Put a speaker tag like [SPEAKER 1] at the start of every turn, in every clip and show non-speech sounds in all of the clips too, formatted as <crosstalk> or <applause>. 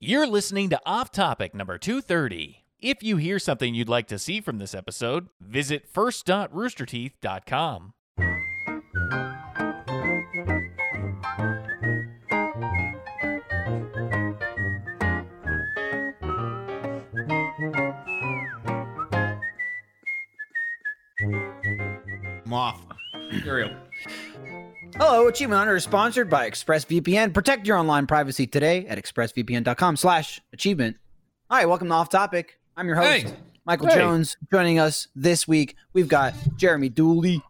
[SPEAKER 1] You're listening to Off Topic number 230. If you hear something you'd like to see from this episode, visit first.roosterteeth.com.
[SPEAKER 2] Moth. Ariel.
[SPEAKER 3] Hello, Achievement Hunter is sponsored by ExpressVPN. Protect your online privacy today at expressvpn.com slash achievement. All right, welcome to Off Topic. I'm your host,
[SPEAKER 2] Hey.
[SPEAKER 3] Michael
[SPEAKER 1] Hey.
[SPEAKER 3] Jones. Joining us this week, we've got Jeremy Dooley,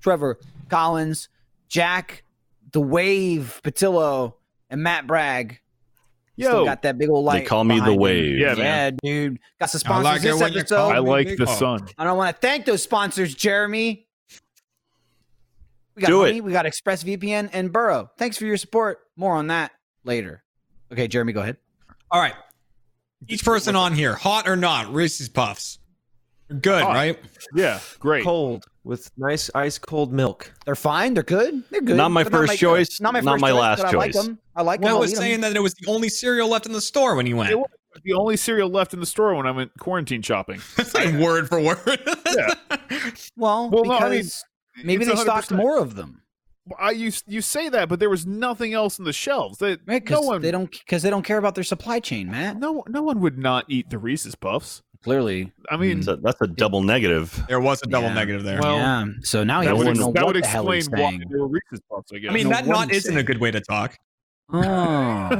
[SPEAKER 3] Trevor Collins, Jack, The Wave, Patillo, and Matt Bragg. Still
[SPEAKER 4] Yo.
[SPEAKER 3] got that big old light.
[SPEAKER 5] They call me the
[SPEAKER 3] behind
[SPEAKER 5] wave.
[SPEAKER 3] me.
[SPEAKER 4] Yeah,
[SPEAKER 3] Yeah,
[SPEAKER 4] man.
[SPEAKER 3] dude. Got some
[SPEAKER 2] I
[SPEAKER 3] sponsors
[SPEAKER 2] like it
[SPEAKER 3] this
[SPEAKER 2] when you call
[SPEAKER 3] episode.
[SPEAKER 4] I
[SPEAKER 2] me
[SPEAKER 4] like
[SPEAKER 2] Big
[SPEAKER 4] the
[SPEAKER 2] Hawk.
[SPEAKER 4] sun.
[SPEAKER 3] And I want to thank those sponsors, Jeremy. We got
[SPEAKER 5] Do
[SPEAKER 3] money,
[SPEAKER 5] it.
[SPEAKER 3] we got ExpressVPN and Burrow. Thanks for your support. More on that later. Okay, Jeremy, go ahead.
[SPEAKER 2] All right. Each person on here, hot or not, Reese's Puffs. Good,
[SPEAKER 4] Hot.
[SPEAKER 2] right?
[SPEAKER 4] Yeah, great.
[SPEAKER 6] cold with nice ice cold milk.
[SPEAKER 3] They're fine. They're good. They're good.
[SPEAKER 5] Not my
[SPEAKER 3] They're
[SPEAKER 5] first choice, not my last
[SPEAKER 3] but I like
[SPEAKER 5] choice.
[SPEAKER 3] them. I like
[SPEAKER 2] Well,
[SPEAKER 3] them.
[SPEAKER 2] I
[SPEAKER 3] I'll
[SPEAKER 2] was
[SPEAKER 3] eat 'em.
[SPEAKER 2] saying that it was the only cereal left in the store when you went. <laughs>
[SPEAKER 4] It was the only cereal left in the store when I went quarantine shopping.
[SPEAKER 2] That's like word <laughs> for word.
[SPEAKER 4] Yeah.
[SPEAKER 3] well,
[SPEAKER 4] Well, no,
[SPEAKER 3] because
[SPEAKER 4] I mean,
[SPEAKER 3] maybe
[SPEAKER 4] It's
[SPEAKER 3] they stocked
[SPEAKER 4] 100%.
[SPEAKER 3] more of them.
[SPEAKER 4] I you you say that, but there was nothing else in the shelves. That
[SPEAKER 3] Right?
[SPEAKER 4] no
[SPEAKER 3] Because
[SPEAKER 4] one
[SPEAKER 3] they don't because they don't care about their supply chain, Matt.
[SPEAKER 4] no no one would not eat the Reese's Puffs.
[SPEAKER 3] Clearly.
[SPEAKER 4] I mean,
[SPEAKER 5] That's a, that's a double negative.
[SPEAKER 2] There was a double
[SPEAKER 3] Yeah.
[SPEAKER 2] negative there.
[SPEAKER 4] Well,
[SPEAKER 3] yeah. So now he
[SPEAKER 4] that
[SPEAKER 5] I
[SPEAKER 4] would,
[SPEAKER 3] doesn't
[SPEAKER 4] ex-
[SPEAKER 3] know
[SPEAKER 4] that
[SPEAKER 3] what
[SPEAKER 4] would
[SPEAKER 3] the hell
[SPEAKER 4] explain
[SPEAKER 3] he's
[SPEAKER 4] why
[SPEAKER 3] saying.
[SPEAKER 4] there were Reese's Puffs. I guess.
[SPEAKER 2] I mean,
[SPEAKER 3] no
[SPEAKER 2] that not
[SPEAKER 3] wonder.
[SPEAKER 2] isn't a good way to talk.
[SPEAKER 4] <laughs>
[SPEAKER 3] Oh,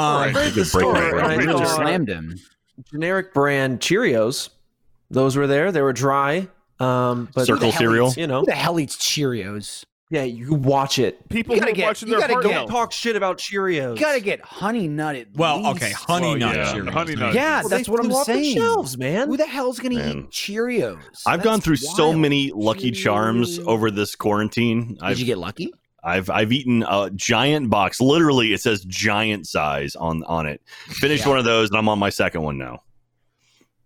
[SPEAKER 2] Um,
[SPEAKER 5] Good break right there.
[SPEAKER 3] I
[SPEAKER 4] Right.
[SPEAKER 3] really
[SPEAKER 4] Sorry.
[SPEAKER 3] slammed him.
[SPEAKER 6] Generic brand Cheerios. Those were there. They were dry. Um,
[SPEAKER 5] <laughs>
[SPEAKER 6] but
[SPEAKER 5] Circle
[SPEAKER 3] Who the hell
[SPEAKER 5] cereal.
[SPEAKER 3] eats-
[SPEAKER 6] you
[SPEAKER 3] Who
[SPEAKER 6] know,
[SPEAKER 3] the hell eats Cheerios?
[SPEAKER 6] yeah, you watch it.
[SPEAKER 4] people
[SPEAKER 3] you
[SPEAKER 4] who
[SPEAKER 3] gotta
[SPEAKER 4] are
[SPEAKER 3] get-
[SPEAKER 4] watching
[SPEAKER 3] you
[SPEAKER 4] their
[SPEAKER 3] gotta
[SPEAKER 4] heart
[SPEAKER 3] get-
[SPEAKER 6] Don't
[SPEAKER 4] health.
[SPEAKER 6] talk shit about Cheerios.
[SPEAKER 3] You gotta get honey nut at
[SPEAKER 2] well,
[SPEAKER 3] least.
[SPEAKER 2] okay, honey
[SPEAKER 4] Well,
[SPEAKER 2] nut.
[SPEAKER 5] yeah,
[SPEAKER 2] cereal.
[SPEAKER 4] honey nut.
[SPEAKER 3] Yeah,
[SPEAKER 6] Well,
[SPEAKER 3] that's
[SPEAKER 6] they
[SPEAKER 3] what I'm
[SPEAKER 6] flew off the
[SPEAKER 3] saying.
[SPEAKER 6] shelves, man.
[SPEAKER 3] Who the hell's gonna
[SPEAKER 5] Man.
[SPEAKER 3] eat Cheerios?
[SPEAKER 5] I've
[SPEAKER 3] That's
[SPEAKER 5] gone through so
[SPEAKER 3] wild.
[SPEAKER 5] many Lucky Charms over this quarantine.
[SPEAKER 3] Did
[SPEAKER 5] I've,
[SPEAKER 3] you get
[SPEAKER 5] <laughs>
[SPEAKER 3] lucky?
[SPEAKER 5] I've I've eaten a giant box. Literally, it says giant size on on it. Finished
[SPEAKER 3] Yeah.
[SPEAKER 5] one of those, and I'm on my second one now.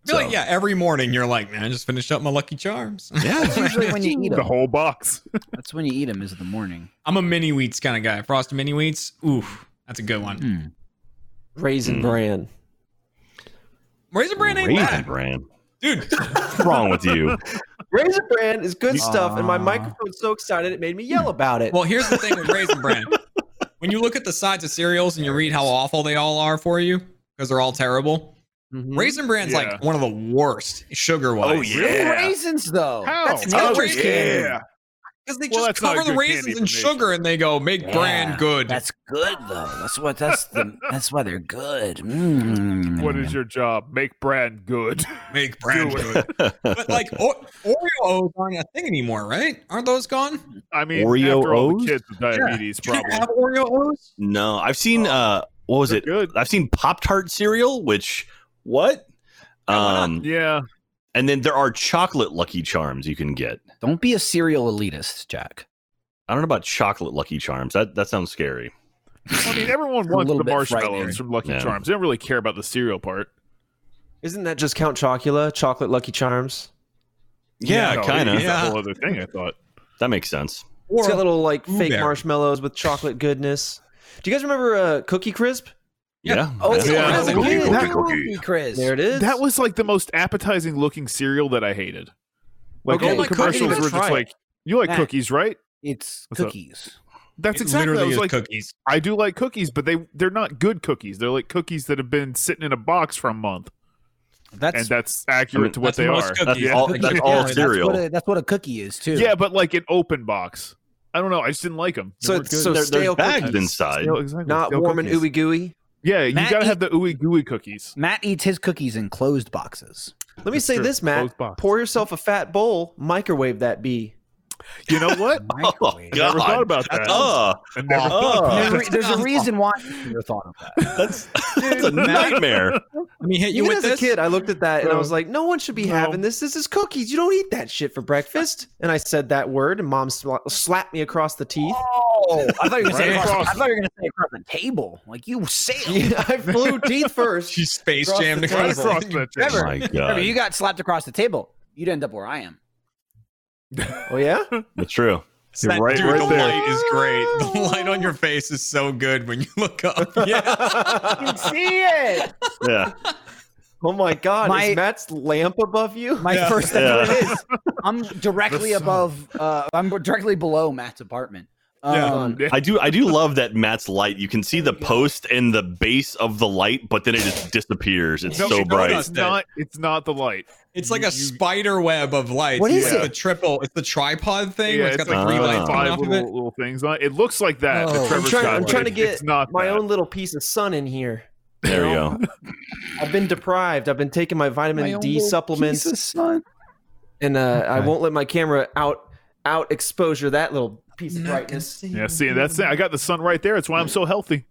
[SPEAKER 2] I feel like,
[SPEAKER 5] So-
[SPEAKER 2] yeah, every morning you're like, man, I just finished up my Lucky Charms. <laughs>
[SPEAKER 3] That's usually when you eat
[SPEAKER 4] the
[SPEAKER 3] them.
[SPEAKER 4] whole box.
[SPEAKER 3] That's when you eat them is in the morning.
[SPEAKER 2] I'm a mini wheats kind of guy. Frosted mini wheats. Ooh, that's a good one.
[SPEAKER 3] Hmm.
[SPEAKER 6] Raisin
[SPEAKER 5] Mm.
[SPEAKER 6] bran.
[SPEAKER 2] Raisin bran ain't
[SPEAKER 5] Raisin
[SPEAKER 2] bad,
[SPEAKER 5] bran.
[SPEAKER 2] dude.
[SPEAKER 5] What's wrong
[SPEAKER 3] <laughs>
[SPEAKER 5] with you?
[SPEAKER 6] Raisin bran is good
[SPEAKER 5] You-
[SPEAKER 6] stuff, and
[SPEAKER 3] Aw.
[SPEAKER 6] my microphone's so excited it made me yell about it.
[SPEAKER 2] Well, here's the thing with Raisin Bran. When you look at the sides of cereals and you read how awful they all are for you, because they're all terrible,
[SPEAKER 6] Mhm.
[SPEAKER 2] Raisin Bran's
[SPEAKER 4] Yeah.
[SPEAKER 2] like one of the worst sugar wise.
[SPEAKER 5] Oh, yeah.
[SPEAKER 3] Little Raisins though.
[SPEAKER 4] How?
[SPEAKER 3] That's an
[SPEAKER 2] Oh,
[SPEAKER 3] Elmer's
[SPEAKER 2] yeah.
[SPEAKER 3] candy.
[SPEAKER 2] Because they just
[SPEAKER 4] Well, that's not
[SPEAKER 2] cover the
[SPEAKER 4] good
[SPEAKER 2] raisins
[SPEAKER 4] candy
[SPEAKER 2] in
[SPEAKER 4] for me.
[SPEAKER 2] sugar and they go, make
[SPEAKER 3] Yeah,
[SPEAKER 2] bran good.
[SPEAKER 3] That's good though. That's what. That's the. That's why they're good. Mm.
[SPEAKER 4] What is your job? Make brand good. <laughs>
[SPEAKER 2] make bran
[SPEAKER 4] Do it.
[SPEAKER 2] good. but like o- Oreos aren't a thing anymore, right? Aren't those gone?
[SPEAKER 4] I mean,
[SPEAKER 5] Oreo
[SPEAKER 4] after all the
[SPEAKER 5] O's?
[SPEAKER 4] kids with diabetes,
[SPEAKER 2] Do you
[SPEAKER 4] probably.
[SPEAKER 2] have Oreo O's?
[SPEAKER 5] <laughs> no, I've seen.
[SPEAKER 3] Oh.
[SPEAKER 5] Uh, what was
[SPEAKER 4] They're
[SPEAKER 5] it?
[SPEAKER 3] um,
[SPEAKER 4] Good.
[SPEAKER 5] I've seen Pop Tart cereal, which what?
[SPEAKER 2] why
[SPEAKER 5] Um,
[SPEAKER 4] Yeah.
[SPEAKER 5] and then there are chocolate Lucky Charms you can get.
[SPEAKER 3] Don't be a cereal elitist, Jack.
[SPEAKER 5] I don't know about chocolate Lucky Charms. That that sounds scary.
[SPEAKER 4] I mean, everyone
[SPEAKER 3] a
[SPEAKER 4] wants
[SPEAKER 3] little
[SPEAKER 4] the
[SPEAKER 3] bit
[SPEAKER 4] marshmallows
[SPEAKER 3] frightening.
[SPEAKER 4] from Lucky
[SPEAKER 5] Yeah.
[SPEAKER 4] Charms. They don't really care about the cereal part.
[SPEAKER 6] Isn't that just Count Chocula, chocolate Lucky Charms?
[SPEAKER 5] Yeah,
[SPEAKER 4] No,
[SPEAKER 5] kind of.
[SPEAKER 4] It's
[SPEAKER 2] Yeah.
[SPEAKER 4] a whole other thing. I thought.
[SPEAKER 5] That makes sense.
[SPEAKER 6] It's got
[SPEAKER 2] Or
[SPEAKER 6] little like
[SPEAKER 2] Ooh,
[SPEAKER 6] fake
[SPEAKER 2] berry.
[SPEAKER 6] marshmallows with chocolate goodness. Do you guys remember uh, Cookie Crisp?
[SPEAKER 2] Yeah.
[SPEAKER 5] Yeah.
[SPEAKER 3] Oh,
[SPEAKER 5] That's-
[SPEAKER 4] yeah.
[SPEAKER 3] that's
[SPEAKER 2] Cookie,
[SPEAKER 3] good.
[SPEAKER 2] cookie,
[SPEAKER 3] That
[SPEAKER 4] cookie.
[SPEAKER 3] would be Chris.
[SPEAKER 6] There it is.
[SPEAKER 4] That was like the most appetizing looking cereal that I hated. Like
[SPEAKER 6] Okay,
[SPEAKER 4] all the
[SPEAKER 2] like
[SPEAKER 4] commercials
[SPEAKER 2] cookies.
[SPEAKER 4] were just
[SPEAKER 6] Try it.
[SPEAKER 4] like, "You like
[SPEAKER 3] Matt.
[SPEAKER 4] cookies, right?"
[SPEAKER 3] It's
[SPEAKER 4] What's up?
[SPEAKER 3] cookies.
[SPEAKER 4] That's
[SPEAKER 2] it
[SPEAKER 4] exactly. I
[SPEAKER 2] literally
[SPEAKER 4] was
[SPEAKER 2] is
[SPEAKER 4] like,
[SPEAKER 2] cookies.
[SPEAKER 4] "I do like cookies, but they they're not good cookies. They're like cookies that have been sitting in a box for a month,
[SPEAKER 3] That's
[SPEAKER 4] and that's accurate
[SPEAKER 5] I mean,
[SPEAKER 4] to what
[SPEAKER 2] that's
[SPEAKER 4] they
[SPEAKER 2] most
[SPEAKER 4] are."
[SPEAKER 2] cookies.
[SPEAKER 5] That's
[SPEAKER 2] Yeah. <laughs>
[SPEAKER 5] all.
[SPEAKER 2] Cookies.
[SPEAKER 5] That's
[SPEAKER 2] Yeah,
[SPEAKER 5] all
[SPEAKER 2] that's
[SPEAKER 5] cereal.
[SPEAKER 3] That's what, a, that's what a cookie is too.
[SPEAKER 4] Yeah, but like an open box. I don't know. I just didn't like them.
[SPEAKER 6] so it's so
[SPEAKER 5] There-
[SPEAKER 6] stale
[SPEAKER 5] there's bags
[SPEAKER 6] cookies,
[SPEAKER 5] inside. <laughs>
[SPEAKER 4] exactly.
[SPEAKER 6] not
[SPEAKER 4] stale
[SPEAKER 6] warm
[SPEAKER 4] cookies.
[SPEAKER 6] and ooey gooey.
[SPEAKER 4] Yeah, you
[SPEAKER 3] Matt
[SPEAKER 4] gotta
[SPEAKER 3] eat-
[SPEAKER 4] have the ooey gooey cookies.
[SPEAKER 3] Matt eats his cookies in closed boxes.
[SPEAKER 6] Let me say
[SPEAKER 4] true.
[SPEAKER 6] this, Matt.
[SPEAKER 4] Closed box.
[SPEAKER 6] Pour yourself a fat bowl, microwave that bee.
[SPEAKER 4] You know
[SPEAKER 3] <laughs>
[SPEAKER 6] <laughs>
[SPEAKER 4] what?
[SPEAKER 5] Oh
[SPEAKER 3] Microwave.
[SPEAKER 4] I never thought
[SPEAKER 5] God.
[SPEAKER 4] about that.
[SPEAKER 5] Uh,
[SPEAKER 4] I never thought
[SPEAKER 5] Oh.
[SPEAKER 4] about
[SPEAKER 3] There's, a
[SPEAKER 4] that.
[SPEAKER 3] re- there's a reason why I never thought of that.
[SPEAKER 5] that's <laughs> that's a nightmare.
[SPEAKER 2] Let me hit you
[SPEAKER 6] Even
[SPEAKER 2] with
[SPEAKER 6] as
[SPEAKER 2] this.
[SPEAKER 6] a kid, I looked at that and I was
[SPEAKER 4] Bro.
[SPEAKER 6] like, "No one should be
[SPEAKER 4] No.
[SPEAKER 6] having this. This is cookies. You don't eat that shit for breakfast." And I said that word, and mom sla- slapped me across the teeth. <laughs>
[SPEAKER 3] Oh, I thought you were
[SPEAKER 4] Right
[SPEAKER 3] saying across,
[SPEAKER 4] across-
[SPEAKER 3] I thought you were going to say across the table, like you sailed.
[SPEAKER 6] Yeah, I flew teeth first.
[SPEAKER 2] She's space
[SPEAKER 6] Across
[SPEAKER 2] jammed
[SPEAKER 6] the
[SPEAKER 2] across,
[SPEAKER 4] Right
[SPEAKER 6] table.
[SPEAKER 4] across that
[SPEAKER 3] Trevor,
[SPEAKER 4] table.
[SPEAKER 5] My
[SPEAKER 3] Remember, you
[SPEAKER 5] God,
[SPEAKER 3] got slapped across the table. You'd end up where I am.
[SPEAKER 6] Oh yeah,
[SPEAKER 5] that's true.
[SPEAKER 4] You're right,
[SPEAKER 2] Dude,
[SPEAKER 4] right
[SPEAKER 2] the
[SPEAKER 4] there.
[SPEAKER 2] light is great. <laughs> The light on your face is so good when you look up. <laughs> Yeah.
[SPEAKER 3] can see it.
[SPEAKER 5] Yeah.
[SPEAKER 6] Oh my God!
[SPEAKER 3] My-
[SPEAKER 6] is Matt's lamp above you?
[SPEAKER 3] My
[SPEAKER 2] Yeah.
[SPEAKER 3] first
[SPEAKER 5] Yeah.
[SPEAKER 3] it is. I'm directly
[SPEAKER 4] The sun.
[SPEAKER 3] above. Uh, I'm directly below Matt's apartment.
[SPEAKER 2] Yeah.
[SPEAKER 3] Um,
[SPEAKER 5] I do I do love that Matt's light. You can see the post and the base of the light, but then it just disappears. It's
[SPEAKER 4] No,
[SPEAKER 5] so
[SPEAKER 4] no,
[SPEAKER 5] bright.
[SPEAKER 4] It's not. It's not the light.
[SPEAKER 2] It's like a
[SPEAKER 4] You-
[SPEAKER 2] spider web of lights.
[SPEAKER 3] What
[SPEAKER 2] It's
[SPEAKER 3] is
[SPEAKER 2] like
[SPEAKER 4] it?
[SPEAKER 2] The triple. It's the tripod thing.
[SPEAKER 4] yeah,
[SPEAKER 2] where it's got the
[SPEAKER 4] like
[SPEAKER 2] three
[SPEAKER 5] uh,
[SPEAKER 2] lights coming
[SPEAKER 4] five
[SPEAKER 2] off
[SPEAKER 4] little,
[SPEAKER 2] of it.
[SPEAKER 4] little things on it. It looks like that.
[SPEAKER 3] Oh.
[SPEAKER 4] that
[SPEAKER 3] I'm
[SPEAKER 4] Trevor's
[SPEAKER 6] trying-
[SPEAKER 4] got,
[SPEAKER 6] I'm
[SPEAKER 4] but
[SPEAKER 6] trying to
[SPEAKER 4] it-
[SPEAKER 6] get
[SPEAKER 4] it's not
[SPEAKER 6] my
[SPEAKER 4] that.
[SPEAKER 6] own little piece of sun in here.
[SPEAKER 5] There you go.
[SPEAKER 6] I've been deprived. I've been taking my vitamin D supplements, and uh, I
[SPEAKER 2] Okay.
[SPEAKER 6] won't let my camera out out exposure that little piece of brightness.
[SPEAKER 4] Yeah, see, that's it. I got the sun right there. It's why I'm so healthy.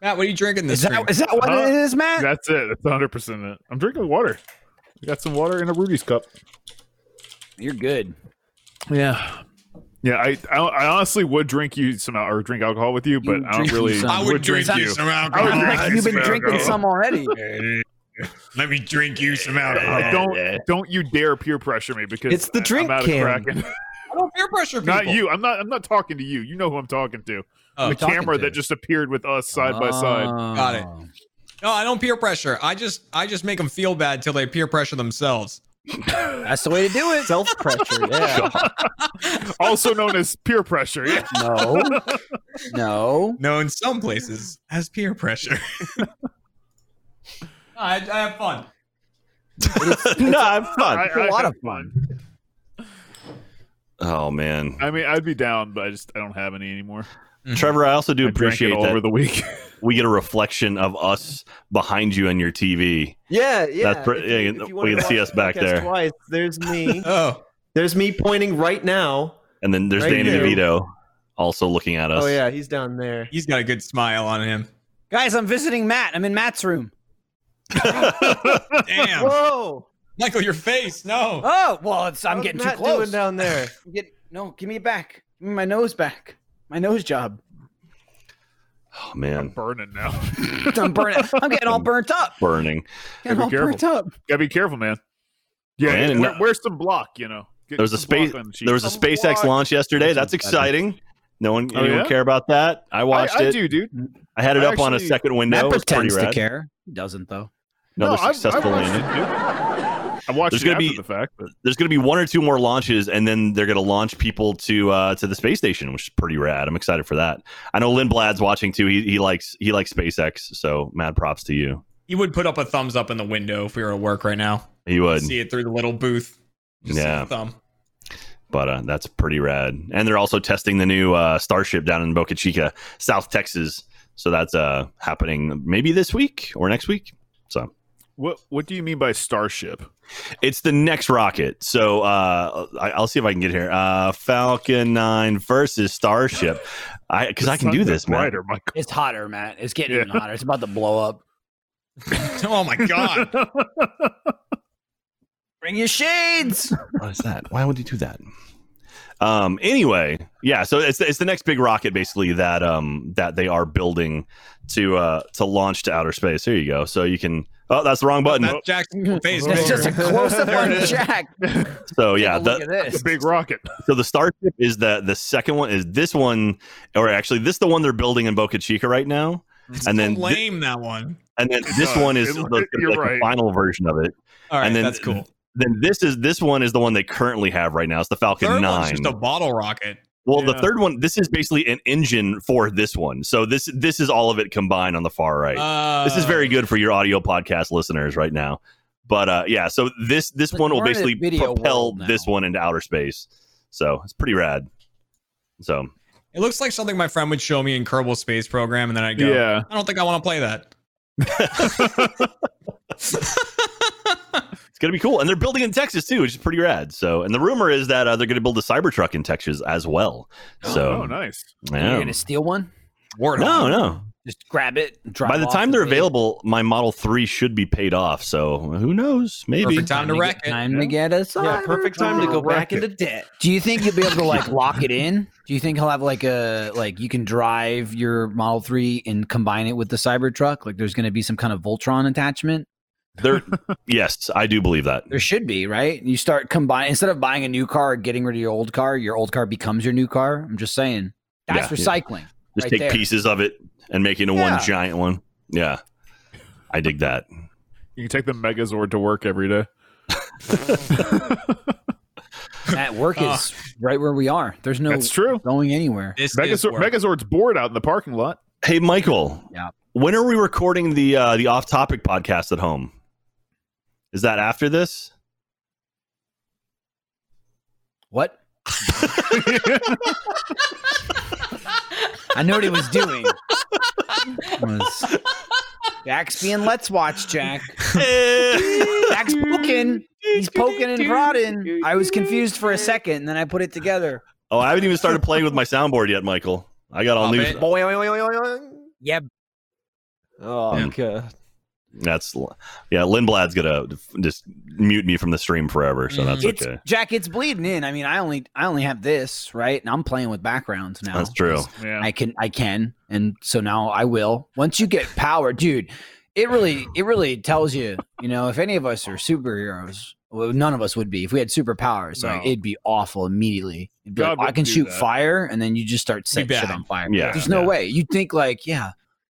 [SPEAKER 2] Matt, what are you drinking
[SPEAKER 3] Is
[SPEAKER 2] this week?
[SPEAKER 3] that, is that what
[SPEAKER 4] Huh?
[SPEAKER 3] it is, Matt?
[SPEAKER 4] That's it. That's 100 percent it. I'm drinking water. I got some water in a Rudy's cup.
[SPEAKER 3] You're good.
[SPEAKER 4] Yeah. Yeah, I, I I honestly would drink you some al- or drink alcohol with you, but I don't
[SPEAKER 3] drink
[SPEAKER 4] really.
[SPEAKER 3] you some.
[SPEAKER 2] I would drink
[SPEAKER 4] drink
[SPEAKER 2] you
[SPEAKER 4] you.
[SPEAKER 2] some
[SPEAKER 4] I would
[SPEAKER 2] alcohol.
[SPEAKER 4] drink
[SPEAKER 3] Like,
[SPEAKER 4] Nice,
[SPEAKER 3] you've been
[SPEAKER 4] man.
[SPEAKER 3] drinking some already.
[SPEAKER 2] <laughs> Let me drink you some alcohol.
[SPEAKER 4] Uh, don't don't you dare peer pressure me because
[SPEAKER 6] It's the
[SPEAKER 4] I- I'm
[SPEAKER 6] drink
[SPEAKER 4] out of <laughs>
[SPEAKER 6] can.
[SPEAKER 4] Kraken.
[SPEAKER 2] I don't peer pressure people.
[SPEAKER 4] Not you. I'm not. I'm not talking to you. You know who I'm talking to.
[SPEAKER 2] Oh,
[SPEAKER 4] the
[SPEAKER 3] talking
[SPEAKER 4] camera
[SPEAKER 3] to.
[SPEAKER 4] that just appeared with us side by side.
[SPEAKER 3] Uh,
[SPEAKER 2] Got it.
[SPEAKER 4] Oh.
[SPEAKER 2] No, I don't peer pressure. I just I just make them feel bad till they peer pressure themselves.
[SPEAKER 3] That's the way to do it.
[SPEAKER 6] Self pressure.
[SPEAKER 5] <laughs>
[SPEAKER 6] Yeah.
[SPEAKER 4] also known as peer pressure. Yeah.
[SPEAKER 3] No. No.
[SPEAKER 2] No, in some places as peer pressure. <laughs> I, I have fun.
[SPEAKER 5] <laughs> no, I'm fun.
[SPEAKER 4] I-
[SPEAKER 3] a
[SPEAKER 4] I
[SPEAKER 3] lot of
[SPEAKER 4] have
[SPEAKER 3] fun.
[SPEAKER 5] Oh man.
[SPEAKER 4] I mean, I'd be down, but I just I don't have any anymore.
[SPEAKER 5] Trevor, I also do
[SPEAKER 4] I drank it
[SPEAKER 5] appreciate
[SPEAKER 4] all
[SPEAKER 5] that
[SPEAKER 4] over the week.
[SPEAKER 5] we get a reflection of us behind you on your TV.
[SPEAKER 6] Yeah. Yeah.
[SPEAKER 5] That's pre- yeah, we
[SPEAKER 6] wanted
[SPEAKER 5] can
[SPEAKER 6] to
[SPEAKER 5] see
[SPEAKER 6] watch
[SPEAKER 5] us back
[SPEAKER 6] the podcast
[SPEAKER 5] there.
[SPEAKER 6] Twice. There's me.
[SPEAKER 2] Oh,
[SPEAKER 6] <laughs> There's me pointing right now.
[SPEAKER 5] And then there's
[SPEAKER 6] Right
[SPEAKER 5] Danny
[SPEAKER 6] there.
[SPEAKER 5] DeVito also looking at us.
[SPEAKER 6] Oh yeah, he's down there.
[SPEAKER 2] he's got a good smile on him.
[SPEAKER 3] Guys, I'm visiting Matt. I'm in Matt's room.
[SPEAKER 5] <laughs>
[SPEAKER 2] Damn,
[SPEAKER 6] Whoa!
[SPEAKER 2] Michael, your face. No.
[SPEAKER 3] Oh, well, it's, I'm
[SPEAKER 6] How's
[SPEAKER 3] getting
[SPEAKER 6] Matt
[SPEAKER 3] too close.
[SPEAKER 6] Doing down there. <laughs>
[SPEAKER 3] I'm getting- no, give me it back. Give me my nose back. My nose job.
[SPEAKER 5] Oh
[SPEAKER 4] I'm
[SPEAKER 5] man.
[SPEAKER 4] burning now. <laughs>
[SPEAKER 3] I'm burning. I'm getting all burnt
[SPEAKER 5] <laughs>
[SPEAKER 3] up.
[SPEAKER 5] Burning.
[SPEAKER 3] Getting
[SPEAKER 4] be
[SPEAKER 3] all burnt
[SPEAKER 4] careful.
[SPEAKER 3] up.
[SPEAKER 4] Gotta be careful, man. Yeah,
[SPEAKER 5] Man, and
[SPEAKER 4] wear,
[SPEAKER 5] that-
[SPEAKER 4] wear some block. You know, Get
[SPEAKER 5] There was a
[SPEAKER 4] some block
[SPEAKER 5] space-
[SPEAKER 4] on the cheek.
[SPEAKER 5] There was a
[SPEAKER 4] Some
[SPEAKER 5] SpaceX
[SPEAKER 4] block.
[SPEAKER 5] launch yesterday. That's
[SPEAKER 3] That's
[SPEAKER 5] exciting. No one
[SPEAKER 4] Oh,
[SPEAKER 5] anyone
[SPEAKER 4] yeah?
[SPEAKER 5] care about that. I watched
[SPEAKER 4] I, I
[SPEAKER 5] it.
[SPEAKER 4] do, dude.
[SPEAKER 5] I had it
[SPEAKER 4] I
[SPEAKER 5] up on a
[SPEAKER 4] actually-
[SPEAKER 5] second window.
[SPEAKER 3] Matt
[SPEAKER 5] It was pretty
[SPEAKER 3] pretends to
[SPEAKER 5] rad.
[SPEAKER 3] care. He doesn't though.
[SPEAKER 5] Another
[SPEAKER 4] I've- I've
[SPEAKER 5] successful
[SPEAKER 4] watched
[SPEAKER 5] landing.
[SPEAKER 4] it, dude. I watched
[SPEAKER 5] There's
[SPEAKER 4] it
[SPEAKER 5] gonna
[SPEAKER 4] after
[SPEAKER 5] be-
[SPEAKER 4] the fact, but
[SPEAKER 5] There's going to be one or two more launches, and then they're going to launch people to uh, to the space station, which is pretty rad. I'm excited for that. I know Lynn Blad's watching too. He, he likes he likes SpaceX. So mad props to you.
[SPEAKER 2] He would put up a thumbs up in the window if we were at work right now.
[SPEAKER 5] He would.
[SPEAKER 2] See it through the little booth. Just see
[SPEAKER 5] Yeah.
[SPEAKER 2] the Thumb. <laughs>
[SPEAKER 5] but uh, that's pretty rad. And they're also testing the new uh, Starship down in Boca Chica, South Texas. So that's uh, happening maybe this week or next week. So
[SPEAKER 4] what what do you mean by
[SPEAKER 5] <laughs>
[SPEAKER 4] starship?
[SPEAKER 5] it's the next rocket. So uh, I, I'll see if I can get here. Uh, Falcon 9 versus Starship. I Because I can do this, man.
[SPEAKER 4] Brighter, Michael.
[SPEAKER 3] It's hotter, Matt. It's getting
[SPEAKER 4] Yeah.
[SPEAKER 3] even hotter. It's about to blow up.
[SPEAKER 2] Oh my god.
[SPEAKER 4] <laughs>
[SPEAKER 3] Bring your shades.
[SPEAKER 5] What is that? Why would you do that? Um. Anyway, yeah. So it's it's the next big rocket, basically that um that they are building to uh to launch to outer space. Here you go. So you can. Oh, that's the wrong button.
[SPEAKER 2] That's Jackson's face.
[SPEAKER 4] That's
[SPEAKER 3] It's
[SPEAKER 2] picture.
[SPEAKER 3] just <laughs> a close up
[SPEAKER 2] There
[SPEAKER 3] on
[SPEAKER 2] it is.
[SPEAKER 3] Jack.
[SPEAKER 5] So yeah,
[SPEAKER 3] Take a look
[SPEAKER 5] the,
[SPEAKER 3] at this.
[SPEAKER 4] It's a big rocket.
[SPEAKER 5] so the starship is the the second one is this one, or actually this the one they're building in Boca Chica right now,
[SPEAKER 2] It's
[SPEAKER 5] and then thi-
[SPEAKER 2] lame that one.
[SPEAKER 5] and then
[SPEAKER 3] <laughs>
[SPEAKER 5] this one is
[SPEAKER 4] It-
[SPEAKER 5] the, like,
[SPEAKER 4] you're
[SPEAKER 5] the
[SPEAKER 4] right.
[SPEAKER 5] final version of it.
[SPEAKER 2] All right,
[SPEAKER 5] and then
[SPEAKER 2] that's cool.
[SPEAKER 5] Then this is this one is the one they currently have right now. It's the Falcon
[SPEAKER 2] Third one's
[SPEAKER 5] Nine.
[SPEAKER 2] just a bottle rocket.
[SPEAKER 5] Well, the
[SPEAKER 4] Yeah.
[SPEAKER 5] third one, this is basically an engine for this one. So this this is all of it combined on the far right.
[SPEAKER 2] Uh,
[SPEAKER 5] this is very good for your audio podcast listeners right now. But uh, yeah, so this this
[SPEAKER 3] But
[SPEAKER 5] one will
[SPEAKER 3] we're in a
[SPEAKER 5] basically
[SPEAKER 3] video
[SPEAKER 5] propel
[SPEAKER 3] world now.
[SPEAKER 5] this one into outer space. So it's pretty rad. So
[SPEAKER 2] It looks like something my friend would show me in Kerbal Space Program, and then I'd go,
[SPEAKER 4] Yeah.
[SPEAKER 2] I don't think I want to play that.
[SPEAKER 5] it's gonna be cool, and they're building in Texas too, which is pretty rad. So and the rumor is that uh, they're gonna build a Cybertruck in Texas as well. So
[SPEAKER 4] oh, nice.
[SPEAKER 5] yeah.
[SPEAKER 3] You're gonna steal one.
[SPEAKER 2] Warthog.
[SPEAKER 5] no, no.
[SPEAKER 3] Just grab it. And drop
[SPEAKER 5] By the
[SPEAKER 3] off
[SPEAKER 5] time
[SPEAKER 3] and
[SPEAKER 5] they're
[SPEAKER 3] leave.
[SPEAKER 5] available, my Model Three should be paid off. So who knows? Maybe
[SPEAKER 2] Perfect time to
[SPEAKER 3] get-
[SPEAKER 2] wreck it.
[SPEAKER 3] Time to get us.
[SPEAKER 6] Yeah, perfect time to go back
[SPEAKER 4] Wreck it.
[SPEAKER 6] into debt.
[SPEAKER 3] Do you think you'll be able to
[SPEAKER 6] <laughs>
[SPEAKER 3] like lock it in? Do you think he'll have like a like you can drive your Model Three and combine it with the Cybertruck? Like there's going to be some kind of Voltron attachment.
[SPEAKER 5] There, yes, I do believe that.
[SPEAKER 3] There should be, right? You start combining instead of buying a new car, getting rid of your old car, your old car becomes your new car. I'm just saying. That's
[SPEAKER 5] Yeah.
[SPEAKER 3] recycling.
[SPEAKER 5] Just
[SPEAKER 3] right
[SPEAKER 5] take
[SPEAKER 3] there.
[SPEAKER 5] pieces of it and make it into
[SPEAKER 3] Yeah.
[SPEAKER 5] one giant one. Yeah, I dig that.
[SPEAKER 4] You can take the Megazord to work every day.
[SPEAKER 3] At
[SPEAKER 6] <laughs> Uh.
[SPEAKER 3] work is right where we are. There's no
[SPEAKER 4] That's true.
[SPEAKER 3] going anywhere.
[SPEAKER 2] This is
[SPEAKER 4] Megazord,
[SPEAKER 2] work.
[SPEAKER 4] Megazord's bored out in the parking lot.
[SPEAKER 5] Hey, Michael.
[SPEAKER 3] Yeah.
[SPEAKER 5] When are we recording the uh, the off topic podcast at home? Is that after this?
[SPEAKER 3] What? I know what he was doing. Was Jack's being let's watch Jack. Jack's poking. He's poking and prodding. I was confused for a second, and then I put it together.
[SPEAKER 5] Oh, I haven't
[SPEAKER 3] <laughs>
[SPEAKER 5] even started playing with my soundboard yet, Michael. I got all
[SPEAKER 2] Stop
[SPEAKER 5] new.
[SPEAKER 2] it.
[SPEAKER 6] Boing, boing, boing, boing, boing.
[SPEAKER 3] Yeah,
[SPEAKER 6] Oh,
[SPEAKER 5] Yeah.
[SPEAKER 6] okay.
[SPEAKER 5] That's yeah. Lindblad's gonna f- just mute me from the stream forever,
[SPEAKER 3] Mm.
[SPEAKER 5] so that's
[SPEAKER 3] it's
[SPEAKER 5] okay.
[SPEAKER 3] Jack. It's bleeding in. I mean, I only I only have this right, and I'm playing with backgrounds now.
[SPEAKER 5] That's true.
[SPEAKER 4] Yeah.
[SPEAKER 3] I can I can, and so now I will. Once you get power, dude, it really it really tells you. You know, if any of us are superheroes, well, none of us would be. If we had superpowers, like
[SPEAKER 4] No.
[SPEAKER 3] it'd be awful immediately. It'd be like,
[SPEAKER 4] God
[SPEAKER 3] I
[SPEAKER 4] wouldn't
[SPEAKER 3] can
[SPEAKER 4] do
[SPEAKER 3] shoot
[SPEAKER 4] that.
[SPEAKER 3] fire, and then you just start setting shit
[SPEAKER 2] bad.
[SPEAKER 3] on fire.
[SPEAKER 5] Yeah,
[SPEAKER 3] there's no
[SPEAKER 5] yeah.
[SPEAKER 3] way. You'd think like, yeah.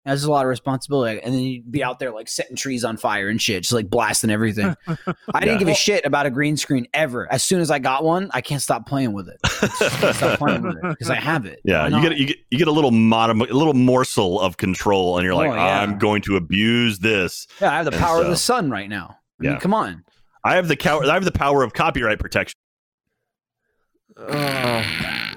[SPEAKER 3] That's a lot of responsibility, and then you'd be out there like setting trees on fire and shit, just like blasting
[SPEAKER 4] <laughs>
[SPEAKER 3] everything. I
[SPEAKER 5] Yeah.
[SPEAKER 3] didn't give a shit about a green screen ever. As soon as I got one, I can't stop playing with it. I can't
[SPEAKER 5] <laughs>
[SPEAKER 3] stop playing with it because I have it.
[SPEAKER 5] Yeah,
[SPEAKER 3] Why
[SPEAKER 5] you
[SPEAKER 3] not?
[SPEAKER 5] get you get you get a little modem, a little morsel of control, and you're like,
[SPEAKER 3] Oh, yeah.
[SPEAKER 5] I'm going to abuse this.
[SPEAKER 3] Yeah, I have the
[SPEAKER 5] And
[SPEAKER 3] power of
[SPEAKER 5] so-
[SPEAKER 3] the sun right now. I
[SPEAKER 5] Yeah.
[SPEAKER 3] mean, come on.
[SPEAKER 5] I have the cow- I have the power of copyright protection.
[SPEAKER 6] Oh,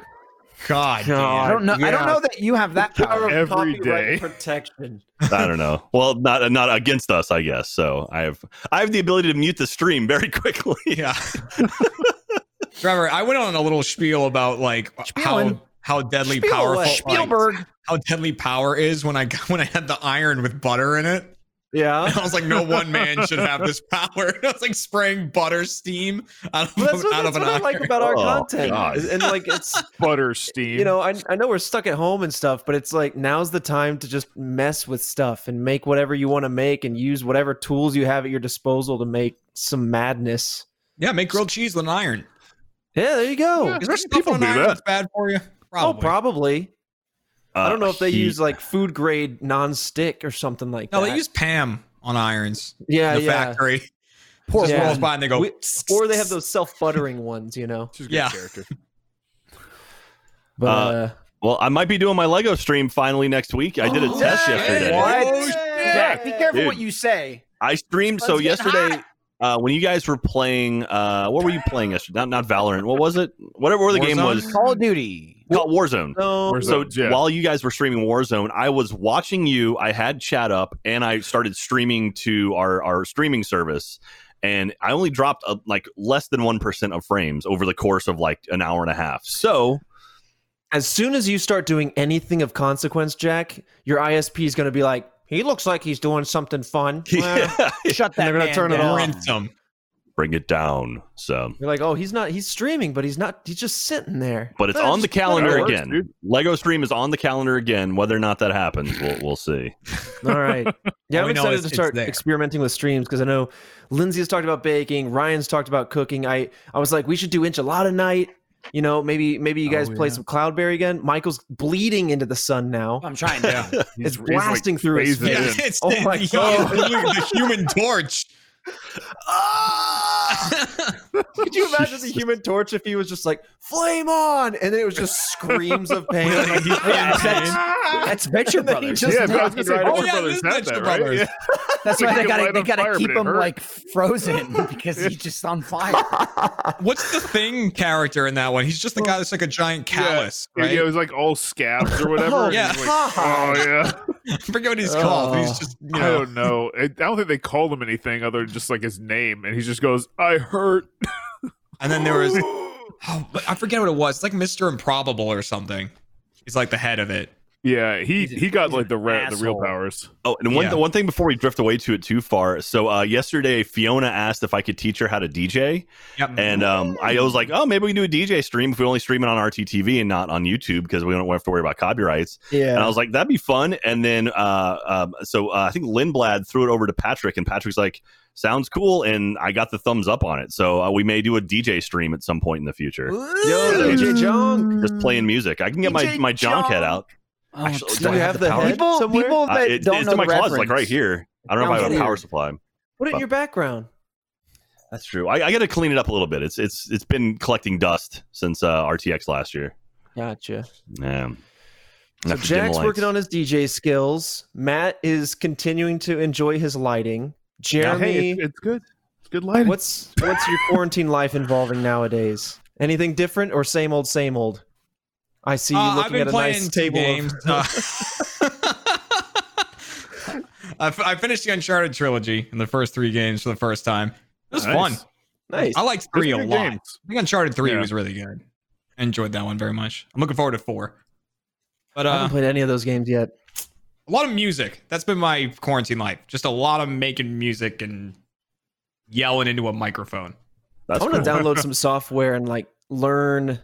[SPEAKER 2] God.
[SPEAKER 6] God.
[SPEAKER 3] I don't know. I don't know that you have that power.
[SPEAKER 4] of Every
[SPEAKER 6] copyright
[SPEAKER 4] day.
[SPEAKER 6] protection.
[SPEAKER 5] I don't know. Well, not not against us, I guess. So I have I have the ability to mute the stream very <laughs> quickly.
[SPEAKER 2] Yeah. Trevor, I went on a little spiel about like
[SPEAKER 3] Spielin'.
[SPEAKER 2] how how deadly
[SPEAKER 3] Spiel-
[SPEAKER 2] powerful like,
[SPEAKER 3] Spielberg.
[SPEAKER 2] how deadly power is when I got, <laughs> when I had the iron with butter in it. <laughs>
[SPEAKER 6] Yeah.
[SPEAKER 2] And I was like, no one man should have this <laughs> power. And I was like spraying butter steam out of,
[SPEAKER 6] Well, that's what,
[SPEAKER 2] out of
[SPEAKER 6] that's
[SPEAKER 2] an
[SPEAKER 6] what I
[SPEAKER 2] iron.
[SPEAKER 6] like about our
[SPEAKER 5] Oh,
[SPEAKER 6] content.
[SPEAKER 5] God.
[SPEAKER 6] And like it's
[SPEAKER 4] Butter steam.
[SPEAKER 6] you know, I, I know we're stuck at home and stuff, but it's like now's the time to just mess with stuff and make whatever you want to make and use whatever tools you have at your disposal to make some madness.
[SPEAKER 2] yeah, make grilled cheese with an iron.
[SPEAKER 6] Yeah, there you go.
[SPEAKER 4] Yeah.
[SPEAKER 2] Is there stuff
[SPEAKER 4] People
[SPEAKER 2] on
[SPEAKER 4] do
[SPEAKER 2] iron
[SPEAKER 4] that.
[SPEAKER 2] that's bad for you?
[SPEAKER 6] Oh,
[SPEAKER 2] Probably.
[SPEAKER 6] probably.
[SPEAKER 5] Uh,
[SPEAKER 6] I don't know if they
[SPEAKER 5] use
[SPEAKER 6] use like food grade non-stick or something like
[SPEAKER 2] no,
[SPEAKER 6] that.
[SPEAKER 2] they use Pam on irons
[SPEAKER 6] yeah,
[SPEAKER 2] in the
[SPEAKER 6] yeah.
[SPEAKER 2] factory. Poor
[SPEAKER 6] Yeah.
[SPEAKER 2] rolls by and they go,
[SPEAKER 6] We- or they have those self-buttering ones, you know.
[SPEAKER 4] She's a
[SPEAKER 2] Yeah.
[SPEAKER 4] character.
[SPEAKER 6] But uh,
[SPEAKER 5] Well, I might be doing my Lego stream finally next week. I did a
[SPEAKER 2] Oh,
[SPEAKER 5] test
[SPEAKER 2] yeah.
[SPEAKER 5] yesterday.
[SPEAKER 2] What?
[SPEAKER 3] Jack, be careful
[SPEAKER 5] Dude.
[SPEAKER 3] what you say.
[SPEAKER 5] I streamed so yesterday uh, when you guys were playing. Uh, what were you playing yesterday? Not not Valorant. What was it? Whatever the game
[SPEAKER 2] Warzone?
[SPEAKER 5] was.
[SPEAKER 3] Call of Duty.
[SPEAKER 5] Called Warzone.
[SPEAKER 6] no,
[SPEAKER 4] Where's
[SPEAKER 5] So
[SPEAKER 4] Warzone, yeah.
[SPEAKER 5] while you guys were streaming Warzone, I was watching you. I had chat up and I started streaming to our our streaming service. And I only dropped uh like less than one percent of frames over the course of like an hour and a half. So
[SPEAKER 6] as soon as you start doing anything of consequence, Jack, your ISP is going to be like, he looks like he's doing something fun. Well,
[SPEAKER 3] Shut that.
[SPEAKER 6] they're gonna
[SPEAKER 3] man
[SPEAKER 6] turn it
[SPEAKER 3] down.
[SPEAKER 2] Rentum.
[SPEAKER 5] <laughs> bring it down. So
[SPEAKER 6] You're like, oh, he's not. He's streaming, but he's not. He's just sitting there.
[SPEAKER 5] But it's
[SPEAKER 6] That's-
[SPEAKER 5] on the calendar
[SPEAKER 4] that works,
[SPEAKER 5] again.
[SPEAKER 4] dude.
[SPEAKER 5] Lego stream is on the calendar again. Whether or not that happens, we'll, we'll see.
[SPEAKER 6] All
[SPEAKER 2] <laughs>
[SPEAKER 6] right. Yeah,
[SPEAKER 2] All we
[SPEAKER 6] I'm
[SPEAKER 2] know
[SPEAKER 6] excited
[SPEAKER 2] is
[SPEAKER 6] to
[SPEAKER 2] it's
[SPEAKER 6] start
[SPEAKER 2] there.
[SPEAKER 6] experimenting with streams because I know Lindsay has talked about baking, Ryan's talked about cooking. I I was like, we should do enchilada night. You know, maybe maybe you guys
[SPEAKER 2] Oh,
[SPEAKER 6] play
[SPEAKER 2] yeah.
[SPEAKER 6] some cloudberry again. Michael's bleeding into the sun now.
[SPEAKER 3] I'm trying to.
[SPEAKER 4] <laughs> He's-
[SPEAKER 6] It's
[SPEAKER 4] he's, like,
[SPEAKER 6] blasting through his
[SPEAKER 4] phasing
[SPEAKER 2] Yeah,
[SPEAKER 4] in.
[SPEAKER 2] <laughs> it's
[SPEAKER 6] Oh
[SPEAKER 2] the,
[SPEAKER 6] my
[SPEAKER 2] the-
[SPEAKER 6] God.
[SPEAKER 2] the human torch.
[SPEAKER 6] <laughs> Could you
[SPEAKER 2] <laughs>
[SPEAKER 6] imagine the Human Torch if he was just like flame on, and then it was just
[SPEAKER 2] <laughs>
[SPEAKER 6] screams of pain? <laughs>
[SPEAKER 2] Really?
[SPEAKER 3] Yeah,
[SPEAKER 4] <laughs>
[SPEAKER 3] that's, that's Venture
[SPEAKER 6] And then he
[SPEAKER 3] Brothers.
[SPEAKER 6] just-
[SPEAKER 4] yeah,
[SPEAKER 3] That's
[SPEAKER 4] but I was gonna say,
[SPEAKER 6] right
[SPEAKER 2] away.
[SPEAKER 4] Venture
[SPEAKER 2] Oh, yeah,
[SPEAKER 4] Brothers
[SPEAKER 2] it is
[SPEAKER 4] had
[SPEAKER 2] Venture
[SPEAKER 4] that, right?
[SPEAKER 2] Brothers.
[SPEAKER 4] Yeah.
[SPEAKER 3] that's
[SPEAKER 4] We
[SPEAKER 3] why
[SPEAKER 4] could
[SPEAKER 3] they
[SPEAKER 4] light
[SPEAKER 3] gotta they
[SPEAKER 4] on
[SPEAKER 3] gotta
[SPEAKER 4] fire,
[SPEAKER 3] keep
[SPEAKER 4] but it
[SPEAKER 3] him
[SPEAKER 4] hurt.
[SPEAKER 3] like frozen <laughs> because he's just on fire.
[SPEAKER 2] What's the thing character in that one? He's just the guy that's like a giant callus,
[SPEAKER 4] Yeah,
[SPEAKER 2] right?
[SPEAKER 4] It was like all scabs or whatever.
[SPEAKER 6] Oh,
[SPEAKER 4] and
[SPEAKER 2] yeah.
[SPEAKER 4] he's like, oh
[SPEAKER 2] <laughs>
[SPEAKER 4] yeah.
[SPEAKER 2] I forget what he's called. but He's just you
[SPEAKER 4] Oh, I
[SPEAKER 2] know.
[SPEAKER 4] don't know. I I don't think they called him anything other than just like his name, and he just goes, "I hurt."
[SPEAKER 2] And then there was oh, but I forget what it was. It's like Mr. Improbable or something. He's like the head of it.
[SPEAKER 4] <laughs> Yeah, he
[SPEAKER 3] He's a-
[SPEAKER 4] he got
[SPEAKER 3] he's
[SPEAKER 4] like
[SPEAKER 3] an
[SPEAKER 4] the re- the real
[SPEAKER 3] asshole.
[SPEAKER 4] powers.
[SPEAKER 5] Oh, and one
[SPEAKER 2] Yeah.
[SPEAKER 5] the one thing before we drift away to it too far. So uh, yesterday, Fiona asked if I could teach her how to DJ,
[SPEAKER 2] Yep.
[SPEAKER 5] and
[SPEAKER 6] uh,
[SPEAKER 5] um, I was like, "Oh, maybe we can do a DJ stream if we only stream it on RTTV and not on YouTube because we don't have to worry about copyrights."
[SPEAKER 6] Yeah.
[SPEAKER 5] And I was like, "That'd be fun." And then, uh, um, so uh, I think Lindblad threw it over to Patrick, and Patrick's like, "Sounds cool," and I got the thumbs up on it. So uh, we may do a DJ stream at some point in the future,
[SPEAKER 6] Yo, DJ Junk.
[SPEAKER 5] just playing music. I can get my
[SPEAKER 3] DJ
[SPEAKER 5] my junk head
[SPEAKER 3] Junk.
[SPEAKER 5] out.
[SPEAKER 4] Oh,
[SPEAKER 5] Actually,
[SPEAKER 6] Do you have the
[SPEAKER 5] power?
[SPEAKER 6] head
[SPEAKER 3] People,
[SPEAKER 6] somewhere?
[SPEAKER 3] people
[SPEAKER 5] Uh,
[SPEAKER 3] that
[SPEAKER 5] it-
[SPEAKER 3] don't
[SPEAKER 5] it's
[SPEAKER 3] know
[SPEAKER 5] in my
[SPEAKER 3] reference.
[SPEAKER 5] closet, like right here. I don't know if I
[SPEAKER 3] Sounds
[SPEAKER 5] have a power
[SPEAKER 3] weird.
[SPEAKER 5] supply.
[SPEAKER 6] Put it in your background.
[SPEAKER 5] That's true. I, I got to clean it up a little bit. It's it's it's been collecting dust since uh, RTX last year.
[SPEAKER 6] Gotcha.
[SPEAKER 5] Yeah.
[SPEAKER 6] So Jack's working on his DJ skills. Matt is continuing to enjoy his lighting.
[SPEAKER 4] Yeah,
[SPEAKER 6] Jeremy,
[SPEAKER 4] hey, it's, it's good. It's good lighting.
[SPEAKER 6] what's what's your quarantine life involving nowadays? Anything different or same old, same old? I see you
[SPEAKER 2] Uh,
[SPEAKER 6] looking at a nice
[SPEAKER 2] some
[SPEAKER 6] table. of- <laughs>
[SPEAKER 2] games. Uh, <laughs> I, f- I finished the Uncharted trilogy in the first three games for the first time. It was
[SPEAKER 4] Nice.
[SPEAKER 2] fun.
[SPEAKER 6] nice.
[SPEAKER 2] I liked
[SPEAKER 4] There's
[SPEAKER 2] three a
[SPEAKER 4] good
[SPEAKER 2] lot.
[SPEAKER 4] games.
[SPEAKER 2] I think Uncharted three
[SPEAKER 4] Yeah.
[SPEAKER 2] was really good. I enjoyed that one very much. I'm looking forward to four. But
[SPEAKER 6] I
[SPEAKER 2] uh,
[SPEAKER 6] haven't played any of those games yet.
[SPEAKER 2] a lot of music. That's been my quarantine life. Just a lot of making music and yelling into a microphone.
[SPEAKER 5] That's
[SPEAKER 6] I want to
[SPEAKER 3] <laughs>
[SPEAKER 6] download some software and like learn, you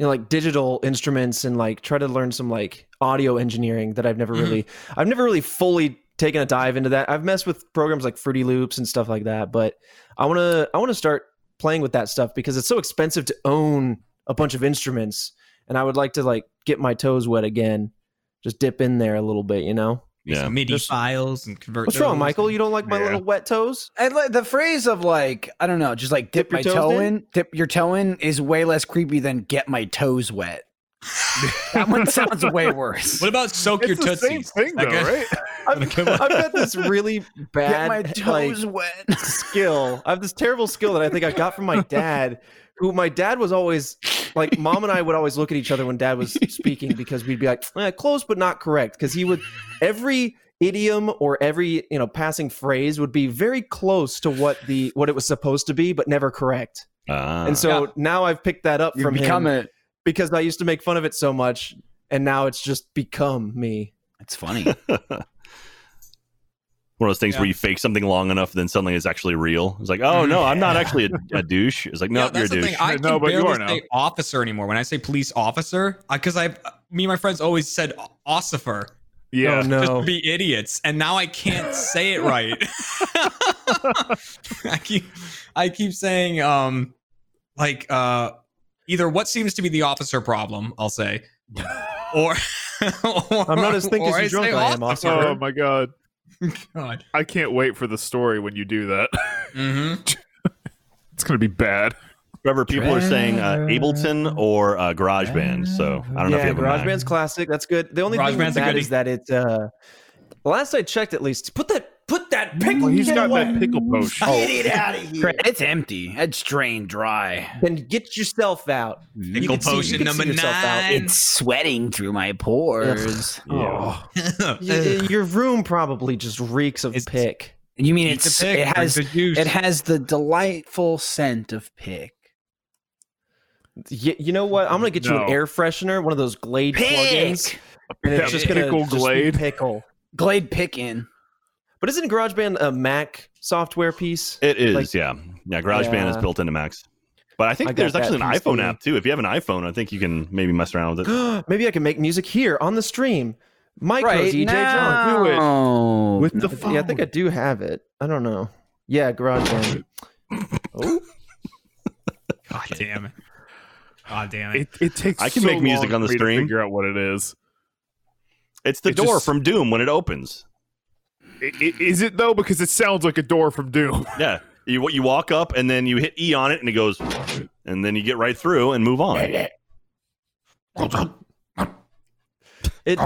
[SPEAKER 6] know, like digital instruments and like try to learn some like audio engineering that I've never
[SPEAKER 3] Mm-hmm.
[SPEAKER 2] Mhm.
[SPEAKER 6] really, I've never really fully taken a dive into that. I've messed with programs like Fruity Loops and stuff like that, but I want to, I want to start playing with that stuff because it's so expensive to own a bunch of instruments, and I would like to like get my toes wet again, just dip in there a little bit, you know.
[SPEAKER 5] Yeah.
[SPEAKER 2] Some MIDI
[SPEAKER 6] Just-
[SPEAKER 2] files and convert.
[SPEAKER 6] What's wrong,
[SPEAKER 2] those.
[SPEAKER 6] Michael? You don't like my
[SPEAKER 4] Yeah.
[SPEAKER 6] little
[SPEAKER 3] <laughs>
[SPEAKER 6] wet toes?
[SPEAKER 3] I like the phrase of like I don't know, just like dip,
[SPEAKER 6] Dip your
[SPEAKER 3] my
[SPEAKER 6] toes
[SPEAKER 3] toe
[SPEAKER 6] in?
[SPEAKER 3] in? dip your toe in is way less creepy than get my toes wet. <laughs> that one sounds way worse.
[SPEAKER 2] What about soak your
[SPEAKER 4] It's the same
[SPEAKER 2] tootsies?
[SPEAKER 4] thing though,
[SPEAKER 2] That guy-
[SPEAKER 4] right?
[SPEAKER 6] I've,
[SPEAKER 2] Like, come on.
[SPEAKER 6] I've got this really
[SPEAKER 3] Get
[SPEAKER 6] bad
[SPEAKER 3] my
[SPEAKER 6] like,
[SPEAKER 3] toes wet.
[SPEAKER 6] skill. I have this terrible skill that I think I got from my dad, who my dad was always like, mom and I would always look at each other when dad was speaking because we'd be like, eh, close but not correct. Because he would, every idiom or every you know passing phrase would be very close to what the what it was supposed to be but never correct
[SPEAKER 5] Ah.
[SPEAKER 6] and so now i've picked that up
[SPEAKER 3] You
[SPEAKER 6] from
[SPEAKER 3] become
[SPEAKER 6] him
[SPEAKER 3] it.
[SPEAKER 6] because i used to make fun of it so much and now it's just become me
[SPEAKER 3] It's <laughs> funny.
[SPEAKER 5] one of those things
[SPEAKER 2] Yeah.
[SPEAKER 5] where you fake something long enough, then suddenly it's actually real. It's like, oh no, I'm not actually a, a douche. It's like,
[SPEAKER 2] Yeah,
[SPEAKER 5] no, you're a
[SPEAKER 2] that's the
[SPEAKER 5] douche.
[SPEAKER 2] thing. I
[SPEAKER 4] <laughs> No,
[SPEAKER 2] can
[SPEAKER 4] but you
[SPEAKER 2] barely
[SPEAKER 4] are now.
[SPEAKER 2] say officer anymore. When I say police officer, because I, me and my friends always said ossifer
[SPEAKER 4] Yeah.
[SPEAKER 6] oh
[SPEAKER 2] just
[SPEAKER 6] no
[SPEAKER 2] to be idiots, and now I can't say it right. <laughs> I keep, I keep saying, um, like, uh, either what seems to be the officer problem, I'll say, or, or
[SPEAKER 6] I'm not as thick as
[SPEAKER 2] or
[SPEAKER 6] you drunk
[SPEAKER 2] say
[SPEAKER 6] I am,
[SPEAKER 4] Oh my god,
[SPEAKER 2] God.
[SPEAKER 4] I can't wait for the story when you do that. <laughs>
[SPEAKER 2] hmm
[SPEAKER 4] it's gonna be bad.
[SPEAKER 5] Trevor, people are saying uh, Ableton or uh, GarageBand. So I don't know if you
[SPEAKER 6] yeah,
[SPEAKER 5] have a Mac.
[SPEAKER 6] GarageBand's classic. That's good. The only thing
[SPEAKER 2] GarageBand's
[SPEAKER 6] with
[SPEAKER 2] a
[SPEAKER 6] that
[SPEAKER 2] goodie.
[SPEAKER 6] is that it. Uh, last I checked, at least, put that put that pickle.
[SPEAKER 4] Well, he's
[SPEAKER 6] can
[SPEAKER 4] got
[SPEAKER 6] away
[SPEAKER 4] that pickle potion.
[SPEAKER 3] Get it out of here. Oh. It's empty. It's drained dry.
[SPEAKER 6] and get yourself out.
[SPEAKER 5] Mm-hmm.
[SPEAKER 6] You
[SPEAKER 2] Pickle
[SPEAKER 6] can see- you
[SPEAKER 2] potion
[SPEAKER 6] can
[SPEAKER 2] number
[SPEAKER 6] see yourself out.
[SPEAKER 2] nine.
[SPEAKER 3] It's sweating through my pores.
[SPEAKER 6] Oh,
[SPEAKER 5] Yeah.
[SPEAKER 4] Oh.
[SPEAKER 6] Y- your room probably just reeks of
[SPEAKER 2] It's-
[SPEAKER 6] pick.
[SPEAKER 3] You mean
[SPEAKER 2] Eat the
[SPEAKER 3] it's
[SPEAKER 2] pick,
[SPEAKER 3] it
[SPEAKER 2] drink
[SPEAKER 3] has
[SPEAKER 2] the juice.
[SPEAKER 3] it has the delightful scent of pick.
[SPEAKER 6] Y- you know what? I'm gonna get you
[SPEAKER 4] No.
[SPEAKER 6] an air freshener, one of those Glade plugins, and
[SPEAKER 4] That
[SPEAKER 6] it's just gonna
[SPEAKER 4] pickle
[SPEAKER 6] just be
[SPEAKER 4] Glade.
[SPEAKER 6] pickle.
[SPEAKER 3] Glade pick in.
[SPEAKER 6] But isn't GarageBand a Mac software piece? <gasps>
[SPEAKER 5] It is,
[SPEAKER 6] Like-
[SPEAKER 5] yeah. Yeah, GarageBand is
[SPEAKER 6] Yeah.
[SPEAKER 5] built into Macs. But I think
[SPEAKER 6] I got
[SPEAKER 5] there's
[SPEAKER 6] that
[SPEAKER 5] actually an
[SPEAKER 6] piece,
[SPEAKER 5] iPhone
[SPEAKER 6] dude.
[SPEAKER 5] app too. If you have an iPhone, I think you can maybe mess around with it.
[SPEAKER 2] <gasps>
[SPEAKER 6] Maybe I can make music here on the stream. Micro
[SPEAKER 3] Right
[SPEAKER 6] DJ John.
[SPEAKER 4] do it.
[SPEAKER 3] now.
[SPEAKER 4] With
[SPEAKER 6] No,
[SPEAKER 4] the
[SPEAKER 6] I thi-
[SPEAKER 4] phone.
[SPEAKER 6] yeah, I think I do have it. I don't know. Yeah, GarageBand. oh,
[SPEAKER 2] God damn it. God damn it.
[SPEAKER 4] it, it takes.
[SPEAKER 5] I can
[SPEAKER 4] so
[SPEAKER 5] make music
[SPEAKER 4] long
[SPEAKER 5] on the
[SPEAKER 4] for me to
[SPEAKER 5] stream.
[SPEAKER 4] Figure out what it is.
[SPEAKER 5] It's the
[SPEAKER 4] It
[SPEAKER 5] door
[SPEAKER 4] just-
[SPEAKER 5] from Doom when it opens.
[SPEAKER 4] I- i- Is it though? Because it sounds like a door from Doom. <laughs>
[SPEAKER 5] Yeah. You you walk up and then you hit E on it and it goes and then you get right through and move on.
[SPEAKER 6] it.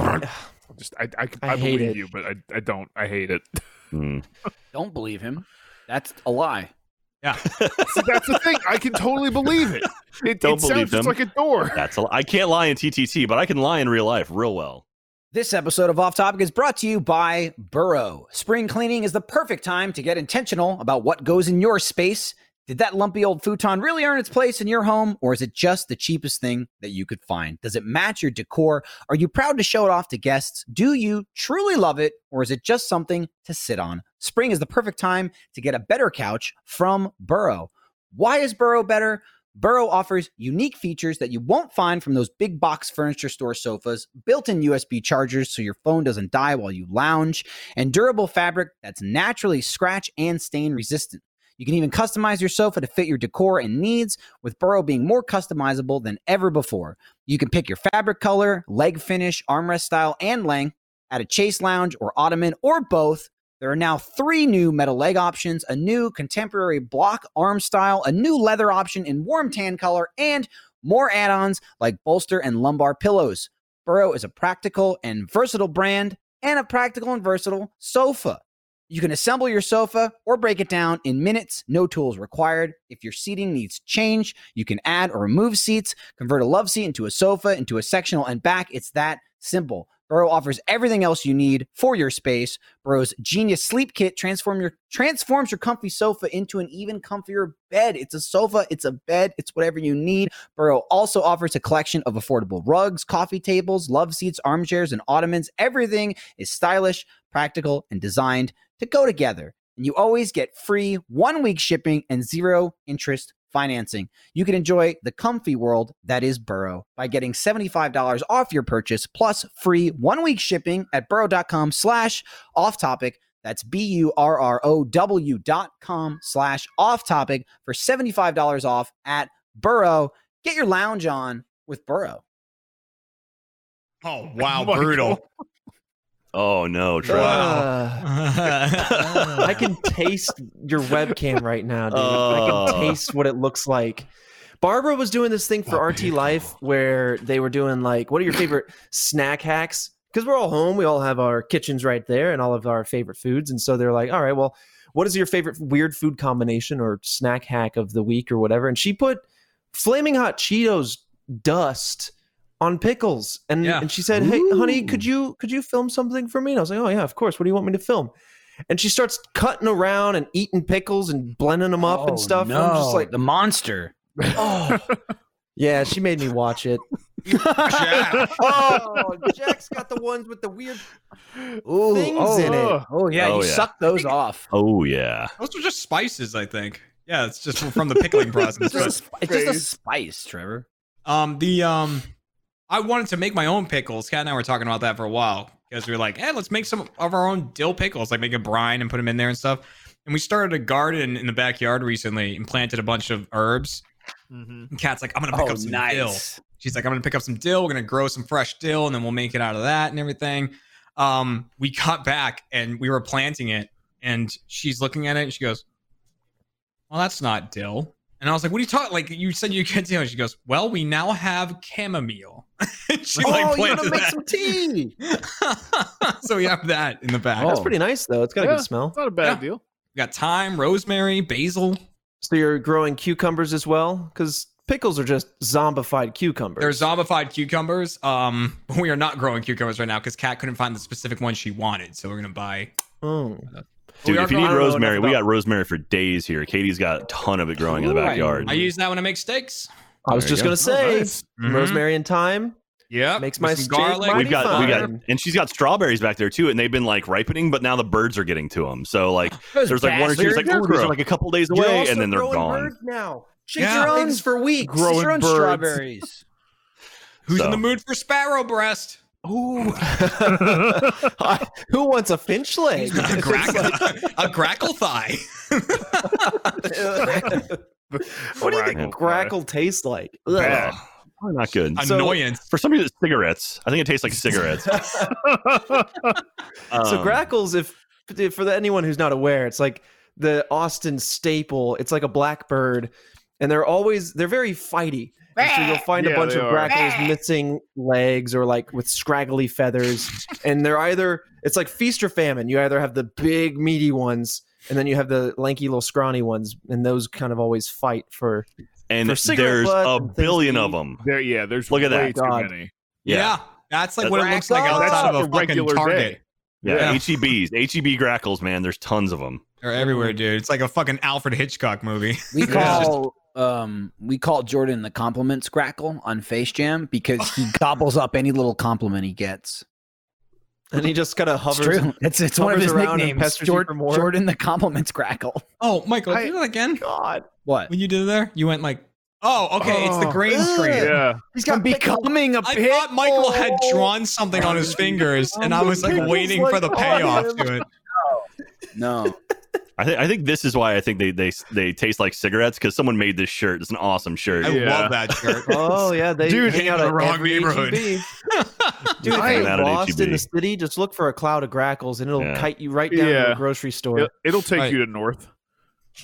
[SPEAKER 4] Just I I,
[SPEAKER 6] I
[SPEAKER 4] I,
[SPEAKER 6] hate
[SPEAKER 4] believe
[SPEAKER 6] it.
[SPEAKER 4] you, but I, I don't. I hate it.
[SPEAKER 5] Hmm. <laughs>
[SPEAKER 3] Don't believe him. That's a lie.
[SPEAKER 4] See, that's the thing. I can totally believe it. It,
[SPEAKER 5] Don't
[SPEAKER 4] it sounds
[SPEAKER 5] believe them.
[SPEAKER 4] just like a
[SPEAKER 5] <laughs>
[SPEAKER 4] door.
[SPEAKER 5] That's a, I can't lie in TTT, but I can lie in real life real well.
[SPEAKER 3] This episode of Off Topic is brought to you by Burrow. Spring cleaning is the perfect time to get intentional about what goes in your space Did that lumpy old futon really earn its place in your home, or is it just the cheapest thing that you could find? Does it match your decor? Are you proud to show it off to guests? Do you truly love it, or is it just something to sit on? Spring is the perfect time to get a better couch from Burrow. Why is Burrow better? Burrow offers unique features that you won't find from those big box furniture store sofas, built in USB chargers so your phone doesn't die while you lounge, and durable fabric that's naturally scratch and stain resistant. You can even customize your sofa to fit your decor and needs, with Burrow being more customizable than ever before. You can pick your fabric color, leg finish, armrest style, and length at a chase lounge or ottoman or both. There are now three new metal leg options, a new contemporary block arm style, a new leather option in warm tan color, and more add ons like bolster and lumbar pillows. Burrow is a practical and versatile brand and a practical and versatile sofa. You can assemble your sofa or break it down in minutes, no tools required. If your seating needs change, you can add or remove seats, convert a love seat into a sofa, into a sectional, and back. It's that simple. Burrow offers everything else you need for your space. Burrow's genius sleep kit transform your, transforms your comfy sofa into an even comfier bed. It's a sofa, it's a bed, it's whatever you need. Burrow also offers a collection of affordable rugs, coffee tables, love seats, armchairs, and ottomans. Everything is stylish, practical, and designed to go together. And you always get free one week shipping and zero interest financing. You can enjoy the comfy world that is Burrow by getting $75 off your purchase plus free one week shipping at burrow.com slash off topic. That's B U R R O W dot com slash off topic for $75 off at Burrow. Get your lounge on with Burrow.
[SPEAKER 2] Oh wow,
[SPEAKER 4] Michael.
[SPEAKER 2] brutal.
[SPEAKER 5] Oh no, Trev.
[SPEAKER 6] <laughs>
[SPEAKER 2] Wow.
[SPEAKER 6] I can taste your webcam right now, dude. I
[SPEAKER 5] Oh.
[SPEAKER 6] can taste what it looks like. Barbara was doing this thing for RT Life where they were doing like, what are your favorite snack hacks? Because we're all home, we all have our kitchens right there and all of our favorite foods. And so they're like, all right, well, what is your favorite weird food combination or snack hack of the week or whatever? And she put flaming hot Cheetos dust on pickles. And,
[SPEAKER 2] Yeah.
[SPEAKER 6] and she said, Hey, honey, could you could you film something for me? And I was like, Oh yeah, of course. What do you want me to film? and she starts cutting around and eating pickles and blending them up
[SPEAKER 5] Oh,
[SPEAKER 6] and stuff. And I'm just like,
[SPEAKER 3] the monster.
[SPEAKER 6] oh, yeah, she made me watch it.
[SPEAKER 2] Jack.
[SPEAKER 6] <laughs> Oh, Jack's got the ones with the weird.
[SPEAKER 3] Ooh,
[SPEAKER 6] Mm, things
[SPEAKER 3] oh,
[SPEAKER 6] in it.
[SPEAKER 3] Oh yeah,
[SPEAKER 5] Oh,
[SPEAKER 3] you
[SPEAKER 5] yeah.
[SPEAKER 3] suck those off.
[SPEAKER 5] Oh yeah.
[SPEAKER 2] Those are just spices, I think. Yeah, it's just from the pickling process.
[SPEAKER 3] <laughs> It's just, a,
[SPEAKER 2] but,
[SPEAKER 3] sp- it's just a spice, Trevor.
[SPEAKER 2] um, the um, I wanted to make my own pickles. Kat and I were talking about that for a while because we were like, "Hey, let's make some of our own dill pickles, like make a brine and put them in there and stuff." And we started a garden in the backyard recently and planted a bunch of herbs.
[SPEAKER 5] Mm-hmm.
[SPEAKER 2] And Kat's like, "I'm gonna
[SPEAKER 3] Oh,
[SPEAKER 2] pick up some dill."
[SPEAKER 5] <laughs>
[SPEAKER 2] She's like, I'm gonna pick up some dill. We're gonna grow some fresh dill, and then we'll make it out of that and everything. Um, we got back and we were planting it, and she's looking at it and she goes, "Well, that's not dill." And I was like, "What are you talking? Like you said you could dill." She goes, "Well, we now have chamomile." <laughs> And she like
[SPEAKER 6] oh, you
[SPEAKER 2] planted
[SPEAKER 6] gonna make some tea?
[SPEAKER 2] that. <laughs> so we have that in the back.
[SPEAKER 5] Oh.
[SPEAKER 6] That's pretty nice though. It's got a
[SPEAKER 4] Yeah.
[SPEAKER 6] good smell.
[SPEAKER 4] It's not a bad deal.
[SPEAKER 2] We got thyme, rosemary, basil.
[SPEAKER 6] So you're growing cucumbers as well, because pickles are just zombified cucumbers.
[SPEAKER 2] They're zombified cucumbers. Um, we are not growing cucumbers right now because Kat couldn't find the specific one she wanted, so we're gonna buy.
[SPEAKER 6] oh.
[SPEAKER 5] Dude,
[SPEAKER 2] We are
[SPEAKER 5] if you
[SPEAKER 2] growing-
[SPEAKER 5] need
[SPEAKER 6] growing-
[SPEAKER 5] rosemary, we
[SPEAKER 6] about-
[SPEAKER 5] got rosemary for days here. Katie's got a ton of it growing in the
[SPEAKER 3] Ooh, I-
[SPEAKER 5] backyard.
[SPEAKER 2] I
[SPEAKER 6] Hmm.
[SPEAKER 2] use that when I make steaks.
[SPEAKER 6] I was
[SPEAKER 5] There you
[SPEAKER 6] just
[SPEAKER 5] go.
[SPEAKER 6] gonna say,
[SPEAKER 2] Mhm.
[SPEAKER 6] rosemary and thyme.
[SPEAKER 2] Yep.
[SPEAKER 6] Makes
[SPEAKER 2] with
[SPEAKER 6] my
[SPEAKER 2] some
[SPEAKER 6] steak
[SPEAKER 2] garlic.
[SPEAKER 6] mighty
[SPEAKER 5] We've got, we got,
[SPEAKER 6] fine.
[SPEAKER 5] and she's got strawberries back there too, and they've been like ripening, but now the birds are getting to them. So like, there's like one or two, it's like,
[SPEAKER 3] Bastard.
[SPEAKER 5] oh, these are like a couple days away, and then they're
[SPEAKER 6] growing
[SPEAKER 5] gone.
[SPEAKER 6] birds
[SPEAKER 5] <laughs>
[SPEAKER 6] now.
[SPEAKER 3] She's
[SPEAKER 2] Yeah.
[SPEAKER 3] your own
[SPEAKER 6] Things for weeks.
[SPEAKER 3] she's your
[SPEAKER 4] Growing
[SPEAKER 3] own
[SPEAKER 4] birds.
[SPEAKER 3] <laughs> strawberries.
[SPEAKER 2] Who's
[SPEAKER 5] So.
[SPEAKER 2] in the mood for sparrow breast?
[SPEAKER 6] Ooh. Who wants a
[SPEAKER 5] <laughs>
[SPEAKER 6] finch leg?
[SPEAKER 2] <laughs>
[SPEAKER 6] <laughs>
[SPEAKER 2] a, grackle, a grackle thigh.
[SPEAKER 6] what do you
[SPEAKER 4] Grackle.
[SPEAKER 6] think grackle tastes like? Ugh.
[SPEAKER 4] Bad.
[SPEAKER 5] Probably not good.
[SPEAKER 6] So-
[SPEAKER 2] Annoyance.
[SPEAKER 5] For some reason, it's cigarettes. I think it tastes like cigarettes.
[SPEAKER 6] <laughs> So
[SPEAKER 5] Um,
[SPEAKER 6] grackles, if, if for the, anyone who's not aware, it's like the Austin staple. It's like a blackbird, and they're always they're very fighty. And so you'll find a
[SPEAKER 4] Yeah,
[SPEAKER 6] bunch
[SPEAKER 4] they
[SPEAKER 6] of
[SPEAKER 4] are.
[SPEAKER 6] grackles missing legs or like with scraggly feathers, and they're either it's like feast or famine. You either have the big meaty ones, and then you have the lanky little scrawny ones, and those kind of always fight for.
[SPEAKER 5] and
[SPEAKER 6] for cigarette
[SPEAKER 5] there's
[SPEAKER 6] butts
[SPEAKER 5] a
[SPEAKER 6] and things
[SPEAKER 5] billion
[SPEAKER 6] to
[SPEAKER 5] of
[SPEAKER 6] eat.
[SPEAKER 5] them.
[SPEAKER 4] <laughs> There, yeah. There's
[SPEAKER 5] Look at
[SPEAKER 4] way
[SPEAKER 5] that.
[SPEAKER 4] too
[SPEAKER 6] God.
[SPEAKER 4] many.
[SPEAKER 2] Yeah.
[SPEAKER 5] Yeah.
[SPEAKER 2] That's like
[SPEAKER 5] That's-
[SPEAKER 2] what it looks like
[SPEAKER 4] That's
[SPEAKER 2] outside of
[SPEAKER 4] just
[SPEAKER 2] a
[SPEAKER 4] a
[SPEAKER 2] fucking
[SPEAKER 4] regular
[SPEAKER 2] Target.
[SPEAKER 4] day.
[SPEAKER 5] Yeah,
[SPEAKER 2] Yeah.
[SPEAKER 5] HEBs, HEB grackles, man. There's tons of them.
[SPEAKER 2] They're everywhere, dude. It's like a fucking Alfred Hitchcock movie. <laughs>
[SPEAKER 3] We call um we call Jordan the compliments grackle on Face Jam because he gobbles up any little compliment he gets.
[SPEAKER 6] and he just kind of
[SPEAKER 3] It's
[SPEAKER 6] hovers.
[SPEAKER 3] true. It's it's one of
[SPEAKER 6] hovers
[SPEAKER 3] his
[SPEAKER 6] around and
[SPEAKER 3] nicknames.
[SPEAKER 6] pesters you
[SPEAKER 3] Jor-
[SPEAKER 6] for more.
[SPEAKER 3] Jordan the compliments grackle.
[SPEAKER 2] Oh, Michael,
[SPEAKER 6] I-
[SPEAKER 2] do that again.
[SPEAKER 6] God,
[SPEAKER 3] What?
[SPEAKER 2] What you did there? You went like, oh, okay, it's the
[SPEAKER 4] Oh.
[SPEAKER 2] green screen.
[SPEAKER 4] Yeah.
[SPEAKER 3] He's got becoming a
[SPEAKER 2] I thought Michael had drawn something on his fingers, and I was like
[SPEAKER 6] Pickles
[SPEAKER 2] waiting
[SPEAKER 6] like
[SPEAKER 2] for the
[SPEAKER 6] on
[SPEAKER 2] payoff
[SPEAKER 6] him.
[SPEAKER 2] to it.
[SPEAKER 3] No.
[SPEAKER 5] I think I think this is why I think they they they taste like cigarettes because someone made this shirt. It's an awesome shirt.
[SPEAKER 2] I
[SPEAKER 4] Yeah.
[SPEAKER 2] love that shirt. <laughs>
[SPEAKER 6] <laughs> Oh yeah, they
[SPEAKER 4] Dude,
[SPEAKER 6] hang
[SPEAKER 2] in
[SPEAKER 6] out
[SPEAKER 2] the
[SPEAKER 6] at
[SPEAKER 2] wrong
[SPEAKER 6] every E
[SPEAKER 2] neighborhood.
[SPEAKER 6] HEB. Dude, if
[SPEAKER 5] I am
[SPEAKER 6] you're
[SPEAKER 5] out at
[SPEAKER 6] lost in
[SPEAKER 5] HEB.
[SPEAKER 6] the city, just look for a cloud of grackles, and it'll
[SPEAKER 5] Yeah.
[SPEAKER 6] kite you right down to
[SPEAKER 4] Yeah.
[SPEAKER 6] a grocery store.
[SPEAKER 4] It, it'll take
[SPEAKER 2] Right.
[SPEAKER 4] you to North.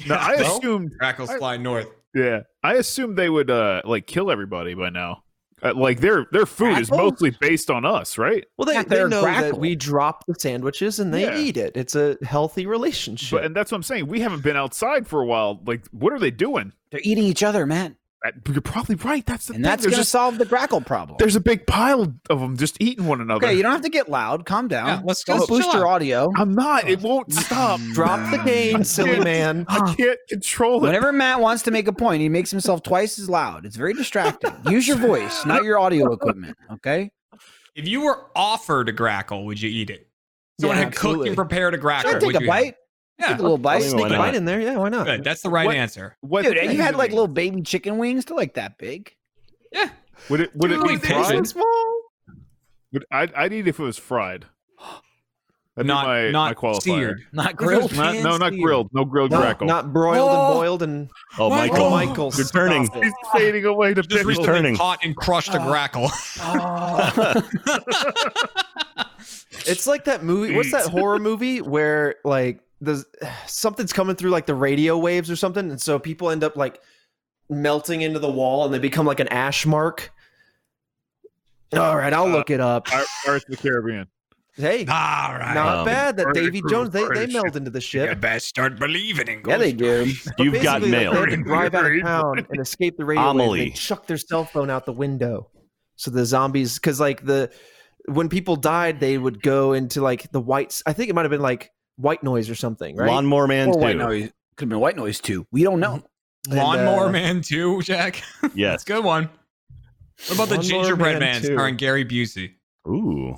[SPEAKER 4] No, I
[SPEAKER 2] Well,
[SPEAKER 4] assumed.
[SPEAKER 2] Crackles fly north.
[SPEAKER 4] Yeah, I assumed they would uh like kill everybody by now. Uh, like their their food is
[SPEAKER 3] Grackles?
[SPEAKER 4] mostly based on us, right?
[SPEAKER 6] Well, they,
[SPEAKER 3] Yeah,
[SPEAKER 6] they
[SPEAKER 3] they're
[SPEAKER 6] know that
[SPEAKER 3] grackle.
[SPEAKER 6] we drop the sandwiches and they
[SPEAKER 4] Yeah.
[SPEAKER 6] eat it. It's a healthy relationship.
[SPEAKER 4] But and that's what I'm saying. We haven't been outside for a while. Like, what are they doing?
[SPEAKER 3] They're eating each other, man.
[SPEAKER 4] Uh, You're probably right. That's the
[SPEAKER 3] And
[SPEAKER 4] thing.
[SPEAKER 3] that's
[SPEAKER 4] there's
[SPEAKER 3] going to
[SPEAKER 4] just
[SPEAKER 3] solve the grackle problem.
[SPEAKER 4] there's a big pile of them just eating one another.
[SPEAKER 3] Okay, you don't have to get loud. Calm down.
[SPEAKER 2] Yeah, let's
[SPEAKER 3] Don't Oh, mm,
[SPEAKER 2] just
[SPEAKER 3] boost
[SPEAKER 2] chill
[SPEAKER 3] your
[SPEAKER 2] out.
[SPEAKER 3] audio.
[SPEAKER 4] I'm not. It won't stop. <laughs>
[SPEAKER 6] drop the game, silly man.
[SPEAKER 4] I can't control it.
[SPEAKER 3] Whenever Matt wants to make a point, he makes himself twice as loud. It's very distracting. Use your voice, not your audio equipment. Okay.
[SPEAKER 2] If you were offered a grackle, would you eat it? Someone
[SPEAKER 6] Yeah,
[SPEAKER 2] had cooked
[SPEAKER 6] absolutely.
[SPEAKER 2] and prepared a grackle.
[SPEAKER 3] Should I take
[SPEAKER 2] would
[SPEAKER 3] a
[SPEAKER 2] you have
[SPEAKER 3] bite?
[SPEAKER 2] it? Yeah,
[SPEAKER 3] Take a little bite.
[SPEAKER 5] Why
[SPEAKER 6] Sneak a
[SPEAKER 5] not?
[SPEAKER 6] bite in there. Yeah, why not?
[SPEAKER 2] good. That's the right
[SPEAKER 4] What-
[SPEAKER 2] anscer.
[SPEAKER 4] What
[SPEAKER 3] Dude, and you had
[SPEAKER 2] Easily.
[SPEAKER 3] like little baby chicken wings. They're like that big.
[SPEAKER 2] Yeah.
[SPEAKER 4] would it would it be
[SPEAKER 2] Dude, they-
[SPEAKER 4] fried?
[SPEAKER 6] small.
[SPEAKER 4] Would, I'd, I'd eat if it was fried. That'd
[SPEAKER 2] not
[SPEAKER 4] be my,
[SPEAKER 2] not
[SPEAKER 4] my qualifier.
[SPEAKER 2] seared.
[SPEAKER 3] Not
[SPEAKER 4] Grilled?
[SPEAKER 3] grilled.
[SPEAKER 4] Not, no, not grilled. No grilled
[SPEAKER 6] No,
[SPEAKER 4] grackle.
[SPEAKER 6] not broiled
[SPEAKER 2] Oh.
[SPEAKER 6] and boiled and
[SPEAKER 5] oh,
[SPEAKER 2] Michael.
[SPEAKER 5] Michael,
[SPEAKER 6] Michael,
[SPEAKER 5] you're
[SPEAKER 6] stop
[SPEAKER 5] turning.
[SPEAKER 6] it.
[SPEAKER 4] He's fading away to
[SPEAKER 2] Just
[SPEAKER 4] pickles.
[SPEAKER 5] recently-
[SPEAKER 2] recently
[SPEAKER 5] turning.
[SPEAKER 2] caught and crushed a grackle. <laughs>
[SPEAKER 3] <laughs>
[SPEAKER 6] It's like that movie. What's that horror <laughs> movie where like the something's coming through like the radio waves or something, and so people end up like melting into the wall and they become like an ash mark. All right, I'll look it up.
[SPEAKER 4] Pir- Pirates of the Caribbean.
[SPEAKER 6] Hey, Uh, not
[SPEAKER 2] All right.
[SPEAKER 5] um,
[SPEAKER 6] bad that
[SPEAKER 4] Carnage
[SPEAKER 6] Davy
[SPEAKER 4] Crew,
[SPEAKER 6] Jones they, they
[SPEAKER 4] Carnage.
[SPEAKER 6] meld <laughs> into the
[SPEAKER 2] You
[SPEAKER 6] ship.
[SPEAKER 2] best start believing in
[SPEAKER 3] Yeah, they
[SPEAKER 2] ghosts.
[SPEAKER 3] do.
[SPEAKER 6] But
[SPEAKER 5] You've got
[SPEAKER 6] basically, like,
[SPEAKER 5] mail.
[SPEAKER 6] They had to drive out of town and escape the radio wave. and They
[SPEAKER 5] Amelie.
[SPEAKER 6] chucked their cell phone out the window, so the zombies because like the when people died, they would go into like the whites. I think it might have been like white noise or something, right?
[SPEAKER 5] Lawnmower Man
[SPEAKER 3] Or white
[SPEAKER 5] too.
[SPEAKER 3] noise. Could have been white noise too. We don't know.
[SPEAKER 2] Lawnmower
[SPEAKER 6] And, uh,
[SPEAKER 2] Man too, Jack. <laughs> That's
[SPEAKER 5] Yes.
[SPEAKER 2] a good one. What about the
[SPEAKER 6] Lawnmower
[SPEAKER 2] gingerbread
[SPEAKER 6] Man
[SPEAKER 2] man
[SPEAKER 6] 2?
[SPEAKER 2] starring Gary Busey?
[SPEAKER 5] Ooh.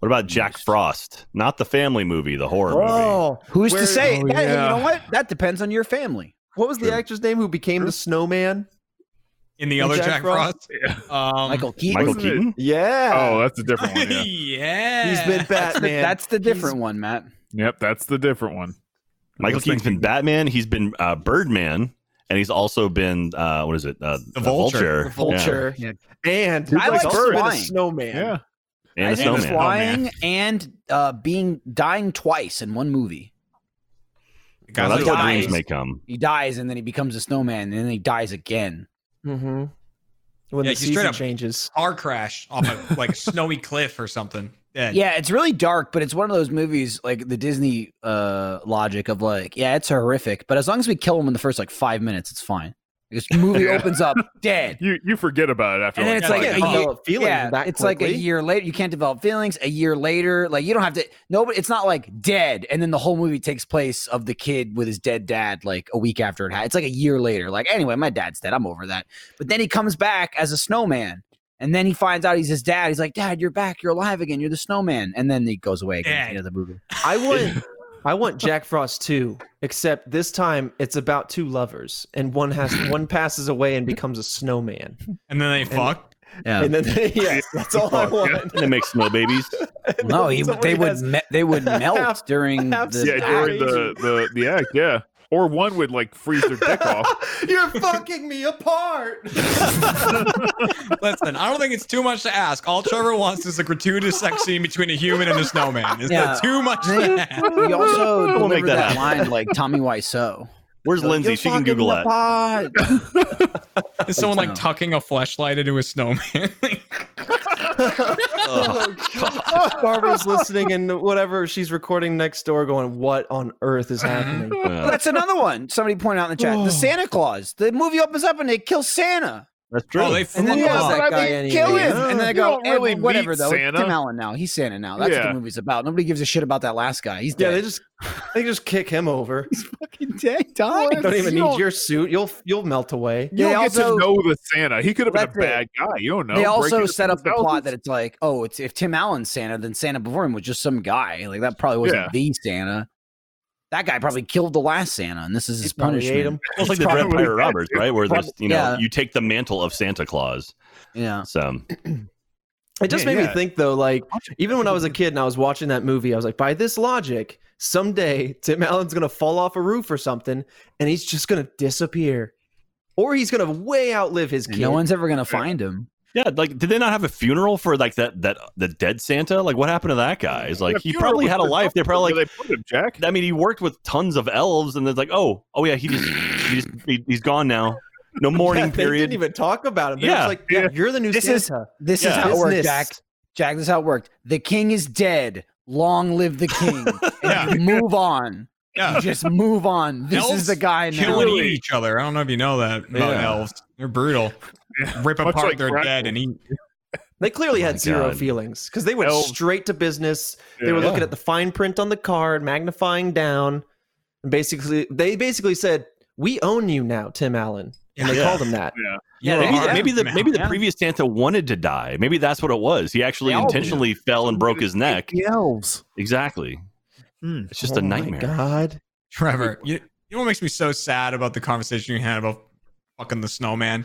[SPEAKER 5] What about Jack Frost? Not the family movie, the horror movie.
[SPEAKER 6] Oh,
[SPEAKER 3] Who's
[SPEAKER 6] Where-
[SPEAKER 3] to say?
[SPEAKER 4] Oh,
[SPEAKER 3] That- hey,
[SPEAKER 4] yeah.
[SPEAKER 3] You know what? That depends on your family.
[SPEAKER 6] what was the actor's name who became the snowman?
[SPEAKER 2] In the
[SPEAKER 6] And
[SPEAKER 2] other
[SPEAKER 6] Jack
[SPEAKER 2] Jack, Frost? Um, <laughs>
[SPEAKER 3] Michael Keaton.
[SPEAKER 5] Michael
[SPEAKER 4] Wasn't it-
[SPEAKER 5] Keaton.
[SPEAKER 6] Yeah.
[SPEAKER 4] Oh, that's a different one.
[SPEAKER 2] yeah.
[SPEAKER 4] Yeah.
[SPEAKER 6] he's been
[SPEAKER 3] That's the,
[SPEAKER 6] Batman.
[SPEAKER 3] that's the different one, Matt.
[SPEAKER 4] yep, that's the different one.
[SPEAKER 5] Michael Keaton's been Batman. He's been uh, Birdman, and he's also been uh, what is it? Uh,
[SPEAKER 2] The Vulture. The
[SPEAKER 5] Yeah.
[SPEAKER 6] Vulture.
[SPEAKER 3] Yeah.
[SPEAKER 6] And
[SPEAKER 4] Dude,
[SPEAKER 3] I
[SPEAKER 6] he's
[SPEAKER 4] like
[SPEAKER 6] also
[SPEAKER 3] birds.
[SPEAKER 6] been a
[SPEAKER 3] flying.
[SPEAKER 6] snowman.
[SPEAKER 4] Yeah.
[SPEAKER 5] and
[SPEAKER 3] I
[SPEAKER 5] the
[SPEAKER 3] think
[SPEAKER 5] Snowman.
[SPEAKER 3] flying and uh, being dying twice in one movie.
[SPEAKER 5] Well, that's
[SPEAKER 3] Guys.
[SPEAKER 5] where dreams may come.
[SPEAKER 3] He dies and then he becomes a snowman and then he dies again.
[SPEAKER 6] Mm-hmm. When
[SPEAKER 2] Yeah,
[SPEAKER 6] the
[SPEAKER 2] he straight
[SPEAKER 6] season
[SPEAKER 2] up-
[SPEAKER 6] changes.
[SPEAKER 2] car crash off a like snowy cliff or something. Dead.
[SPEAKER 3] Yeah, it's really dark, but it's one of those movies like the Disney uh, logic of like, yeah, it's horrific, but as long as we kill him in the first like five minutes, it's fine. This
[SPEAKER 5] <laughs>
[SPEAKER 3] movie opens up dead.
[SPEAKER 4] You you forget about it after.
[SPEAKER 3] And then
[SPEAKER 4] like,
[SPEAKER 3] it's
[SPEAKER 2] Yeah,
[SPEAKER 3] like a
[SPEAKER 2] you can't
[SPEAKER 3] year-
[SPEAKER 6] develop feelings
[SPEAKER 3] yeah,
[SPEAKER 6] that
[SPEAKER 3] it's like a
[SPEAKER 6] quickly.
[SPEAKER 3] year later. You can't develop feelings a year later. Like you don't have to. No, but it's not like dead, and then the whole movie takes place of the kid with his dead dad, like a week after it. Ha- it's like a year later. Like anyway, my dad's dead. I'm over that. But then he comes back as a snowman, and then he finds out he's his dad. He's like, Dad, you're back. You're alive again. You're the snowman. And then he goes away again. at the
[SPEAKER 2] Dad.
[SPEAKER 3] end of the movie.
[SPEAKER 6] I want I want Jack Frost too, except this time it's about two lovers and one has one passes away and becomes a snowman.
[SPEAKER 2] And then they fuck.
[SPEAKER 3] Yeah.
[SPEAKER 6] <laughs> And then yes, that's all I want.
[SPEAKER 5] And they make snow babies.
[SPEAKER 3] no, he,
[SPEAKER 6] <laughs> Somebody
[SPEAKER 3] they would
[SPEAKER 6] has-
[SPEAKER 3] me- they would melt
[SPEAKER 6] <laughs> half-
[SPEAKER 3] during
[SPEAKER 6] half
[SPEAKER 3] the
[SPEAKER 4] yeah, during
[SPEAKER 6] act.
[SPEAKER 4] the, the the act, yeah. Or one would like freeze their dick
[SPEAKER 3] <laughs>
[SPEAKER 4] off.
[SPEAKER 6] You're fucking me apart.
[SPEAKER 2] Listen, I don't think it's too much to ask. All Trevor wants is a gratuitous sex scene between a human and a snowman. Is
[SPEAKER 3] Yeah.
[SPEAKER 2] that too
[SPEAKER 3] <laughs>
[SPEAKER 2] much to ask?
[SPEAKER 3] We
[SPEAKER 6] <laughs>
[SPEAKER 3] also
[SPEAKER 5] We'll make
[SPEAKER 3] delivered
[SPEAKER 5] that
[SPEAKER 3] that,
[SPEAKER 5] happen.
[SPEAKER 3] line like Tommy Wiseau.
[SPEAKER 5] Where's Lindsay? She can Google that.
[SPEAKER 3] that.
[SPEAKER 2] Is someone like
[SPEAKER 3] No.
[SPEAKER 2] tucking a flashlight into a snowman? Oh,
[SPEAKER 6] Barbara's listening and whatever she's recording next door going, What on earth is happening?
[SPEAKER 5] Uh,
[SPEAKER 3] That's another one. Somebody pointed out in the chat. The Santa Claus. The movie opens up and they kill Santa.
[SPEAKER 5] that's true.
[SPEAKER 2] oh, they
[SPEAKER 3] And then
[SPEAKER 2] flew
[SPEAKER 3] he
[SPEAKER 2] him
[SPEAKER 3] kills
[SPEAKER 2] off.
[SPEAKER 6] that
[SPEAKER 3] that
[SPEAKER 6] guy
[SPEAKER 3] guy
[SPEAKER 6] anyway.
[SPEAKER 3] Kill him. And then I
[SPEAKER 4] You
[SPEAKER 3] go,
[SPEAKER 4] don't
[SPEAKER 3] eh,
[SPEAKER 4] really
[SPEAKER 3] well, whatever
[SPEAKER 4] meet
[SPEAKER 3] though. It's
[SPEAKER 4] Santa.
[SPEAKER 3] Tim Allen now. He's Santa now. That's what
[SPEAKER 4] Yeah.
[SPEAKER 3] the movie's about. Nobody gives a shit about that last guy. He's
[SPEAKER 6] Yeah,
[SPEAKER 3] dead.
[SPEAKER 6] they just They just kick him over.
[SPEAKER 3] Fucking dang, Don.
[SPEAKER 6] Don't even
[SPEAKER 4] You
[SPEAKER 6] need
[SPEAKER 4] don't-
[SPEAKER 6] your suit. You'll you'll melt away.
[SPEAKER 4] You
[SPEAKER 3] They
[SPEAKER 4] don't get
[SPEAKER 3] also-
[SPEAKER 4] to know the Santa. He could have been a
[SPEAKER 3] That's it.
[SPEAKER 4] bad guy. You don't know.
[SPEAKER 3] they also
[SPEAKER 4] Breaking
[SPEAKER 3] set up the
[SPEAKER 4] thousands.
[SPEAKER 3] plot that it's like, oh, it's if Tim Allen's Santa, then Santa before him was just some guy. Like that probably wasn't
[SPEAKER 4] Yeah.
[SPEAKER 3] the Santa. That guy probably killed the last Santa, and this is his
[SPEAKER 6] probably ate
[SPEAKER 3] punishment.
[SPEAKER 6] him.
[SPEAKER 5] Well, it's like the Dread
[SPEAKER 4] probably
[SPEAKER 5] Pirate
[SPEAKER 4] that,
[SPEAKER 5] Roberts, right? Where there's, you know,
[SPEAKER 3] Yeah.
[SPEAKER 5] you take the mantle of Santa Claus.
[SPEAKER 3] Yeah.
[SPEAKER 5] So
[SPEAKER 6] It just
[SPEAKER 4] Yeah,
[SPEAKER 6] made
[SPEAKER 4] yeah.
[SPEAKER 6] me think though, like even when I was a kid and I was watching that movie, I was like, by this logic, someday Tim <laughs> Allen's gonna fall off a roof or something, and he's just gonna disappear, or he's gonna way outlive his
[SPEAKER 3] And
[SPEAKER 6] kid.
[SPEAKER 3] no one's ever gonna find him.
[SPEAKER 5] yeah, like did they not have a funeral for like that that the dead Santa? Like what happened to that guy? It's like
[SPEAKER 4] Yeah,
[SPEAKER 5] he
[SPEAKER 4] Peter
[SPEAKER 5] probably
[SPEAKER 4] was
[SPEAKER 5] had a
[SPEAKER 4] the
[SPEAKER 5] life. They're
[SPEAKER 4] Where
[SPEAKER 5] probably like
[SPEAKER 4] they put him, Jack.
[SPEAKER 5] I mean, he worked with tons of elves, and it's like, oh, oh yeah, he just, he just he, he's gone now. No mourning
[SPEAKER 6] <laughs> Yeah, they
[SPEAKER 5] period.
[SPEAKER 6] didn't even talk about him. They're
[SPEAKER 5] Yeah.
[SPEAKER 6] just like, yeah,
[SPEAKER 4] Yeah.
[SPEAKER 6] you're the new
[SPEAKER 3] This is-
[SPEAKER 6] Santa.
[SPEAKER 3] This is
[SPEAKER 5] Yeah.
[SPEAKER 3] how it worked,
[SPEAKER 6] Business.
[SPEAKER 3] Jack. Jack, this is how it worked. The king is dead. Long live the king. And you move on. You
[SPEAKER 2] Yeah.
[SPEAKER 3] just move on. This
[SPEAKER 2] Elves
[SPEAKER 3] is the guy now.
[SPEAKER 2] Kill and eat each other. I don't know if you know that about
[SPEAKER 5] Yeah.
[SPEAKER 2] elves. They're brutal.
[SPEAKER 4] Yeah.
[SPEAKER 2] Rip
[SPEAKER 4] Much
[SPEAKER 2] apart
[SPEAKER 4] like
[SPEAKER 2] their
[SPEAKER 4] Dracula.
[SPEAKER 2] dead and eat.
[SPEAKER 6] They clearly
[SPEAKER 5] Oh my
[SPEAKER 6] had zero
[SPEAKER 5] God.
[SPEAKER 6] feelings because they went
[SPEAKER 4] Elves.
[SPEAKER 6] straight to business. They
[SPEAKER 4] Yeah.
[SPEAKER 6] were looking at the fine print on the card, magnifying down, and basically they basically said, "We own you now, Tim Allen," and they
[SPEAKER 5] Yeah.
[SPEAKER 6] called him that.
[SPEAKER 2] You
[SPEAKER 5] Maybe,
[SPEAKER 2] are
[SPEAKER 5] maybe the
[SPEAKER 2] now.
[SPEAKER 5] maybe the
[SPEAKER 3] Yeah.
[SPEAKER 5] previous Santa wanted to die. Maybe that's what it was. He actually
[SPEAKER 3] They all
[SPEAKER 5] intentionally fell and broke his neck.
[SPEAKER 4] The elves.
[SPEAKER 5] Exactly.
[SPEAKER 4] Hmm.
[SPEAKER 5] It's just a
[SPEAKER 6] Oh my
[SPEAKER 5] nightmare.
[SPEAKER 6] God.
[SPEAKER 2] Trevor, you, you know what makes me so sad about the conversation you had about fucking the snowman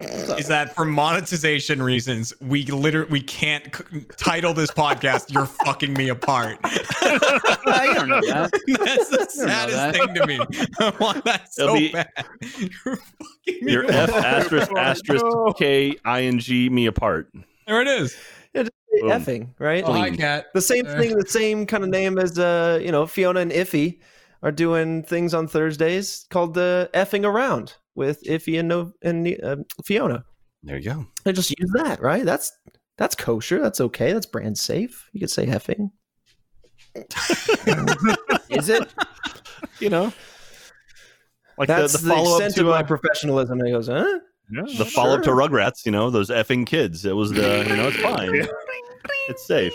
[SPEAKER 2] is that for monetization reasons we literally we can't c- title this podcast "You're Fucking Me Apart." <laughs>
[SPEAKER 3] I don't know that.
[SPEAKER 2] That's the
[SPEAKER 3] I don't know that.
[SPEAKER 2] saddest thing to me. <laughs> I want that so
[SPEAKER 5] It'll be-
[SPEAKER 2] bad. <laughs> You're fucking me
[SPEAKER 5] Your
[SPEAKER 2] apart.
[SPEAKER 5] F asterisk asterisk
[SPEAKER 4] No.
[SPEAKER 5] K I N G me apart.
[SPEAKER 2] There it is.
[SPEAKER 5] Boom. Oh.
[SPEAKER 6] effing, right?
[SPEAKER 5] Clean.
[SPEAKER 2] I cat.
[SPEAKER 6] The same
[SPEAKER 2] Uh.
[SPEAKER 6] thing, the same kind of name as uh, you know, Fiona and Iffy are doing things on Thursdays called the effing around with Iffy and no and uh, Fiona.
[SPEAKER 5] There you go.
[SPEAKER 6] They just use that, right? That's that's kosher. That's okay. That's brand safe. You could say effing.
[SPEAKER 3] <laughs> Is it?
[SPEAKER 5] You know, like
[SPEAKER 6] That's
[SPEAKER 5] the,
[SPEAKER 6] the,
[SPEAKER 5] the follow up
[SPEAKER 6] extent of
[SPEAKER 5] to
[SPEAKER 6] my
[SPEAKER 5] uh,
[SPEAKER 6] professionalism. And he goes, huh?
[SPEAKER 4] Yeah.
[SPEAKER 5] the follow up to
[SPEAKER 6] Sure.
[SPEAKER 5] Rugrats. You know, those effing kids. It was the you know,
[SPEAKER 6] <laughs>
[SPEAKER 5] it's fine.
[SPEAKER 4] Yeah.
[SPEAKER 5] It's safe.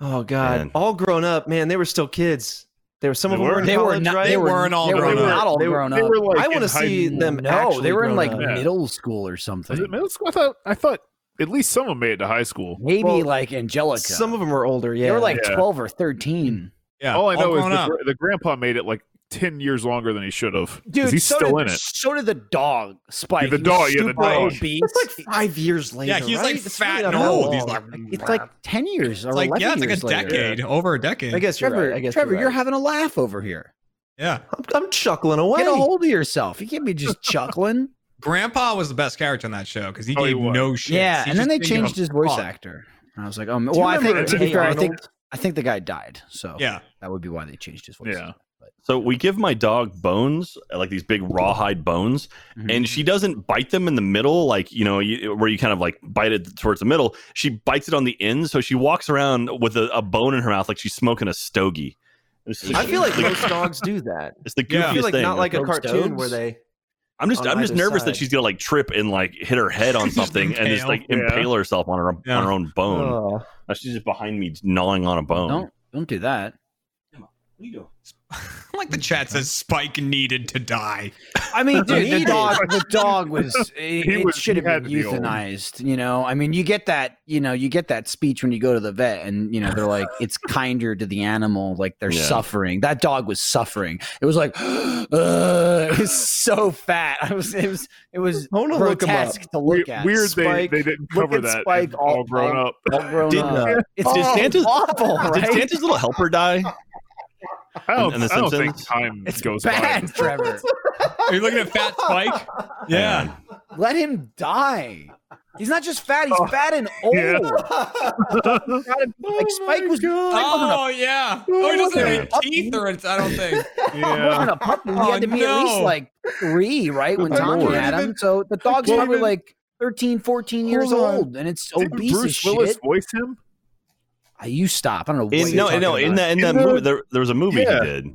[SPEAKER 6] Oh God,
[SPEAKER 5] Man.
[SPEAKER 6] all grown up, man. They were still kids. They were some
[SPEAKER 4] They
[SPEAKER 6] of them were,
[SPEAKER 4] were.
[SPEAKER 6] in
[SPEAKER 3] They were
[SPEAKER 6] college,
[SPEAKER 3] not.
[SPEAKER 6] right?
[SPEAKER 3] They were
[SPEAKER 2] weren't all
[SPEAKER 3] they
[SPEAKER 2] grown
[SPEAKER 3] were
[SPEAKER 2] up.
[SPEAKER 3] not all
[SPEAKER 6] They were-
[SPEAKER 3] grown
[SPEAKER 4] They
[SPEAKER 3] up.
[SPEAKER 4] were like
[SPEAKER 6] I wanna
[SPEAKER 4] in high
[SPEAKER 6] see
[SPEAKER 4] school.
[SPEAKER 6] them
[SPEAKER 3] no,
[SPEAKER 6] actually
[SPEAKER 3] they were in
[SPEAKER 6] grown
[SPEAKER 3] like
[SPEAKER 6] up.
[SPEAKER 4] Yeah.
[SPEAKER 3] middle school or something.
[SPEAKER 4] Was it middle school? I thought I thought at least someone made it to high school.
[SPEAKER 3] Maybe
[SPEAKER 6] Well,
[SPEAKER 3] like Angelica.
[SPEAKER 6] Some of them were older. Yeah,
[SPEAKER 3] they were like
[SPEAKER 4] Yeah.
[SPEAKER 3] twelve or thirteen.
[SPEAKER 2] Yeah.
[SPEAKER 4] All I know is
[SPEAKER 2] grown
[SPEAKER 4] the,
[SPEAKER 2] up.
[SPEAKER 4] gr- the grandpa made it like ten years longer than he should have. 'Cause he's
[SPEAKER 3] so
[SPEAKER 4] still
[SPEAKER 3] did,
[SPEAKER 4] in it.
[SPEAKER 3] So did the dog Spike.
[SPEAKER 4] the
[SPEAKER 3] He was
[SPEAKER 4] dog, yeah, the
[SPEAKER 3] super
[SPEAKER 4] dog.
[SPEAKER 3] obese.
[SPEAKER 6] That's like five years later.
[SPEAKER 2] Yeah, he's
[SPEAKER 6] right?
[SPEAKER 2] like
[SPEAKER 6] It's
[SPEAKER 2] fat
[SPEAKER 6] really not
[SPEAKER 2] and
[SPEAKER 6] that
[SPEAKER 2] old.
[SPEAKER 6] long.
[SPEAKER 2] He's like,
[SPEAKER 3] it's like ten years or
[SPEAKER 2] It's like
[SPEAKER 3] eleven
[SPEAKER 2] yeah,
[SPEAKER 3] years
[SPEAKER 2] it's like a
[SPEAKER 3] later.
[SPEAKER 2] decade, over a decade.
[SPEAKER 6] I guess you're
[SPEAKER 3] Trevor,
[SPEAKER 6] right. I guess
[SPEAKER 3] Trevor,
[SPEAKER 6] you're,
[SPEAKER 3] you're,
[SPEAKER 6] right.
[SPEAKER 3] having a laugh over here.
[SPEAKER 2] yeah.
[SPEAKER 6] I'm, I'm chuckling away.
[SPEAKER 3] Get a hold of yourself. You can't be just chuckling.
[SPEAKER 2] Grandpa was the best character on that show because he
[SPEAKER 4] Oh, he
[SPEAKER 2] gave
[SPEAKER 4] was.
[SPEAKER 2] no shit.
[SPEAKER 3] yeah, and then they changed his voice actor. And I was like, um, well, I think to be fair, I think I think the guy died, so
[SPEAKER 2] Yeah.
[SPEAKER 3] that would be why they changed his voice.
[SPEAKER 4] Yeah.
[SPEAKER 5] So we give my dog bones, like these big rawhide bones,
[SPEAKER 3] Mhm.
[SPEAKER 5] and
[SPEAKER 6] Hmm.
[SPEAKER 5] she doesn't bite them in the middle, like you know, you, where you kind of like bite it towards the middle. She bites it on the end, so she walks around with a, a bone in her mouth, like she's smoking a stogie. It's the-
[SPEAKER 6] I feel like most dogs do that.
[SPEAKER 5] it's the goofiest
[SPEAKER 2] Yeah.
[SPEAKER 6] I feel like
[SPEAKER 5] thing.
[SPEAKER 6] not like a
[SPEAKER 3] Those
[SPEAKER 6] cartoon
[SPEAKER 3] dogs?
[SPEAKER 6] where they.
[SPEAKER 5] I'm just
[SPEAKER 6] on
[SPEAKER 5] I'm just
[SPEAKER 6] either
[SPEAKER 5] nervous that
[SPEAKER 6] side.
[SPEAKER 5] she's gonna like trip and like hit her head
[SPEAKER 3] <laughs>
[SPEAKER 5] on
[SPEAKER 2] Just
[SPEAKER 5] something and just
[SPEAKER 2] impale.
[SPEAKER 5] like
[SPEAKER 4] Yeah.
[SPEAKER 5] impale herself on her
[SPEAKER 2] Yeah.
[SPEAKER 5] on her own bone.
[SPEAKER 6] Oh.
[SPEAKER 5] Now she's just behind me gnawing on a bone.
[SPEAKER 3] Don't don't do that.
[SPEAKER 2] like the chat says, Spike needed to die.
[SPEAKER 3] I
[SPEAKER 4] <laughs>
[SPEAKER 3] mean, dude, the
[SPEAKER 4] Needed.
[SPEAKER 3] dog, the
[SPEAKER 4] <laughs>
[SPEAKER 3] dog was it,
[SPEAKER 4] He
[SPEAKER 3] it
[SPEAKER 4] was-
[SPEAKER 3] should have
[SPEAKER 4] he had
[SPEAKER 3] been
[SPEAKER 4] to be old.
[SPEAKER 3] euthanized. You know, I mean, you get that, you know, you get that speech when you go to the vet, and you know they're like,
[SPEAKER 4] <laughs>
[SPEAKER 3] it's kinder to the animal, like they're
[SPEAKER 5] Yeah.
[SPEAKER 3] suffering. That dog was suffering. It was like, <gasps> uh, it was so fat. I was, it was, it
[SPEAKER 4] <laughs>
[SPEAKER 3] was
[SPEAKER 6] I want to look 'em up.
[SPEAKER 3] grotesque to look
[SPEAKER 4] We-
[SPEAKER 3] at.
[SPEAKER 4] Weird
[SPEAKER 6] Spike.
[SPEAKER 4] they, they didn't
[SPEAKER 3] Look
[SPEAKER 4] cover
[SPEAKER 3] at
[SPEAKER 4] that.
[SPEAKER 3] Spike
[SPEAKER 4] It's
[SPEAKER 3] all-
[SPEAKER 4] all grown
[SPEAKER 3] all-
[SPEAKER 4] up.
[SPEAKER 3] All grown
[SPEAKER 5] Did-
[SPEAKER 6] uh,
[SPEAKER 3] up. It's
[SPEAKER 5] Did
[SPEAKER 3] oh,
[SPEAKER 5] Santa's-
[SPEAKER 3] awful,
[SPEAKER 5] Did
[SPEAKER 3] right?
[SPEAKER 5] Santa's little helper die?
[SPEAKER 4] I don't,
[SPEAKER 5] And- and The
[SPEAKER 4] I don't think
[SPEAKER 5] Simpsons?
[SPEAKER 4] time
[SPEAKER 3] It's
[SPEAKER 4] goes
[SPEAKER 3] bad,
[SPEAKER 4] <laughs> by.
[SPEAKER 3] Trevor.
[SPEAKER 2] Are you looking at <laughs> Fat Spike? Yeah.
[SPEAKER 3] Let him die. He's not just fat; he's fat and old.
[SPEAKER 4] Oh, yeah. <laughs>
[SPEAKER 3] Like Spike <laughs> was
[SPEAKER 2] Oh, yeah. Oh, he doesn't have any teeth or it's, I don't think.
[SPEAKER 4] Yeah.
[SPEAKER 3] on a puppy. He
[SPEAKER 2] Oh,
[SPEAKER 3] had to be at least
[SPEAKER 2] no.
[SPEAKER 3] like three, right? When
[SPEAKER 4] I
[SPEAKER 3] Tommy
[SPEAKER 4] can't
[SPEAKER 3] had him.
[SPEAKER 4] even-
[SPEAKER 3] So the dog's
[SPEAKER 4] can't
[SPEAKER 3] probably
[SPEAKER 4] even-
[SPEAKER 3] like 13, 14 years
[SPEAKER 4] Hold on.
[SPEAKER 3] old and it's
[SPEAKER 4] Didn't
[SPEAKER 3] obese as
[SPEAKER 4] Bruce
[SPEAKER 3] shit.
[SPEAKER 4] Willis voice him?
[SPEAKER 3] Ah, you stop. I don't know what
[SPEAKER 5] In,
[SPEAKER 3] you're
[SPEAKER 5] no,
[SPEAKER 3] talking
[SPEAKER 5] no, in
[SPEAKER 3] about.
[SPEAKER 5] that in that
[SPEAKER 4] In the-
[SPEAKER 5] movie there, there was a movie
[SPEAKER 4] Yeah.
[SPEAKER 5] he did.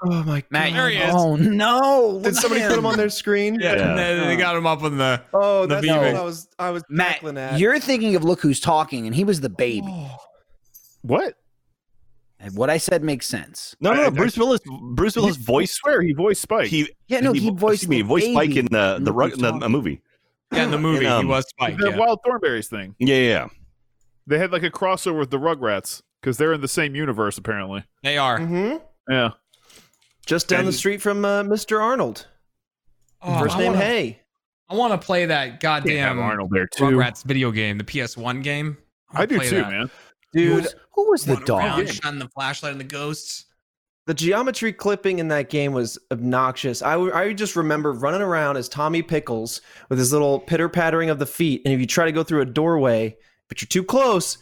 [SPEAKER 6] Oh my
[SPEAKER 3] Matt,
[SPEAKER 2] There
[SPEAKER 6] god!
[SPEAKER 2] he
[SPEAKER 3] you-
[SPEAKER 2] is.
[SPEAKER 3] Oh no.
[SPEAKER 6] Did somebody put him on their screen?
[SPEAKER 2] <laughs> Yeah.
[SPEAKER 5] Yeah.
[SPEAKER 2] and then they got him up on the.
[SPEAKER 6] Oh,
[SPEAKER 2] The
[SPEAKER 6] that's
[SPEAKER 2] beaming.
[SPEAKER 6] what I was. I was
[SPEAKER 3] <laughs>
[SPEAKER 6] chuckling
[SPEAKER 3] Matt,
[SPEAKER 6] at. Oh.
[SPEAKER 3] you're thinking of Look Who's Talking, and he was the baby.
[SPEAKER 4] What?
[SPEAKER 3] And What I said makes sense.
[SPEAKER 5] No, no,
[SPEAKER 4] I- I-
[SPEAKER 5] no Bruce Willis. Bruce Willis
[SPEAKER 4] He- I
[SPEAKER 5] voiced
[SPEAKER 4] swear he voiced Spike.
[SPEAKER 5] he.
[SPEAKER 3] Yeah, no, he, voiced
[SPEAKER 5] excuse me, he voiced
[SPEAKER 3] the
[SPEAKER 5] Spike
[SPEAKER 3] baby.
[SPEAKER 5] in the
[SPEAKER 3] Remember
[SPEAKER 5] the, rug,
[SPEAKER 3] he
[SPEAKER 5] in the,
[SPEAKER 3] talked.
[SPEAKER 5] a movie.
[SPEAKER 2] Yeah, in the movie,
[SPEAKER 5] um,
[SPEAKER 2] he was Spike.
[SPEAKER 4] the
[SPEAKER 2] yeah.
[SPEAKER 4] Wild Thornberries thing.
[SPEAKER 5] Yeah, yeah, yeah.
[SPEAKER 4] They had like a crossover with the Rugrats because they're in the same universe apparently.
[SPEAKER 2] They are.
[SPEAKER 6] hmm
[SPEAKER 4] Yeah.
[SPEAKER 6] Just down the
[SPEAKER 4] And-
[SPEAKER 6] street from uh, Mr. Arnold.
[SPEAKER 2] Oh,
[SPEAKER 6] First
[SPEAKER 2] I
[SPEAKER 6] name
[SPEAKER 2] wanna-
[SPEAKER 6] Hay.
[SPEAKER 2] I want to play that
[SPEAKER 4] Can't have
[SPEAKER 2] goddamn
[SPEAKER 4] Arnold there too.
[SPEAKER 2] Rugrats video game, the PS1 game.
[SPEAKER 4] I do
[SPEAKER 2] play
[SPEAKER 4] too,
[SPEAKER 2] that.
[SPEAKER 4] man.
[SPEAKER 6] Dude,
[SPEAKER 2] Who's-
[SPEAKER 3] Who was the
[SPEAKER 2] Run around,
[SPEAKER 3] dog?
[SPEAKER 2] shine the flashlight and the ghosts.
[SPEAKER 6] the geometry clipping in that game was obnoxious. I, w- I just remember running around as Tommy Pickles with his little pitter pattering of the feet. And if you try to go through a doorway, but you're too close,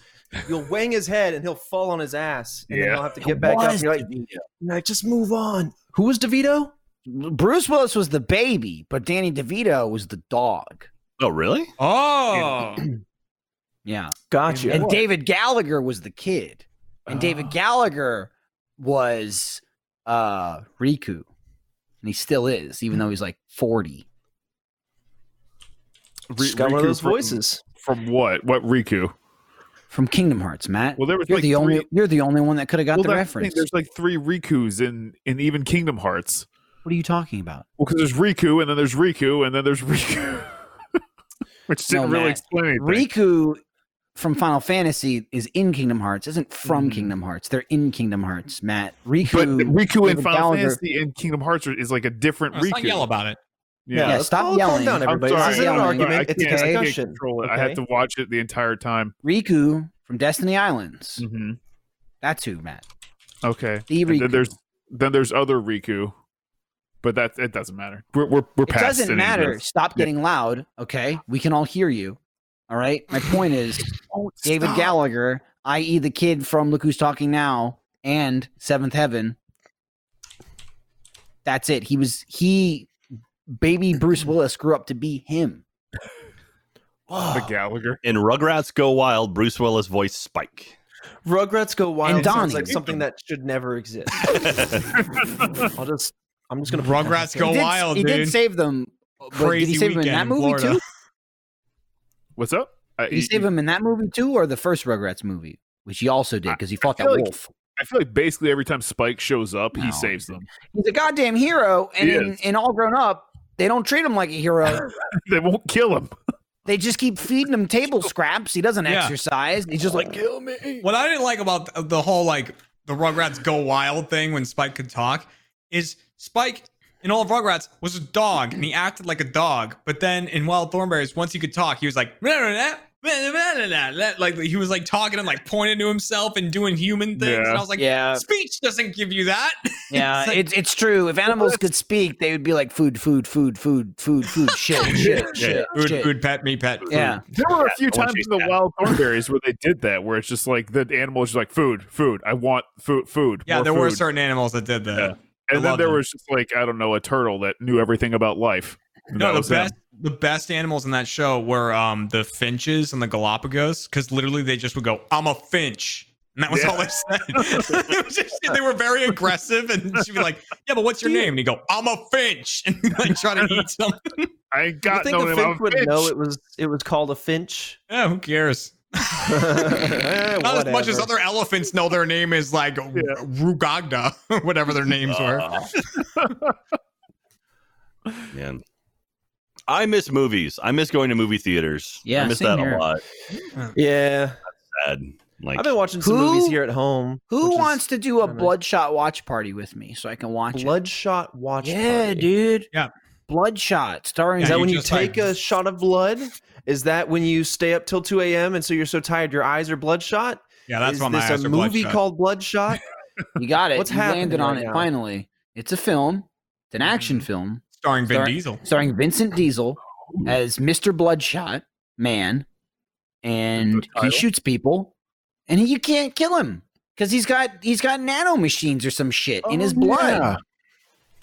[SPEAKER 6] you'll wang his head and he'll fall on his ass. And then
[SPEAKER 4] Yeah.
[SPEAKER 6] you'll have to get back up.
[SPEAKER 3] Was
[SPEAKER 6] And you're like, you're like, just move on. Who was DeVito?
[SPEAKER 3] DeVito. Bruce Willis was the baby, but Danny DeVito was the dog.
[SPEAKER 5] Oh, really?
[SPEAKER 2] Oh,
[SPEAKER 3] Yeah.
[SPEAKER 6] Gotcha.
[SPEAKER 3] And David Gallagher was the kid. And
[SPEAKER 4] Ah.
[SPEAKER 3] David Gallagher was uh Riku. And he still is, even though he's like 40.
[SPEAKER 6] She's got one of
[SPEAKER 4] Riku
[SPEAKER 6] those
[SPEAKER 4] from-
[SPEAKER 6] voices.
[SPEAKER 4] From what? What Riku?
[SPEAKER 3] From Kingdom Hearts, Matt.
[SPEAKER 4] Well, there was
[SPEAKER 3] you're
[SPEAKER 4] like
[SPEAKER 3] the
[SPEAKER 4] three.
[SPEAKER 3] only you're the only one that could have got
[SPEAKER 4] well,
[SPEAKER 3] the
[SPEAKER 4] that's the thing,
[SPEAKER 3] reference.
[SPEAKER 4] There's like three Rikus in in even Kingdom Hearts.
[SPEAKER 3] what are you talking about?
[SPEAKER 4] Well, because there's Riku, and then there's Riku, and then there's <laughs> Riku, which
[SPEAKER 3] No,
[SPEAKER 4] didn't really
[SPEAKER 3] Matt.
[SPEAKER 4] explain anything.
[SPEAKER 3] Riku from Final Fantasy is in Kingdom Hearts, isn't from Kingdom Hearts. They're in Kingdom Hearts, Matt. Riku
[SPEAKER 4] Mm. but Riku in
[SPEAKER 3] David
[SPEAKER 4] Final
[SPEAKER 3] Gallagher-
[SPEAKER 4] Fantasy and Kingdom Hearts are- is like a different
[SPEAKER 2] let's
[SPEAKER 4] Riku.
[SPEAKER 2] not yell about it.
[SPEAKER 3] Yeah,
[SPEAKER 6] let's
[SPEAKER 3] stop
[SPEAKER 6] all calm
[SPEAKER 3] yelling.
[SPEAKER 6] down,
[SPEAKER 3] I'm
[SPEAKER 4] I'm
[SPEAKER 6] everybody.
[SPEAKER 4] sorry.
[SPEAKER 6] This isn't an
[SPEAKER 4] I'm sorry. I
[SPEAKER 6] argument. It's a
[SPEAKER 4] can't- I can't
[SPEAKER 6] discussion.
[SPEAKER 4] control it. I had
[SPEAKER 6] okay?
[SPEAKER 4] to watch it the entire time.
[SPEAKER 3] Riku from Destiny Islands.
[SPEAKER 4] Mm-hmm.
[SPEAKER 3] That's who, Matt.
[SPEAKER 4] Okay.
[SPEAKER 3] The
[SPEAKER 4] And
[SPEAKER 3] Riku.
[SPEAKER 4] then there's then there's other Riku, but that it doesn't matter. We're we're, we're
[SPEAKER 3] It
[SPEAKER 4] past
[SPEAKER 3] doesn't
[SPEAKER 4] any of
[SPEAKER 3] matter.
[SPEAKER 4] this.
[SPEAKER 3] Stop getting loud. Okay. We can all hear you. All right. My point
[SPEAKER 2] <laughs>
[SPEAKER 3] is David
[SPEAKER 4] Stop.
[SPEAKER 3] Gallagher, i.e., the kid from Look Who's Talking Now and Seventh Heaven. That's it. He was, he, baby Bruce Willis grew up to be him. <sighs>
[SPEAKER 4] the Gallagher.
[SPEAKER 5] In Rugrats Go Wild, Bruce Willis voiced
[SPEAKER 3] <laughs>
[SPEAKER 5] Spike.
[SPEAKER 6] Rugrats Go Wild
[SPEAKER 3] Donnie.
[SPEAKER 6] sounds like something that should never exist. I'll just, I'm just gonna put that in
[SPEAKER 2] Rugrats
[SPEAKER 6] the
[SPEAKER 2] Go
[SPEAKER 6] thing.
[SPEAKER 3] he did,
[SPEAKER 2] Wild,
[SPEAKER 3] he
[SPEAKER 2] dude.
[SPEAKER 3] did save them. But did
[SPEAKER 2] Crazy
[SPEAKER 3] he save him in
[SPEAKER 2] weekend
[SPEAKER 3] that
[SPEAKER 2] in
[SPEAKER 3] movie
[SPEAKER 2] Florida.
[SPEAKER 3] too?
[SPEAKER 4] What's up? I,
[SPEAKER 3] Did he save him in that movie too, or the first Rugrats movie, which he also did because he fought that
[SPEAKER 4] feel like-
[SPEAKER 3] wolf.
[SPEAKER 4] I feel like basically every time Spike shows up,
[SPEAKER 3] No.
[SPEAKER 4] he saves them.
[SPEAKER 3] He's a goddamn hero, and
[SPEAKER 4] He
[SPEAKER 3] in,
[SPEAKER 4] is.
[SPEAKER 3] in All Grown Up, they don't treat him like a hero.
[SPEAKER 4] <laughs> They won't kill him.
[SPEAKER 3] They just keep feeding him table scraps. He doesn't
[SPEAKER 2] Yeah.
[SPEAKER 3] exercise. He's just like, kill me.
[SPEAKER 2] What I didn't like about th- the whole like the Rugrats Go Wild thing when Spike could talk is Spike in all of Rugrats was a dog and he acted like a dog. But then in Wild Thornberries, once he could talk, he was like "Blah, blah, blah, blah, blah, blah, blah," like he was like talking and like pointing to himself and doing human things.
[SPEAKER 4] Yeah.
[SPEAKER 2] And I was like,
[SPEAKER 3] yeah,
[SPEAKER 2] speech doesn't give you that.
[SPEAKER 3] yeah,
[SPEAKER 2] It's like-
[SPEAKER 3] it's it's true. If animals could speak, they would be like food, food, food, food, food, <laughs> food, shit, shit, shit,
[SPEAKER 2] <laughs> food,
[SPEAKER 3] shit.
[SPEAKER 2] food, pet me, pet. Food.
[SPEAKER 3] Yeah,
[SPEAKER 4] There were a few
[SPEAKER 5] I want
[SPEAKER 4] times
[SPEAKER 5] you
[SPEAKER 4] in the
[SPEAKER 3] <laughs>
[SPEAKER 5] to-
[SPEAKER 4] Wild Thornberries where they did that, where it's just like the animal is just like food, food. I want food, food.
[SPEAKER 2] yeah.
[SPEAKER 4] more
[SPEAKER 2] There were
[SPEAKER 4] food."
[SPEAKER 2] certain animals that did that.
[SPEAKER 4] Yeah.
[SPEAKER 2] I
[SPEAKER 4] and then
[SPEAKER 2] love
[SPEAKER 4] there
[SPEAKER 2] them.
[SPEAKER 4] was just like I don't know a turtle that knew everything about life. And that
[SPEAKER 2] No,
[SPEAKER 4] was
[SPEAKER 2] the
[SPEAKER 4] him.
[SPEAKER 2] best the best animals in that show were um the finches and the Galapagos because literally they just would go, "I'm a finch," and that was
[SPEAKER 4] Yeah.
[SPEAKER 2] all they said. <laughs> It was just- they were very aggressive, and she'd be like, "Yeah, but what's your name?" And you go, "I'm a finch," <laughs> and like try to <laughs> eat something.
[SPEAKER 4] I ain't
[SPEAKER 6] You
[SPEAKER 4] got
[SPEAKER 6] think
[SPEAKER 4] no
[SPEAKER 6] a
[SPEAKER 4] name.
[SPEAKER 6] finch
[SPEAKER 4] I'm a
[SPEAKER 6] would
[SPEAKER 4] bitch.
[SPEAKER 6] know it was it was called
[SPEAKER 2] <laughs>
[SPEAKER 6] a finch? <laughs>
[SPEAKER 2] Yeah, who cares?
[SPEAKER 6] Eh,
[SPEAKER 2] Not as much as other
[SPEAKER 6] whatever.
[SPEAKER 2] elephants know their name is like Rugagda, or <laughs> whatever their names were.
[SPEAKER 5] Man. I miss movies. I miss going to movie theaters.
[SPEAKER 3] Yeah,
[SPEAKER 5] I miss
[SPEAKER 3] same
[SPEAKER 5] that
[SPEAKER 3] here.
[SPEAKER 5] a lot.
[SPEAKER 6] Yeah,
[SPEAKER 5] Sad. Like
[SPEAKER 6] I've been watching some
[SPEAKER 3] Who-
[SPEAKER 6] movies here at home.
[SPEAKER 3] Who
[SPEAKER 6] which is
[SPEAKER 3] wants to do a
[SPEAKER 6] kinda nice.
[SPEAKER 3] bloodshot watch party with me so I can watch it?
[SPEAKER 6] bloodshot watch?
[SPEAKER 3] Yeah,
[SPEAKER 6] party.
[SPEAKER 3] dude.
[SPEAKER 2] Yeah.
[SPEAKER 3] Bloodshot starring
[SPEAKER 2] Yeah,
[SPEAKER 6] Is that
[SPEAKER 2] you
[SPEAKER 6] when you
[SPEAKER 2] just, like-
[SPEAKER 6] take a shot of blood? Is that when you stay up till 2 a.m. and so you're so tired your eyes are bloodshot?
[SPEAKER 2] Yeah, that's
[SPEAKER 6] is
[SPEAKER 2] why my
[SPEAKER 6] this
[SPEAKER 2] eyes
[SPEAKER 6] a
[SPEAKER 2] are
[SPEAKER 6] movie
[SPEAKER 2] bloodshot.
[SPEAKER 3] <laughs>
[SPEAKER 6] called Bloodshot?
[SPEAKER 3] You got it.
[SPEAKER 6] What's
[SPEAKER 3] you landed
[SPEAKER 6] happening
[SPEAKER 3] on
[SPEAKER 6] right
[SPEAKER 3] it
[SPEAKER 6] now?
[SPEAKER 3] finally. It's a film. It's an action film
[SPEAKER 2] starring Vin
[SPEAKER 3] Sorry.
[SPEAKER 2] Diesel.
[SPEAKER 3] starring Vincent Diesel
[SPEAKER 4] Oh.
[SPEAKER 3] as Mr. Bloodshot Man, and he
[SPEAKER 4] title?
[SPEAKER 3] shoots people, and he, you can't kill him because he's got he's got nano machines or some shit in
[SPEAKER 4] Oh,
[SPEAKER 3] his blood.
[SPEAKER 4] yeah.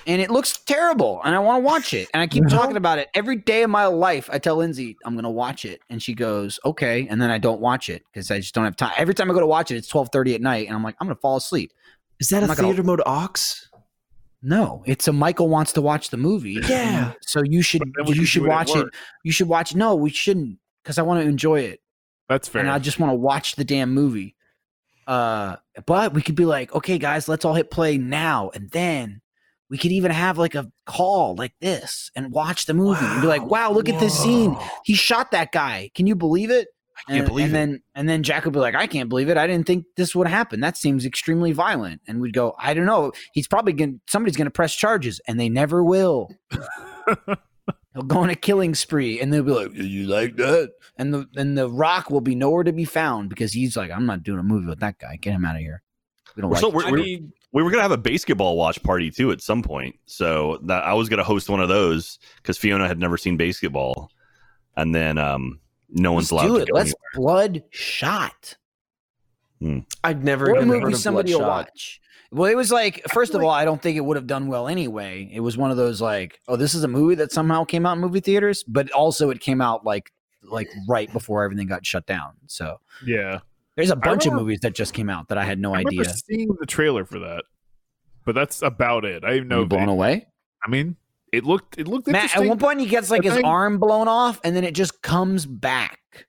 [SPEAKER 3] And it looks terrible, and I want to watch it. And I keep talking about it every day of my life. I tell Lindsay I'm gonna watch it, and she goes, "Okay." And then I don't watch it because I just don't have time. Every time I go to watch it, it's 12:30 at night, and I'm like, "I'm gonna fall asleep."
[SPEAKER 6] Is that
[SPEAKER 3] I'm
[SPEAKER 6] a
[SPEAKER 3] not gonna-
[SPEAKER 6] theater mode ox?
[SPEAKER 3] No, it's a Michael wants to watch the movie.
[SPEAKER 6] Yeah.
[SPEAKER 3] So you should
[SPEAKER 4] But then we
[SPEAKER 3] you
[SPEAKER 4] could
[SPEAKER 3] should
[SPEAKER 4] do it at
[SPEAKER 3] watch it.
[SPEAKER 4] work.
[SPEAKER 3] You should watch. No, we shouldn't because I want to enjoy it
[SPEAKER 4] That's fair.
[SPEAKER 3] and I just want to watch the damn movie. Uh, but we could be like, okay, guys, let's all hit play now, and then we could even have like a call like this and watch the movie and be like,
[SPEAKER 6] Oh,
[SPEAKER 3] wow, look at this scene. He shot that guy. Can you believe it?
[SPEAKER 2] I can't
[SPEAKER 3] and,
[SPEAKER 2] believe
[SPEAKER 3] and
[SPEAKER 2] it.
[SPEAKER 3] then and then Jack would be like, I can't believe it. I didn't think this would happen. That seems extremely violent. And we'd go, I don't know. He's probably gonna somebody's gonna press charges, and they never will. He'll go on a killing spree, and they'll be like, "Did you like that?" And the and the Rock will be nowhere to be found because he's like, "I'm not doing a movie with that guy. Get him out of here. We don't
[SPEAKER 5] We're
[SPEAKER 3] like."
[SPEAKER 5] still-
[SPEAKER 3] you."
[SPEAKER 5] we're-
[SPEAKER 2] I
[SPEAKER 5] we're-
[SPEAKER 2] need
[SPEAKER 5] we were gonna have a basketball watch party too at some point. So that I was gonna host one of those because Fiona had never seen basketball, and then um, no one's
[SPEAKER 3] Let's
[SPEAKER 5] allowed
[SPEAKER 3] do
[SPEAKER 5] to
[SPEAKER 3] it.
[SPEAKER 5] go
[SPEAKER 3] Let's blood shot.
[SPEAKER 6] I'd never
[SPEAKER 3] Or a
[SPEAKER 6] even heard
[SPEAKER 3] movie
[SPEAKER 6] of
[SPEAKER 3] somebody will
[SPEAKER 6] Bloodshot.
[SPEAKER 3] watch. Well, it was like, first of all, I don't think it would have done well anyway. It was one of those like, oh, this is a movie that somehow came out in movie theaters, but also it came out like like right before everything got shut down. So
[SPEAKER 4] Yeah,
[SPEAKER 3] there's a bunch of
[SPEAKER 4] remember-
[SPEAKER 3] movies that just came out that I had no
[SPEAKER 4] I remember
[SPEAKER 3] idea.
[SPEAKER 4] seeing the trailer for that, but that's about it. I didn't
[SPEAKER 3] Were
[SPEAKER 4] know.
[SPEAKER 3] you blown
[SPEAKER 4] if
[SPEAKER 3] away.
[SPEAKER 4] they- I mean, it looked it looked
[SPEAKER 3] Matt, at
[SPEAKER 4] interesting.
[SPEAKER 3] one point he gets like
[SPEAKER 4] The
[SPEAKER 3] his
[SPEAKER 4] thing-
[SPEAKER 3] arm blown off, and then it just comes back.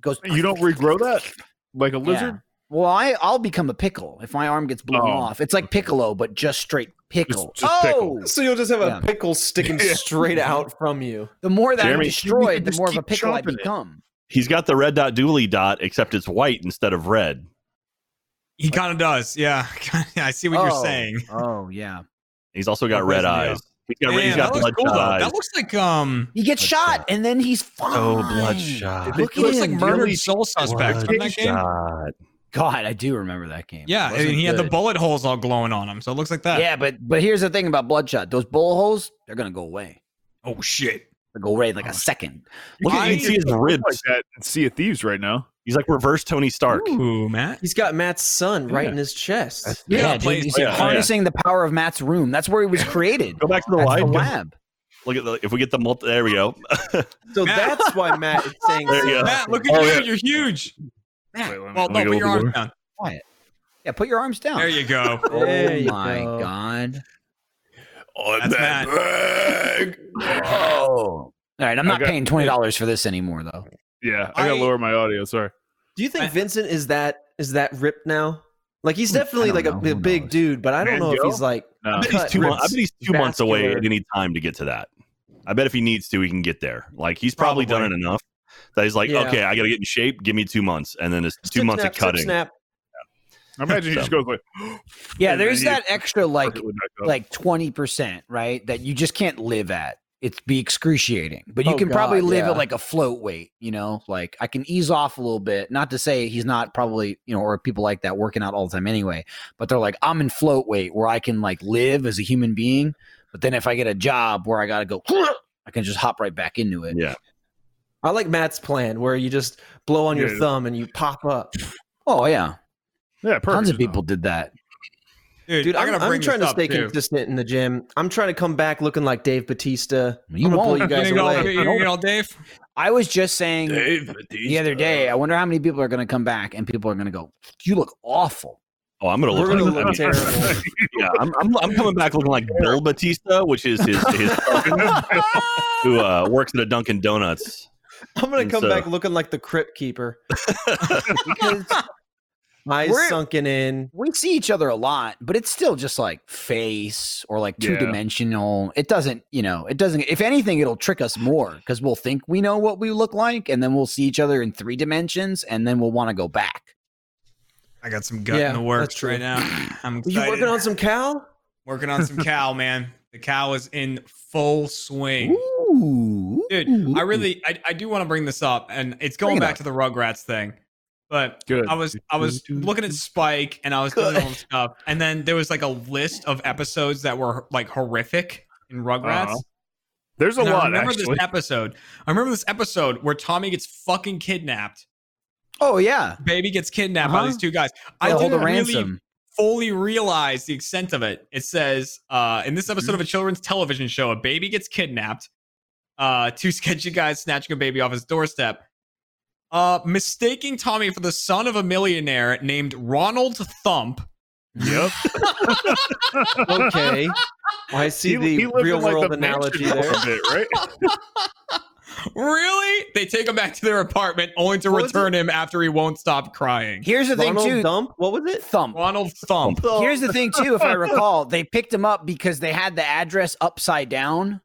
[SPEAKER 3] Goes.
[SPEAKER 4] you don't regrow that like a lizard.
[SPEAKER 3] Well, I I'll become a pickle if my arm gets blown
[SPEAKER 4] Oh.
[SPEAKER 3] off. It's like Piccolo, but just straight pickle.
[SPEAKER 4] just
[SPEAKER 3] oh,
[SPEAKER 4] pickle.
[SPEAKER 6] So you'll just have
[SPEAKER 3] <laughs> Yeah.
[SPEAKER 6] a pickle sticking
[SPEAKER 4] Yeah.
[SPEAKER 6] straight out from you.
[SPEAKER 3] the more that
[SPEAKER 5] Jeremy,
[SPEAKER 3] I'm
[SPEAKER 4] can
[SPEAKER 5] you
[SPEAKER 3] destroyed, the
[SPEAKER 4] just
[SPEAKER 3] more of a
[SPEAKER 4] keep
[SPEAKER 3] pickle I
[SPEAKER 4] chopping it.
[SPEAKER 3] become.
[SPEAKER 5] He's got the red dot dooley dot, except it's white instead of red.
[SPEAKER 2] He kind of does. Yeah, <laughs> I see what
[SPEAKER 3] Oh.
[SPEAKER 2] you're saying.
[SPEAKER 3] <laughs> Oh yeah,
[SPEAKER 5] He's also got
[SPEAKER 2] Oh,
[SPEAKER 5] red
[SPEAKER 2] yeah.
[SPEAKER 5] eyes. He's got red,
[SPEAKER 2] Man,
[SPEAKER 5] he's got
[SPEAKER 2] that looks
[SPEAKER 5] bloodshot
[SPEAKER 2] cool though.
[SPEAKER 5] eyes.
[SPEAKER 2] That looks like um.
[SPEAKER 3] he gets shot, and then he's fine.
[SPEAKER 5] Oh, bloodshot.
[SPEAKER 3] Look
[SPEAKER 2] It looks like
[SPEAKER 3] at him.
[SPEAKER 2] murdered soul suspect from that game.
[SPEAKER 5] Bloodshot.
[SPEAKER 3] God, I do remember that game. It
[SPEAKER 2] Yeah, and
[SPEAKER 3] wasn't
[SPEAKER 2] he had the
[SPEAKER 3] good.
[SPEAKER 2] bullet holes all glowing on him, so it looks like that.
[SPEAKER 3] Yeah, but but here's the thing about bloodshot: those bullet holes, they're gonna go away.
[SPEAKER 2] Oh shit.
[SPEAKER 3] They go away in like
[SPEAKER 2] Oh,
[SPEAKER 3] a second.
[SPEAKER 5] You can
[SPEAKER 2] Why-
[SPEAKER 5] even see his ribs.
[SPEAKER 4] Like that in Sea of Thieves right now.
[SPEAKER 5] He's like reverse Tony Stark.
[SPEAKER 2] Ooh, Matt.
[SPEAKER 6] He's got Matt's son right in his chest.
[SPEAKER 2] We
[SPEAKER 3] Yeah,
[SPEAKER 2] gotta
[SPEAKER 3] dude,
[SPEAKER 2] play-
[SPEAKER 3] he's
[SPEAKER 5] yeah, yeah.
[SPEAKER 3] harnessing the power of Matt's room. That's where he was created.
[SPEAKER 5] Go back to the
[SPEAKER 3] That's the
[SPEAKER 5] light.
[SPEAKER 3] lab.
[SPEAKER 5] Look at the if we get the multi. There we go.
[SPEAKER 6] so
[SPEAKER 2] Matt-
[SPEAKER 6] that's why Matt is saying.
[SPEAKER 5] There you go.
[SPEAKER 2] Matt, look at
[SPEAKER 5] Oh,
[SPEAKER 2] you.
[SPEAKER 5] yeah.
[SPEAKER 2] You're huge.
[SPEAKER 3] Matt,
[SPEAKER 4] let me-
[SPEAKER 2] Well,
[SPEAKER 4] let me
[SPEAKER 2] no,
[SPEAKER 4] go
[SPEAKER 2] put your
[SPEAKER 4] over
[SPEAKER 2] arms
[SPEAKER 4] there.
[SPEAKER 2] down.
[SPEAKER 3] yeah, put your arms down.
[SPEAKER 2] There you go.
[SPEAKER 6] There
[SPEAKER 3] oh
[SPEAKER 6] you
[SPEAKER 3] my
[SPEAKER 6] go.
[SPEAKER 3] god.
[SPEAKER 2] That's Matt.
[SPEAKER 3] Oh. All right, I'm not
[SPEAKER 4] Okay.
[SPEAKER 3] paying twenty dollars for this anymore, though.
[SPEAKER 4] Yeah, I gotta
[SPEAKER 2] I-
[SPEAKER 4] lower my audio. Sorry.
[SPEAKER 6] Do you think
[SPEAKER 2] I-
[SPEAKER 6] Vincent is that is that ripped now? Like he's definitely
[SPEAKER 3] don't
[SPEAKER 6] like a,
[SPEAKER 3] know. Who
[SPEAKER 6] a big
[SPEAKER 3] knows?
[SPEAKER 6] dude, but I don't
[SPEAKER 4] Man,
[SPEAKER 6] know if
[SPEAKER 4] Joe?
[SPEAKER 6] he's like.
[SPEAKER 5] I
[SPEAKER 4] No.
[SPEAKER 5] bet he's
[SPEAKER 6] Cut
[SPEAKER 5] two, mon- I
[SPEAKER 6] ribs,
[SPEAKER 5] bet he's two months away at
[SPEAKER 6] vascular.
[SPEAKER 5] any time to get to that. I bet if he needs to, he can get there. Like he's probably, done
[SPEAKER 2] Probably.
[SPEAKER 5] it enough that he's like,
[SPEAKER 6] Yeah.
[SPEAKER 5] okay, I got to get in shape. Give me two months, and then it's two
[SPEAKER 6] Snip,
[SPEAKER 5] months
[SPEAKER 6] snap,
[SPEAKER 5] of
[SPEAKER 6] snip,
[SPEAKER 5] cutting.
[SPEAKER 6] Snap.
[SPEAKER 4] I imagine he just goes like, <gasps>
[SPEAKER 3] Yeah,
[SPEAKER 4] And then
[SPEAKER 3] there's
[SPEAKER 4] you-
[SPEAKER 3] that extra like
[SPEAKER 4] it would not go.
[SPEAKER 3] like twenty percent, right? That you just can't live at. It's be excruciating, but you
[SPEAKER 6] Oh,
[SPEAKER 3] can probably
[SPEAKER 6] God,
[SPEAKER 3] live
[SPEAKER 6] yeah.
[SPEAKER 3] at like a float weight. You know, like I can ease off a little bit. Not to say he's not probably you know, or people like that working out all the time anyway. But they're like, I'm in float weight where I can like live as a human being. But then if I get a job where I gotta go, <clears throat> I can just hop right back into it.
[SPEAKER 5] Yeah,
[SPEAKER 6] I like Matt's plan where you just blow on your
[SPEAKER 4] Yeah.
[SPEAKER 6] thumb and you pop up.
[SPEAKER 3] Oh yeah,
[SPEAKER 4] yeah, perfect.
[SPEAKER 3] tons of people did that.
[SPEAKER 2] Dude,
[SPEAKER 6] <laughs> Dude,
[SPEAKER 2] I
[SPEAKER 6] I'm,
[SPEAKER 2] gotta
[SPEAKER 6] I'm
[SPEAKER 2] bring
[SPEAKER 6] trying
[SPEAKER 2] this
[SPEAKER 6] to
[SPEAKER 2] up,
[SPEAKER 6] stay
[SPEAKER 2] too.
[SPEAKER 6] consistent in the gym. I'm trying to come back looking like Dave Batista.
[SPEAKER 3] You
[SPEAKER 6] I'm gonna blow
[SPEAKER 3] won't.
[SPEAKER 6] you
[SPEAKER 2] You
[SPEAKER 6] guys
[SPEAKER 2] gonna get all-
[SPEAKER 6] away.
[SPEAKER 2] you gonna get all Dave?
[SPEAKER 3] I was just saying the other day. I wonder how many people are going to come back and people are going to go, "You look awful."
[SPEAKER 5] oh, I'm gonna
[SPEAKER 6] We're
[SPEAKER 5] look.
[SPEAKER 6] gonna
[SPEAKER 5] like, I
[SPEAKER 6] look
[SPEAKER 5] mean,
[SPEAKER 6] terrible.
[SPEAKER 5] <laughs> yeah, I'm, I'm, I'm coming back looking like Bill Batista, which is his his who uh, works at a Dunkin' Donuts.
[SPEAKER 6] I'm gonna
[SPEAKER 5] And
[SPEAKER 6] come
[SPEAKER 5] so-
[SPEAKER 6] back looking like the
[SPEAKER 5] <laughs>
[SPEAKER 6] Crypt Keeper. Because eyes
[SPEAKER 3] We're-
[SPEAKER 6] sunken in.
[SPEAKER 3] We see each other a lot, but it's still just like face or like
[SPEAKER 4] Yeah.
[SPEAKER 3] two dimensional. It doesn't, you know, it doesn't. If anything, it'll trick us more because we'll think we know what we look like, and then we'll see each other in three dimensions, and then we'll want to go back.
[SPEAKER 2] I got some gut
[SPEAKER 6] Yeah,
[SPEAKER 2] in the
[SPEAKER 6] that's
[SPEAKER 2] works
[SPEAKER 6] true.
[SPEAKER 2] right now. <laughs> I'm
[SPEAKER 6] You
[SPEAKER 2] excited.
[SPEAKER 6] working on some cow?
[SPEAKER 2] working on some cow, <laughs> man. The cow is in full swing.
[SPEAKER 3] Ooh,
[SPEAKER 2] Dude, I really I, I do want to bring this up and it's going
[SPEAKER 3] Bring it
[SPEAKER 2] back
[SPEAKER 3] up.
[SPEAKER 2] to the Rugrats thing. But
[SPEAKER 4] Good.
[SPEAKER 2] I was I was looking at Spike and I was doing all this stuff and then there was like a list of episodes that were like horrific in Rugrats.
[SPEAKER 4] Uh-huh. There's a
[SPEAKER 2] And I
[SPEAKER 4] lot
[SPEAKER 2] remember
[SPEAKER 4] actually.
[SPEAKER 2] this episode. I remember this episode where Tommy gets fucking kidnapped.
[SPEAKER 3] oh yeah,
[SPEAKER 2] Baby gets kidnapped by
[SPEAKER 3] Uh-huh.
[SPEAKER 2] these two guys. I
[SPEAKER 3] I hold a
[SPEAKER 2] didn't really
[SPEAKER 3] ransom.
[SPEAKER 2] fully realize the extent of it. It says uh, in this
[SPEAKER 3] Mm-hmm.
[SPEAKER 2] episode of a children's television show, a baby gets kidnapped. Uh, two <laughs> sketchy guys snatching a baby off his doorstep. Uh, mistaking Tommy for the son of a millionaire named Ronald Thump.
[SPEAKER 4] <laughs> Yep.
[SPEAKER 6] Okay. I see
[SPEAKER 4] He-
[SPEAKER 6] the
[SPEAKER 4] he lived in,
[SPEAKER 6] real
[SPEAKER 4] like,
[SPEAKER 6] world
[SPEAKER 4] the mansion
[SPEAKER 6] analogy
[SPEAKER 4] for
[SPEAKER 6] there.
[SPEAKER 4] a bit, right?
[SPEAKER 2] really? They take him back to their apartment only to
[SPEAKER 6] What was
[SPEAKER 2] return him after he won't stop crying.
[SPEAKER 3] Here's the thing,
[SPEAKER 6] Ronald
[SPEAKER 3] too.
[SPEAKER 6] Dump? What was it?
[SPEAKER 3] Thump.
[SPEAKER 2] Ronald Thump.
[SPEAKER 3] Here's the thing, too. If
[SPEAKER 2] <laughs>
[SPEAKER 3] I recall, they picked him up because they had the address upside down.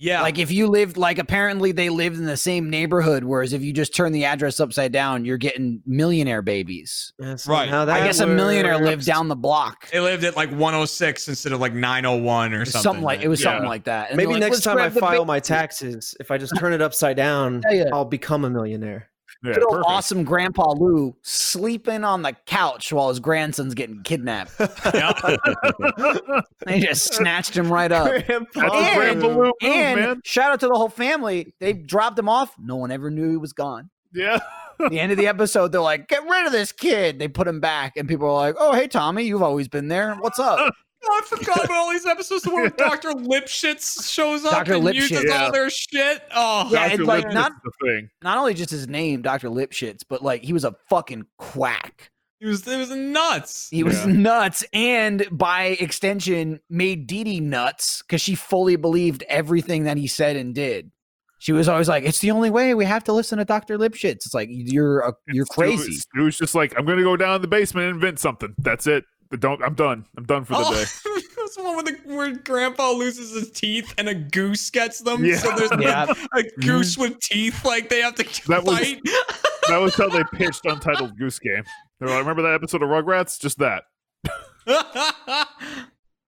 [SPEAKER 2] Yeah.
[SPEAKER 3] Like if you lived, like apparently they lived in the same neighborhood. Whereas if you just turn the address upside down, you're getting millionaire babies.
[SPEAKER 6] That's
[SPEAKER 2] Right.
[SPEAKER 6] how
[SPEAKER 3] I
[SPEAKER 6] that
[SPEAKER 3] guess a millionaire lived
[SPEAKER 6] works.
[SPEAKER 3] down the block.
[SPEAKER 2] they lived at like 106 instead of like 901 or something.
[SPEAKER 3] Something, like it was something like that. And they're
[SPEAKER 6] Maybe
[SPEAKER 3] like,
[SPEAKER 6] next
[SPEAKER 3] "Let's
[SPEAKER 6] time I
[SPEAKER 3] grab the
[SPEAKER 6] file
[SPEAKER 3] big-
[SPEAKER 6] my taxes, if I just turn it upside down,
[SPEAKER 3] Yeah, yeah.
[SPEAKER 6] I'll become
[SPEAKER 3] <laughs>
[SPEAKER 6] a millionaire.
[SPEAKER 4] Yeah,
[SPEAKER 3] good old
[SPEAKER 4] perfect.
[SPEAKER 3] awesome grandpa Lou sleeping on the couch while his grandson's getting kidnapped. They just snatched him right
[SPEAKER 6] <laughs>
[SPEAKER 3] up.
[SPEAKER 4] That's a
[SPEAKER 3] And-
[SPEAKER 4] grand balloon move,
[SPEAKER 3] And
[SPEAKER 4] man.
[SPEAKER 3] shout out to the whole family. They dropped him off. No one ever knew he was gone.
[SPEAKER 4] Yeah.
[SPEAKER 3] At the end of the episode, they're like, get rid of this kid. They put him back, and people are like, oh, hey, Tommy, you've always been there. What's up?
[SPEAKER 2] Oh, I forgot about all these episodes where
[SPEAKER 4] <laughs>
[SPEAKER 2] Dr. Lipschitz shows up
[SPEAKER 3] Dr.
[SPEAKER 2] and uses
[SPEAKER 3] Lipschitz.
[SPEAKER 2] all their shit. Oh,
[SPEAKER 3] Yeah,
[SPEAKER 4] Dr.
[SPEAKER 3] it's like
[SPEAKER 4] Lipschitz
[SPEAKER 3] not-
[SPEAKER 4] is the thing.
[SPEAKER 3] Not only just his name, Dr. Lipschitz, but like he was a fucking quack.
[SPEAKER 2] he was, it was nuts.
[SPEAKER 3] He was
[SPEAKER 4] Yeah.
[SPEAKER 3] nuts and by extension made Dee Dee nuts because she fully believed everything that he said and did. She was always like, It's the only way we have to listen to Dr. Lipschitz. It's like you're a, you're
[SPEAKER 4] Stu-
[SPEAKER 3] crazy.
[SPEAKER 4] Stu was just like, I'm gonna go down in the basement and invent something. That's it. But don't. I'm done. I'm done for the
[SPEAKER 2] Oh,
[SPEAKER 4] day.
[SPEAKER 2] <laughs> that's the one where, the, where grandpa loses his teeth and a goose gets them.
[SPEAKER 4] Yeah.
[SPEAKER 2] So there's
[SPEAKER 3] Yeah.
[SPEAKER 2] like a goose with teeth, like they have to
[SPEAKER 4] <laughs> That was-
[SPEAKER 2] fight.
[SPEAKER 4] That was how they pitched Untitled Goose Game. They were like, remember that episode of Rugrats? Just that.
[SPEAKER 2] <laughs>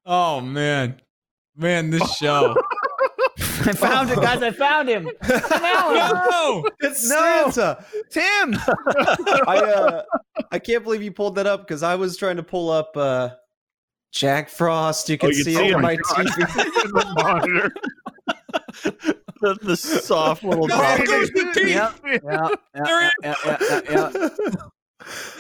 [SPEAKER 2] oh, man. Man,
[SPEAKER 4] <laughs>
[SPEAKER 2] this show.
[SPEAKER 3] I found it, guys. I found
[SPEAKER 6] <laughs>
[SPEAKER 3] him.
[SPEAKER 2] no!
[SPEAKER 6] It's
[SPEAKER 3] No.
[SPEAKER 6] Santa.
[SPEAKER 3] Tim.
[SPEAKER 6] I uh, I can't believe you pulled that up because I was trying to pull up uh, Jack Frost.
[SPEAKER 4] Oh,
[SPEAKER 6] You can
[SPEAKER 5] you
[SPEAKER 6] see
[SPEAKER 5] can
[SPEAKER 6] it
[SPEAKER 5] see
[SPEAKER 6] on
[SPEAKER 5] him.
[SPEAKER 4] <laughs>
[SPEAKER 6] my
[SPEAKER 4] God.
[SPEAKER 6] TV.
[SPEAKER 4] In the monitor.
[SPEAKER 5] the, <laughs> the soft little
[SPEAKER 2] No,
[SPEAKER 5] drop.
[SPEAKER 2] it goes to teeth.
[SPEAKER 3] Yep.
[SPEAKER 5] <laughs>
[SPEAKER 3] Yep. Yep. Yep. Yep. Yep. Yep.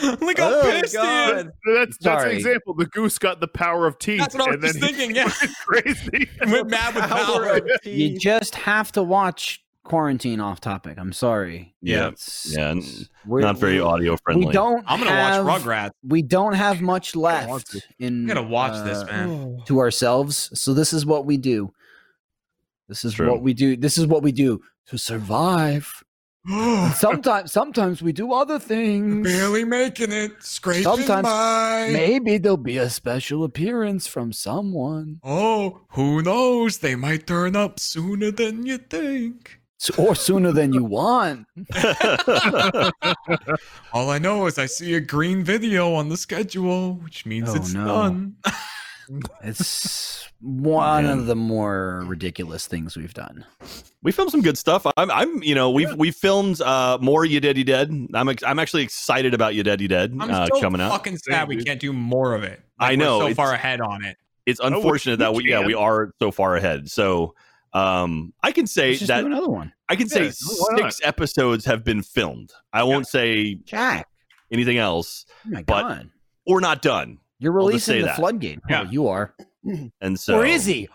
[SPEAKER 2] Look how
[SPEAKER 6] Oh,
[SPEAKER 2] pissed he is.
[SPEAKER 4] <laughs>
[SPEAKER 6] God.
[SPEAKER 4] That's that's an
[SPEAKER 6] Sorry.
[SPEAKER 4] example. The goose got the power of teeth,
[SPEAKER 2] That's what I was
[SPEAKER 4] and then
[SPEAKER 2] just thinking. Yeah,
[SPEAKER 4] he went <laughs> crazy.
[SPEAKER 2] with mad with
[SPEAKER 6] Power
[SPEAKER 2] power.
[SPEAKER 6] of
[SPEAKER 5] <laughs>
[SPEAKER 3] You
[SPEAKER 6] tea.
[SPEAKER 3] just have to watch quarantine off topic. I'm sorry.
[SPEAKER 5] Yeah.
[SPEAKER 3] It's-
[SPEAKER 5] Yeah, n-
[SPEAKER 3] we're-
[SPEAKER 5] Not very
[SPEAKER 3] we-
[SPEAKER 5] audio friendly.
[SPEAKER 3] We don't.
[SPEAKER 2] I'm gonna
[SPEAKER 3] have,
[SPEAKER 2] watch Rugrats.
[SPEAKER 3] We don't have much
[SPEAKER 4] I want
[SPEAKER 3] left in.
[SPEAKER 2] I'm gonna watch this,
[SPEAKER 3] uh,
[SPEAKER 2] man. <gasps>
[SPEAKER 3] To ourselves. So this is what we do. This is
[SPEAKER 5] True.
[SPEAKER 3] what we do. This is what we do to survive. Oh. sometimes, <laughs> sometimes we do other things.
[SPEAKER 2] Barely making it, scraping
[SPEAKER 3] Sometimes
[SPEAKER 2] by.
[SPEAKER 3] Maybe there'll be a special appearance from someone,
[SPEAKER 2] oh, who knows? They might turn up sooner than you think.
[SPEAKER 3] S- or sooner than you want.
[SPEAKER 2] All I know is I see a green video on the schedule, which means
[SPEAKER 3] Oh,
[SPEAKER 2] it's
[SPEAKER 3] no.
[SPEAKER 2] done.
[SPEAKER 3] It's one
[SPEAKER 5] Man.
[SPEAKER 3] of the more ridiculous things we've done.
[SPEAKER 5] we filmed some good stuff. I'm, I'm, you know, we've we filmed uh, more You Dead You Dead. I'm, ex- I'm actually excited about You Dead You Dead
[SPEAKER 2] I'm
[SPEAKER 5] uh,
[SPEAKER 2] so
[SPEAKER 5] coming up.
[SPEAKER 2] fucking sad we
[SPEAKER 4] dude.
[SPEAKER 2] can't do more of it.
[SPEAKER 5] I
[SPEAKER 2] we're
[SPEAKER 5] know,
[SPEAKER 2] so
[SPEAKER 5] it's-
[SPEAKER 2] far ahead on it.
[SPEAKER 5] It's
[SPEAKER 4] we-
[SPEAKER 5] unfortunate that
[SPEAKER 4] we
[SPEAKER 5] we, yeah,
[SPEAKER 4] can.
[SPEAKER 5] we are so far ahead. So, um, I can say
[SPEAKER 3] Let's just
[SPEAKER 5] that
[SPEAKER 3] do another one,
[SPEAKER 5] I can say
[SPEAKER 4] Yeah, why not?
[SPEAKER 5] six episodes have been filmed. I won't say
[SPEAKER 3] Jack.
[SPEAKER 5] anything else.
[SPEAKER 3] Oh my
[SPEAKER 5] But-
[SPEAKER 3] god.
[SPEAKER 5] Or not done.
[SPEAKER 3] You're
[SPEAKER 5] I'll just
[SPEAKER 3] releasing
[SPEAKER 5] say
[SPEAKER 3] the
[SPEAKER 5] that.
[SPEAKER 3] floodgate.
[SPEAKER 2] Yeah.
[SPEAKER 3] Well, you are.
[SPEAKER 5] And so,
[SPEAKER 3] or is he?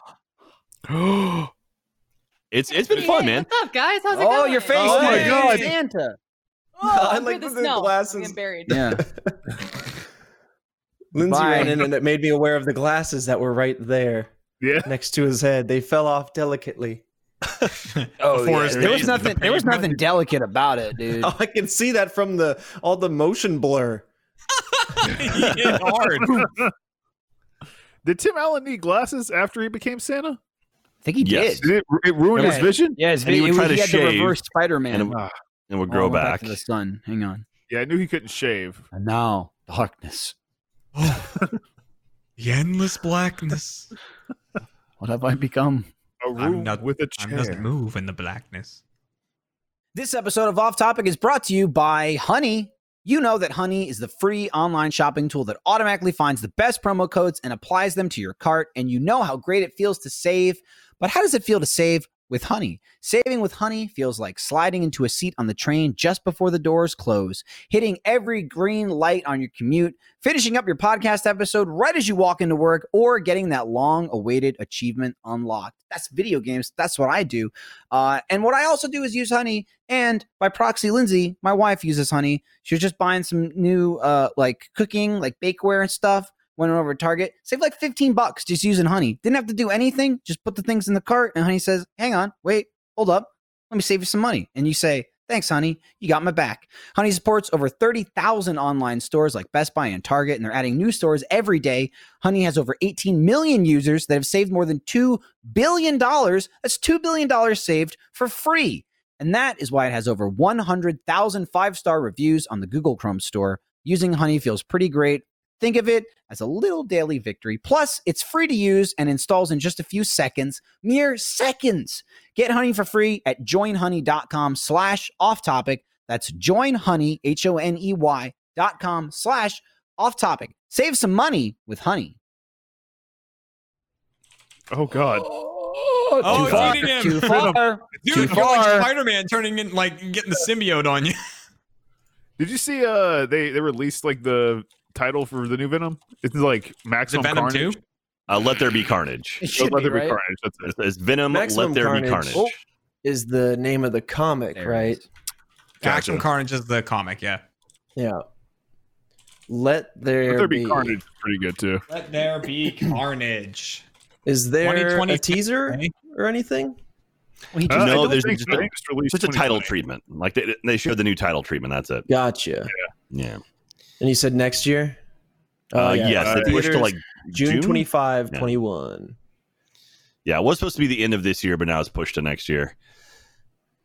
[SPEAKER 5] It's it's been fun, man.
[SPEAKER 7] What's up, guys? How's it going?
[SPEAKER 3] Oh, your face.
[SPEAKER 2] Oh my
[SPEAKER 3] dude.
[SPEAKER 2] God.
[SPEAKER 3] Santa. <laughs>
[SPEAKER 7] Oh,
[SPEAKER 6] I
[SPEAKER 7] I'm
[SPEAKER 6] like
[SPEAKER 7] through
[SPEAKER 6] the
[SPEAKER 7] the snow.
[SPEAKER 6] glasses.
[SPEAKER 7] I'm buried.
[SPEAKER 3] Yeah.
[SPEAKER 6] Lindsay
[SPEAKER 3] Bye.
[SPEAKER 6] ran in and it made me aware of the glasses that were right there
[SPEAKER 4] <laughs> Yeah.
[SPEAKER 6] next to his head. They fell off delicately.
[SPEAKER 3] Oh,
[SPEAKER 2] Before his
[SPEAKER 3] There was
[SPEAKER 2] face,
[SPEAKER 3] nothing.
[SPEAKER 2] the
[SPEAKER 3] There was
[SPEAKER 2] pavement.
[SPEAKER 3] nothing delicate about it, dude.
[SPEAKER 6] Oh, I can see that from the all the motion blur.
[SPEAKER 2] it's hard.
[SPEAKER 4] Did Tim Allen need glasses after he became Santa?
[SPEAKER 3] I think he
[SPEAKER 5] Yes.
[SPEAKER 3] did.
[SPEAKER 4] Did it, it ruin his
[SPEAKER 3] Yeah.
[SPEAKER 4] vision?
[SPEAKER 3] Yes,
[SPEAKER 5] And he would
[SPEAKER 3] it
[SPEAKER 5] try
[SPEAKER 3] was-
[SPEAKER 5] to
[SPEAKER 3] had the
[SPEAKER 5] shave,
[SPEAKER 3] reverse Spider-Man.
[SPEAKER 5] and it would
[SPEAKER 4] Ah,
[SPEAKER 5] And we'll
[SPEAKER 3] Oh,
[SPEAKER 5] grow
[SPEAKER 3] it went
[SPEAKER 5] back.
[SPEAKER 3] to the sun. Hang on.
[SPEAKER 4] yeah, I knew he couldn't shave.
[SPEAKER 3] And now darkness.
[SPEAKER 2] the endless blackness.
[SPEAKER 3] What have I become?
[SPEAKER 4] A
[SPEAKER 2] I'm
[SPEAKER 4] room
[SPEAKER 2] not-
[SPEAKER 4] with a
[SPEAKER 2] I
[SPEAKER 4] chair.
[SPEAKER 2] must move in the blackness.
[SPEAKER 3] This episode of Off Topic is brought to you by Honey. You know that Honey is the free online shopping tool that automatically finds the best promo codes and applies them to your cart. And you know how great it feels to save. But how does it feel to save with Honey? Saving with Honey feels like sliding into a seat on the train just before the doors close, hitting every green light on your commute, finishing up your podcast episode right as you walk into work, or getting that long awaited achievement unlocked. That's video games. That's what I do. Uh, and what I also do is use Honey and by proxy, Lindsay, my wife uses honey. She was just buying some new uh like cooking, like bakeware and stuff. Went over to Target, saved like 15 bucks just using honey. Didn't have to do anything, just put the things in the cart, and honey says, Hang on, wait, hold up. Let me save you some money. And you say, Thanks, honey. You got my back. Honey supports over 30,000 online stores like Best Buy and Target, and they're adding new stores every day. Honey has over 18 million users that have saved more than $2 billion. That's $2 billion saved for free. And that is why it has over 100,000 five star reviews on the Google Chrome store. Using Honey feels pretty great. Think of it as a little daily victory. Plus, it's free to use and installs in just a few seconds, mere seconds. Get Honey for free at joinhoney.com slash off topic. That's joinhoney, H O N E Y dot com slash off topic. Save some money with Honey.
[SPEAKER 4] Oh God.
[SPEAKER 2] Oh,
[SPEAKER 4] Too
[SPEAKER 2] it's
[SPEAKER 4] far.
[SPEAKER 2] eating him.
[SPEAKER 3] Too far.
[SPEAKER 2] Dude,
[SPEAKER 3] Too
[SPEAKER 2] you're like
[SPEAKER 3] far.
[SPEAKER 2] Spider-Man turning in, like getting the symbiote on you. <laughs>
[SPEAKER 4] Did you see? Uh, they they released like the title for the new Venom. It's like
[SPEAKER 2] Is it
[SPEAKER 4] Maximum
[SPEAKER 2] Venom
[SPEAKER 4] Carnage.
[SPEAKER 2] too?
[SPEAKER 5] Uh, let there
[SPEAKER 3] <laughs>
[SPEAKER 5] be carnage.
[SPEAKER 6] It
[SPEAKER 5] It's,
[SPEAKER 6] should
[SPEAKER 4] Let
[SPEAKER 6] be,
[SPEAKER 4] there be
[SPEAKER 6] right?
[SPEAKER 4] Carnage. That's it.
[SPEAKER 5] it's Venom.
[SPEAKER 6] Maximum
[SPEAKER 5] let there be
[SPEAKER 6] Carnage.
[SPEAKER 5] carnage.
[SPEAKER 6] Oh. Is the name of the comic,
[SPEAKER 3] There it
[SPEAKER 6] right?
[SPEAKER 3] is.
[SPEAKER 2] Maximum Carnage is the comic, yeah.
[SPEAKER 6] Yeah. Let there,
[SPEAKER 4] Let there be Carnage. is Pretty good too.
[SPEAKER 2] Let there be carnage.
[SPEAKER 6] Is there a
[SPEAKER 2] 2026,
[SPEAKER 6] teaser
[SPEAKER 2] eh?
[SPEAKER 6] or anything?
[SPEAKER 3] Well, he just-
[SPEAKER 4] Uh, I
[SPEAKER 5] No,
[SPEAKER 4] don't
[SPEAKER 5] there's
[SPEAKER 4] think
[SPEAKER 5] just
[SPEAKER 4] so.
[SPEAKER 5] a-
[SPEAKER 4] They just released
[SPEAKER 5] Just a title
[SPEAKER 4] 2020.
[SPEAKER 5] treatment. Like they, they showed the new title treatment. That's it.
[SPEAKER 6] Gotcha.
[SPEAKER 5] Yeah.
[SPEAKER 6] And you said next year?
[SPEAKER 3] Oh,
[SPEAKER 6] Oh,
[SPEAKER 5] uh, yes,
[SPEAKER 4] Uh,
[SPEAKER 5] they pushed to
[SPEAKER 6] theaters,
[SPEAKER 5] like
[SPEAKER 6] June,
[SPEAKER 5] June?
[SPEAKER 6] twenty five,
[SPEAKER 5] Yeah.
[SPEAKER 6] twenty one.
[SPEAKER 5] Yeah, it was supposed to be the end of this year, but now it's pushed to next year.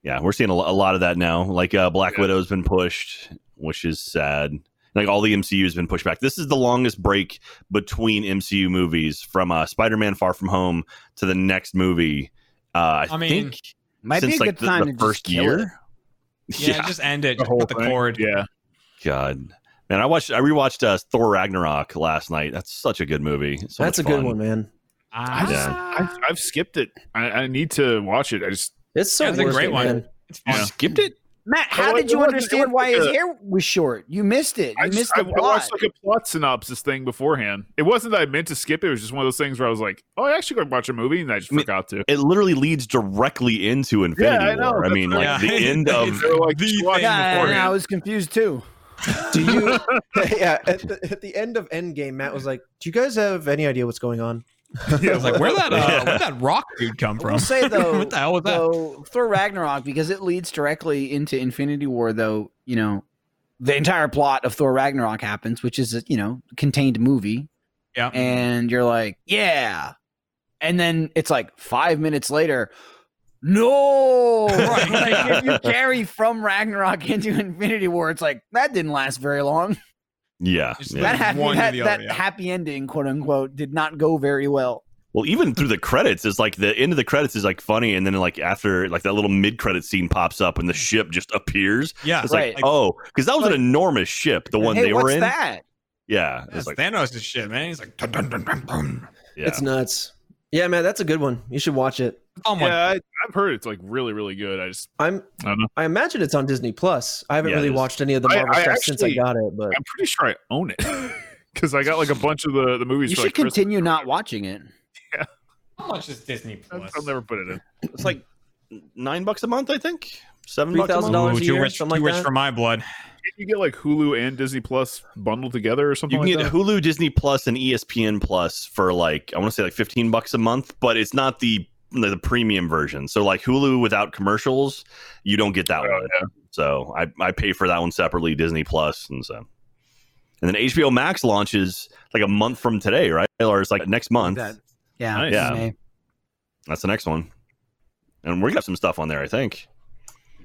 [SPEAKER 5] Yeah, we're seeing a, lo- a lot of that now. Like uh, Black
[SPEAKER 4] Yeah.
[SPEAKER 5] Widow's been pushed, which is sad. Like all the MCU has been pushed back. This is the longest break between MCU movies from uh, Spider-Man: Far From Home to the next movie. Uh, I,
[SPEAKER 2] I mean,
[SPEAKER 5] think
[SPEAKER 3] Um, might
[SPEAKER 5] since
[SPEAKER 3] be a
[SPEAKER 5] like
[SPEAKER 3] good time
[SPEAKER 5] the, the
[SPEAKER 3] to
[SPEAKER 5] first
[SPEAKER 3] just kill
[SPEAKER 5] year.
[SPEAKER 3] it.
[SPEAKER 2] Yeah, just end it.
[SPEAKER 4] The
[SPEAKER 2] Just
[SPEAKER 4] whole
[SPEAKER 2] put the
[SPEAKER 4] thing.
[SPEAKER 2] cord.
[SPEAKER 4] Yeah.
[SPEAKER 5] God. Man, I watched. I rewatched uh, Thor Ragnarok last night. That's such a good movie. So
[SPEAKER 6] That's a
[SPEAKER 5] much
[SPEAKER 6] good
[SPEAKER 5] fun.
[SPEAKER 6] one, man.
[SPEAKER 2] Ah,
[SPEAKER 4] I just, I've, I've skipped it. I, I need to watch it. I just
[SPEAKER 6] It's so
[SPEAKER 2] That's a
[SPEAKER 6] worth
[SPEAKER 2] great
[SPEAKER 6] it,
[SPEAKER 2] one.
[SPEAKER 6] man.
[SPEAKER 2] It's
[SPEAKER 4] Yeah.
[SPEAKER 2] fun. <laughs>
[SPEAKER 5] Skipped it.
[SPEAKER 3] Matt, how
[SPEAKER 4] Well, it
[SPEAKER 3] did you
[SPEAKER 4] wasn't- it
[SPEAKER 3] understand
[SPEAKER 4] wasn't
[SPEAKER 3] why
[SPEAKER 4] like
[SPEAKER 3] his
[SPEAKER 4] a-
[SPEAKER 3] hair was short? You missed it. You
[SPEAKER 4] I,
[SPEAKER 3] missed
[SPEAKER 4] just, I,
[SPEAKER 3] the
[SPEAKER 4] I
[SPEAKER 3] plot.
[SPEAKER 4] watched like a plot synopsis thing beforehand. It wasn't that I meant to skip it. It was just one of those things where I was like, "Oh, I actually going to watch a movie," and I just
[SPEAKER 5] I mean,
[SPEAKER 4] forgot to.
[SPEAKER 5] it literally leads directly into Infinity
[SPEAKER 4] I know,
[SPEAKER 5] War. I
[SPEAKER 4] that's
[SPEAKER 5] mean,
[SPEAKER 4] what
[SPEAKER 5] like
[SPEAKER 2] I-
[SPEAKER 5] the end
[SPEAKER 4] <laughs>
[SPEAKER 5] of <laughs>
[SPEAKER 4] They were like,
[SPEAKER 2] The
[SPEAKER 4] "Just watch it
[SPEAKER 2] thing
[SPEAKER 3] yeah, and
[SPEAKER 4] beforehand."
[SPEAKER 3] I was confused too.
[SPEAKER 6] Do <laughs> you yeah, at the, at the end of Endgame, Matt was like, Do you guys have any idea what's going on?
[SPEAKER 2] I was like, where that uh,
[SPEAKER 5] Yeah.
[SPEAKER 2] where that rock dude come
[SPEAKER 3] I will
[SPEAKER 2] from? <laughs>
[SPEAKER 3] say though,
[SPEAKER 2] what the hell was that?
[SPEAKER 3] though Thor Ragnarok, because it leads directly into Infinity War, though you know, the entire plot of Thor Ragnarok happens, which is a, you know contained movie,
[SPEAKER 2] Yeah.
[SPEAKER 3] and you're like, yeah, and then it's like five minutes later. No,
[SPEAKER 2] <laughs> Right.
[SPEAKER 3] like if you carry from Ragnarok into Infinity War, it's like that didn't last very long.
[SPEAKER 5] yeah,
[SPEAKER 2] Just
[SPEAKER 5] yeah.
[SPEAKER 3] That happy,
[SPEAKER 2] One to
[SPEAKER 3] that,
[SPEAKER 2] the other,
[SPEAKER 3] that
[SPEAKER 2] yeah.
[SPEAKER 3] happy ending, quote unquote, did not go very well.
[SPEAKER 5] Well, even through the credits is like the end of the credits is like funny, and then like after like that little mid credit scene pops up and the ship just appears.
[SPEAKER 2] yeah,
[SPEAKER 5] It's
[SPEAKER 3] Right.
[SPEAKER 5] like oh, because that was an enormous ship, the one
[SPEAKER 3] hey,
[SPEAKER 5] they
[SPEAKER 3] what's
[SPEAKER 5] were in.
[SPEAKER 3] that?
[SPEAKER 5] Yeah,
[SPEAKER 2] that's
[SPEAKER 5] it's like
[SPEAKER 2] Thanos' shit, man. He's like, dun, dun, dun, dun, dun.
[SPEAKER 5] yeah.
[SPEAKER 6] It's nuts. Yeah, man, that's a good one. You should watch it.
[SPEAKER 2] oh my.
[SPEAKER 4] Yeah, I, I've heard it's like really, really good. I just,
[SPEAKER 6] I'm
[SPEAKER 4] I don't know.
[SPEAKER 6] I imagine it's on Disney Plus. I haven't
[SPEAKER 5] Yeah, it
[SPEAKER 6] really
[SPEAKER 5] is.
[SPEAKER 6] watched any of the
[SPEAKER 4] I-
[SPEAKER 6] Marvel
[SPEAKER 4] I
[SPEAKER 6] stuff since I
[SPEAKER 4] actually-
[SPEAKER 6] got it, but
[SPEAKER 4] I'm pretty sure I own it <laughs> because I got like a bunch of the the movies.
[SPEAKER 3] You
[SPEAKER 4] for,
[SPEAKER 3] should
[SPEAKER 4] like, Christmas.
[SPEAKER 3] continue not watching it.
[SPEAKER 2] How much is Disney Plus?
[SPEAKER 4] I'll never put it in.
[SPEAKER 5] it's like nine bucks a month, I think. Seven bucks a
[SPEAKER 6] $3,000
[SPEAKER 5] month.
[SPEAKER 6] dollars
[SPEAKER 2] Ooh,
[SPEAKER 6] a
[SPEAKER 2] too
[SPEAKER 6] year,
[SPEAKER 2] rich,
[SPEAKER 6] something
[SPEAKER 2] too
[SPEAKER 6] like
[SPEAKER 2] rich
[SPEAKER 6] that?
[SPEAKER 2] for my blood.
[SPEAKER 4] Can you get like Hulu and Disney Plus bundled together or something?
[SPEAKER 5] You can
[SPEAKER 4] like
[SPEAKER 5] get
[SPEAKER 4] that?
[SPEAKER 5] Hulu, Disney Plus, and E ESPN Plus for like I want to say like fifteen bucks a month, but it's not the the premium version. So like Hulu without commercials, you don't get that
[SPEAKER 4] Oh,
[SPEAKER 5] one. So I I pay for that one separately, Disney Plus, and so and then HBO Max launches like a month from today, right? Or it's like next month.
[SPEAKER 3] Yeah.
[SPEAKER 4] Nice.
[SPEAKER 5] Yeah.
[SPEAKER 3] May.
[SPEAKER 5] That's the next one, and we're gonna have some stuff on there. I think.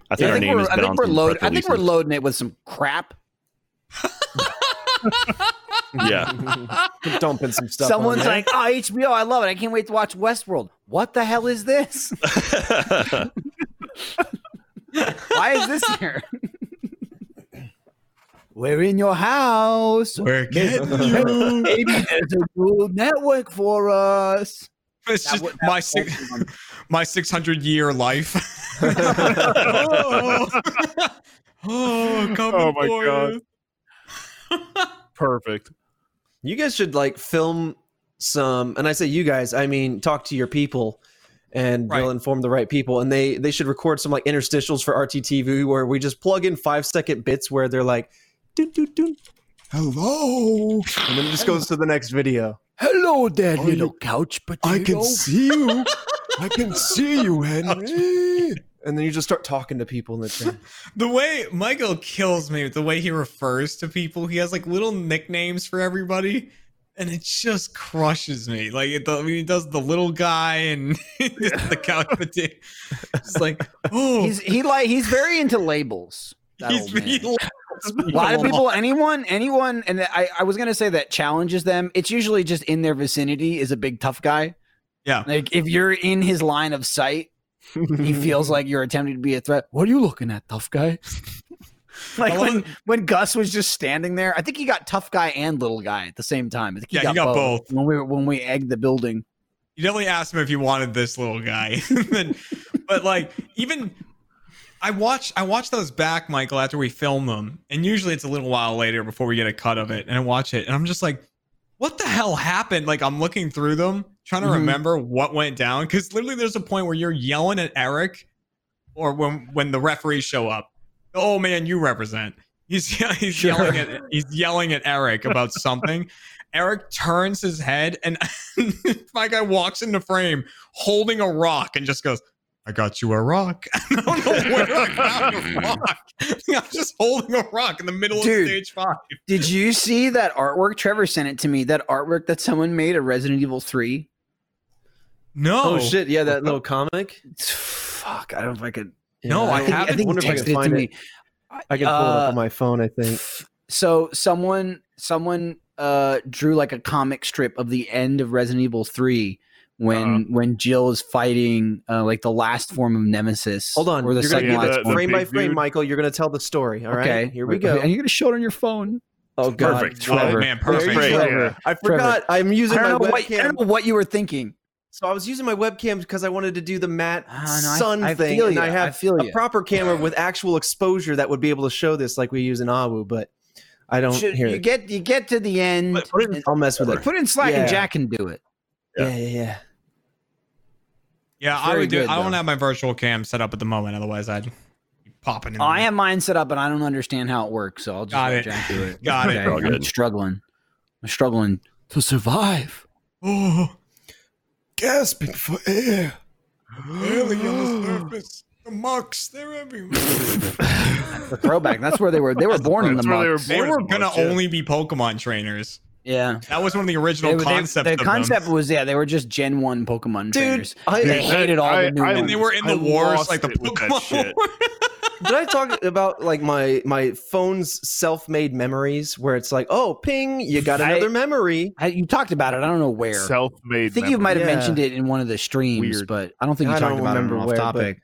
[SPEAKER 5] I think
[SPEAKER 3] I
[SPEAKER 5] our
[SPEAKER 3] think
[SPEAKER 5] name
[SPEAKER 3] we're,
[SPEAKER 5] has
[SPEAKER 3] I
[SPEAKER 5] been
[SPEAKER 3] think
[SPEAKER 5] on
[SPEAKER 3] we're
[SPEAKER 5] some
[SPEAKER 3] load,
[SPEAKER 5] press
[SPEAKER 3] I think we're
[SPEAKER 5] releases.
[SPEAKER 3] loading it with some crap. <laughs>
[SPEAKER 5] Yeah, <laughs>
[SPEAKER 6] Keep dumping some stuff. on
[SPEAKER 3] Someone's
[SPEAKER 6] there.
[SPEAKER 3] like, "Oh, HBO, I love it. I can't wait to watch Westworld." What the hell is <laughs> this? Why is this here? <laughs> we're in your house. <laughs>
[SPEAKER 2] We're getting
[SPEAKER 3] Maybe there's a good network for
[SPEAKER 2] <laughs>
[SPEAKER 3] us.
[SPEAKER 2] It's
[SPEAKER 3] That
[SPEAKER 2] just
[SPEAKER 3] would- that
[SPEAKER 2] my
[SPEAKER 3] would
[SPEAKER 2] six,
[SPEAKER 3] be one.
[SPEAKER 2] my six hundred year life. <laughs> oh, <laughs> coming
[SPEAKER 4] Oh my
[SPEAKER 2] for
[SPEAKER 4] God.
[SPEAKER 2] you.
[SPEAKER 4] Perfect.
[SPEAKER 6] You guys should like film some, and I say you guys, I mean talk to your people, and
[SPEAKER 2] Right.
[SPEAKER 6] they'll inform the right people. And they they should record some like interstitials for RTTV where we just plug in five second bits where they're like, dun, dun, dun, hello, and then it just goes to the next video.
[SPEAKER 3] Hello there, little couch potato.
[SPEAKER 6] <laughs>
[SPEAKER 7] I can see you. I can see you, Henry.
[SPEAKER 6] and then you just start talking to people in the train.
[SPEAKER 2] The way Michael kills me with the way he refers to people, he has like little nicknames for everybody, and it just crushes me. Like it, the, he does the little guy and <laughs> the couch potato.
[SPEAKER 3] <laughs>
[SPEAKER 2] It's like, oh,
[SPEAKER 3] He's he like he's very into labels. That
[SPEAKER 2] he's-
[SPEAKER 3] old man.
[SPEAKER 2] he loves
[SPEAKER 3] a lot of
[SPEAKER 2] me
[SPEAKER 3] people, anyone, anyone, and I, I was gonna say that challenges them. It's usually just in their vicinity is a big tough guy.
[SPEAKER 2] Yeah.
[SPEAKER 3] like if you're in his line of sight, <laughs> he feels like you're attempting to be a threat. What are you looking at, tough guy? <laughs> like
[SPEAKER 2] I
[SPEAKER 3] when when Gus was just standing there, I think he got tough guy and little guy at the same time. I think he
[SPEAKER 2] Yeah,
[SPEAKER 3] got,
[SPEAKER 2] he got
[SPEAKER 3] both. when we when we egged the building.
[SPEAKER 2] you definitely asked him if you wanted this little guy. <laughs> And- but like even I watch I watch those back, Michael, after we film them, and usually it's a little while later before we get a cut of it, and I watch it, and I'm just like, what the hell happened? Like I'm looking through them, trying to
[SPEAKER 3] Mhm.
[SPEAKER 2] remember what went down, because literally there's a point where you're yelling at Eric, or when when the referees show up, oh man, you represent. He's, <laughs> he's yelling at he's yelling at Eric about something. Eric turns his head and <laughs> my guy walks into frame holding a rock and just goes, I got you a rock. <laughs> I don't know where I got a rock. <laughs> I'm just holding a rock in the middle
[SPEAKER 3] Dude.
[SPEAKER 2] of stage five.
[SPEAKER 3] Did you see that artwork? Trevor sent it to me. That artwork that someone made of Resident Evil Three.
[SPEAKER 2] No.
[SPEAKER 6] Oh, shit! Yeah, that little comic.
[SPEAKER 3] Fuck, I don't know if I could.
[SPEAKER 2] No,
[SPEAKER 6] Yeah,
[SPEAKER 2] I
[SPEAKER 3] I, think,
[SPEAKER 2] haven't.
[SPEAKER 3] I think
[SPEAKER 6] Wonder if
[SPEAKER 3] he
[SPEAKER 6] Oh, I
[SPEAKER 3] texted
[SPEAKER 6] can
[SPEAKER 3] it to
[SPEAKER 6] find it.
[SPEAKER 3] me.
[SPEAKER 6] I can pull it up
[SPEAKER 3] Uh,
[SPEAKER 6] on my phone. I think.
[SPEAKER 3] So someone someone uh drew like a comic strip of the end of Resident Evil 3 when
[SPEAKER 2] Uh-huh.
[SPEAKER 4] Uh-oh.
[SPEAKER 3] when Jill is fighting uh like the last form of Nemesis.
[SPEAKER 6] Hold on,
[SPEAKER 3] Or the
[SPEAKER 6] you're gonna
[SPEAKER 3] second
[SPEAKER 4] get
[SPEAKER 3] last form.
[SPEAKER 4] that- that-
[SPEAKER 6] Frame by
[SPEAKER 4] big
[SPEAKER 6] frame,
[SPEAKER 4] dude.
[SPEAKER 6] Michael, you're gonna tell the story. All right,
[SPEAKER 3] okay.
[SPEAKER 6] here we go.
[SPEAKER 3] And you're gonna show it on your phone.
[SPEAKER 6] Oh god,
[SPEAKER 5] Perfect.
[SPEAKER 2] Oh
[SPEAKER 3] Trevor.
[SPEAKER 2] man,
[SPEAKER 6] Very
[SPEAKER 2] perfect.
[SPEAKER 6] good.
[SPEAKER 4] Yeah.
[SPEAKER 6] I forgot. I'm
[SPEAKER 3] I
[SPEAKER 6] using my
[SPEAKER 3] don't, know what, I
[SPEAKER 6] webcam.
[SPEAKER 3] don't know what you were thinking.
[SPEAKER 6] So I was using my webcam because I wanted to do the Matt
[SPEAKER 3] Oh, no, I-
[SPEAKER 6] Sun
[SPEAKER 3] I
[SPEAKER 6] thing,
[SPEAKER 3] feel
[SPEAKER 6] and
[SPEAKER 3] ya,
[SPEAKER 6] I
[SPEAKER 3] I
[SPEAKER 6] have
[SPEAKER 3] feel ya.
[SPEAKER 6] a proper camera with actual exposure that would be able to show this like we use in Awu, but I don't
[SPEAKER 3] Should-
[SPEAKER 6] hear
[SPEAKER 3] you
[SPEAKER 6] it.
[SPEAKER 3] get you get to the end.
[SPEAKER 5] Put it in-
[SPEAKER 3] and-
[SPEAKER 6] I'll mess with it.
[SPEAKER 3] put in Slack
[SPEAKER 6] Yeah.
[SPEAKER 3] and Jack can do it.
[SPEAKER 5] Yeah.
[SPEAKER 6] Yeah, yeah, yeah.
[SPEAKER 2] Yeah, I
[SPEAKER 3] Very
[SPEAKER 2] would do
[SPEAKER 3] good,
[SPEAKER 2] I don't
[SPEAKER 3] though.
[SPEAKER 2] have my virtual cam set up at the moment, otherwise I'd be popping in.
[SPEAKER 3] Oh, I
[SPEAKER 2] there.
[SPEAKER 3] have mine set up, but I don't understand how it works, so I'll just
[SPEAKER 2] Got
[SPEAKER 3] let
[SPEAKER 2] it.
[SPEAKER 3] Jack do it.
[SPEAKER 2] Got it.
[SPEAKER 5] All
[SPEAKER 3] I'm
[SPEAKER 5] good.
[SPEAKER 3] struggling. I'm struggling to survive.
[SPEAKER 2] <gasps> Oh,
[SPEAKER 6] Gasping for air.
[SPEAKER 2] barely on
[SPEAKER 6] <gasps>
[SPEAKER 2] the surface. The mucks, they're everywhere.
[SPEAKER 3] The throwback. That's where they were. They were born in the
[SPEAKER 4] That's where
[SPEAKER 3] mucks.
[SPEAKER 2] they
[SPEAKER 4] born
[SPEAKER 2] were
[SPEAKER 4] in the
[SPEAKER 2] gonna
[SPEAKER 4] mucks, yeah.
[SPEAKER 2] only be Pokemon trainers.
[SPEAKER 3] Yeah.
[SPEAKER 2] That was one of the
[SPEAKER 3] They,
[SPEAKER 2] original
[SPEAKER 3] were- they-
[SPEAKER 2] concepts.
[SPEAKER 3] the
[SPEAKER 2] of them.
[SPEAKER 3] concept was yeah, they were just Gen One Pokemon
[SPEAKER 6] Dude,
[SPEAKER 3] trainers.
[SPEAKER 6] I,
[SPEAKER 3] They hated all the new ones.
[SPEAKER 2] and they were in the
[SPEAKER 4] I
[SPEAKER 2] wars
[SPEAKER 4] lost
[SPEAKER 2] like the
[SPEAKER 4] it with that
[SPEAKER 2] Pokemon.
[SPEAKER 4] shit.
[SPEAKER 2] War.
[SPEAKER 6] <laughs> did I talk about like my my phone's self-made memories where it's like, oh, ping, you got
[SPEAKER 3] I-
[SPEAKER 6] another memory.
[SPEAKER 3] I, you talked about it. I don't know where. I
[SPEAKER 4] Self-made.
[SPEAKER 3] think you might have
[SPEAKER 6] Yeah.
[SPEAKER 3] mentioned it in one of the streams,
[SPEAKER 4] Weird.
[SPEAKER 3] but I don't think you
[SPEAKER 6] I
[SPEAKER 3] talked
[SPEAKER 6] don't
[SPEAKER 3] about it
[SPEAKER 6] remember
[SPEAKER 3] on
[SPEAKER 6] where,
[SPEAKER 3] off topic.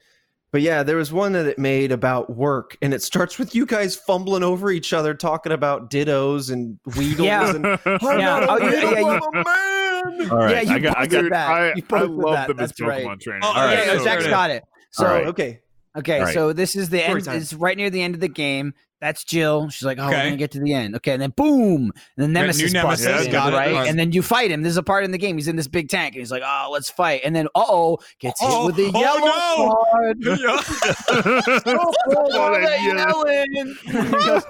[SPEAKER 6] But yeah, there was one that it made about work, and it starts with you guys fumbling over each other talking about dittos and weedles.
[SPEAKER 3] Yeah. <laughs>
[SPEAKER 6] and,
[SPEAKER 4] memory.
[SPEAKER 3] Yeah.
[SPEAKER 6] not a
[SPEAKER 3] Oh, yeah,
[SPEAKER 6] weedle,
[SPEAKER 3] yeah,
[SPEAKER 2] <laughs>
[SPEAKER 3] you-
[SPEAKER 6] I'm a
[SPEAKER 2] Oh,
[SPEAKER 6] man.
[SPEAKER 5] All right.
[SPEAKER 3] Yeah, you
[SPEAKER 5] I got, I got,
[SPEAKER 3] posted
[SPEAKER 4] Dude,
[SPEAKER 3] that.
[SPEAKER 4] I,
[SPEAKER 3] You
[SPEAKER 4] I
[SPEAKER 3] posted
[SPEAKER 4] love
[SPEAKER 3] that.
[SPEAKER 4] them as
[SPEAKER 3] That's right.
[SPEAKER 4] Pokemon trainers.
[SPEAKER 2] Oh,
[SPEAKER 5] All right,
[SPEAKER 3] yeah, no,
[SPEAKER 5] so-
[SPEAKER 3] Jack's got it. So
[SPEAKER 5] All right.
[SPEAKER 6] Okay.
[SPEAKER 3] Okay,
[SPEAKER 5] All right.
[SPEAKER 3] so this is the
[SPEAKER 6] Story
[SPEAKER 3] end.
[SPEAKER 6] time.
[SPEAKER 3] It's right near the end of the game. That's Jill. She's like, "Oh, we're
[SPEAKER 2] Okay.
[SPEAKER 3] gonna get to the end." Okay, and then boom, and then
[SPEAKER 2] new
[SPEAKER 3] Nemesis busts
[SPEAKER 4] Nemesis,
[SPEAKER 3] in,
[SPEAKER 4] got it.
[SPEAKER 3] right?
[SPEAKER 2] Alright.
[SPEAKER 3] And then you fight him. There's a part in the game. He's in this big tank, and he's like, "Oh, let's fight." And then, uh oh, gets
[SPEAKER 2] Oh,
[SPEAKER 3] hit with a
[SPEAKER 2] oh,
[SPEAKER 3] yellow
[SPEAKER 2] no.
[SPEAKER 3] card.
[SPEAKER 2] <laughs> Yeah.
[SPEAKER 3] Oh,
[SPEAKER 4] Oh,
[SPEAKER 3] they're
[SPEAKER 4] yeah.
[SPEAKER 3] yelling. He
[SPEAKER 2] <laughs>
[SPEAKER 3] goes,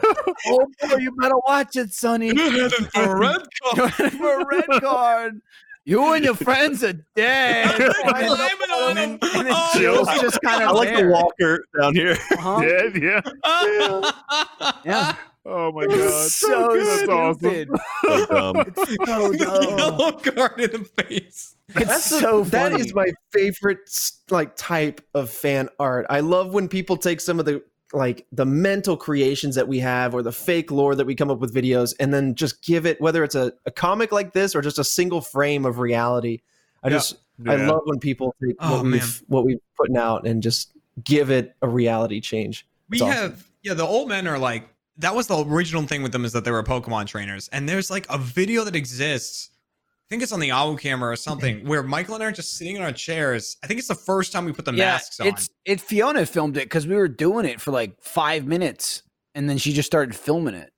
[SPEAKER 3] oh boy, you better watch it, Sonny. <laughs>
[SPEAKER 2] a
[SPEAKER 3] You're
[SPEAKER 2] red
[SPEAKER 3] <laughs>
[SPEAKER 2] card.
[SPEAKER 3] in for a red card. You and your friends are dead.
[SPEAKER 2] I'm blaming on him.
[SPEAKER 3] And then
[SPEAKER 2] Oh,
[SPEAKER 3] Jill's just kind of
[SPEAKER 5] I like the walker
[SPEAKER 3] <laughs>
[SPEAKER 5] down here.
[SPEAKER 4] <laughs> Yeah, yeah.
[SPEAKER 2] <laughs>
[SPEAKER 3] Yeah.
[SPEAKER 4] Oh my god.
[SPEAKER 3] so
[SPEAKER 4] That's awesome.
[SPEAKER 3] stupid.
[SPEAKER 5] So dumb.
[SPEAKER 3] Oh, no.
[SPEAKER 2] Yellow card in the face.
[SPEAKER 3] It's
[SPEAKER 6] That's the-
[SPEAKER 3] so
[SPEAKER 6] That
[SPEAKER 3] funny.
[SPEAKER 6] is my favorite s- like type of fan art. I love when people take some of the like the mental creations that we have or the fake lore that we come up with videos and then just give it whether it's a, a comic like this or just a single frame of reality. I
[SPEAKER 2] Yeah.
[SPEAKER 6] just
[SPEAKER 3] <laughs>
[SPEAKER 6] I
[SPEAKER 4] Yeah.
[SPEAKER 6] love when people take
[SPEAKER 2] Oh,
[SPEAKER 6] what
[SPEAKER 2] man.
[SPEAKER 6] we've what we've putting out and just give it a reality change.
[SPEAKER 2] We
[SPEAKER 6] It's awesome.
[SPEAKER 2] have yeah, the old men are like that was the original thing with them is that they were Pokemon trainers. And there's like a video that exists. I think it's on the Owl camera or something, where Michael and I are just sitting in our chairs. I think it's the first time we put the masks on.
[SPEAKER 3] It's it Fiona filmed it because we were doing it for like five minutes and then she just started filming it.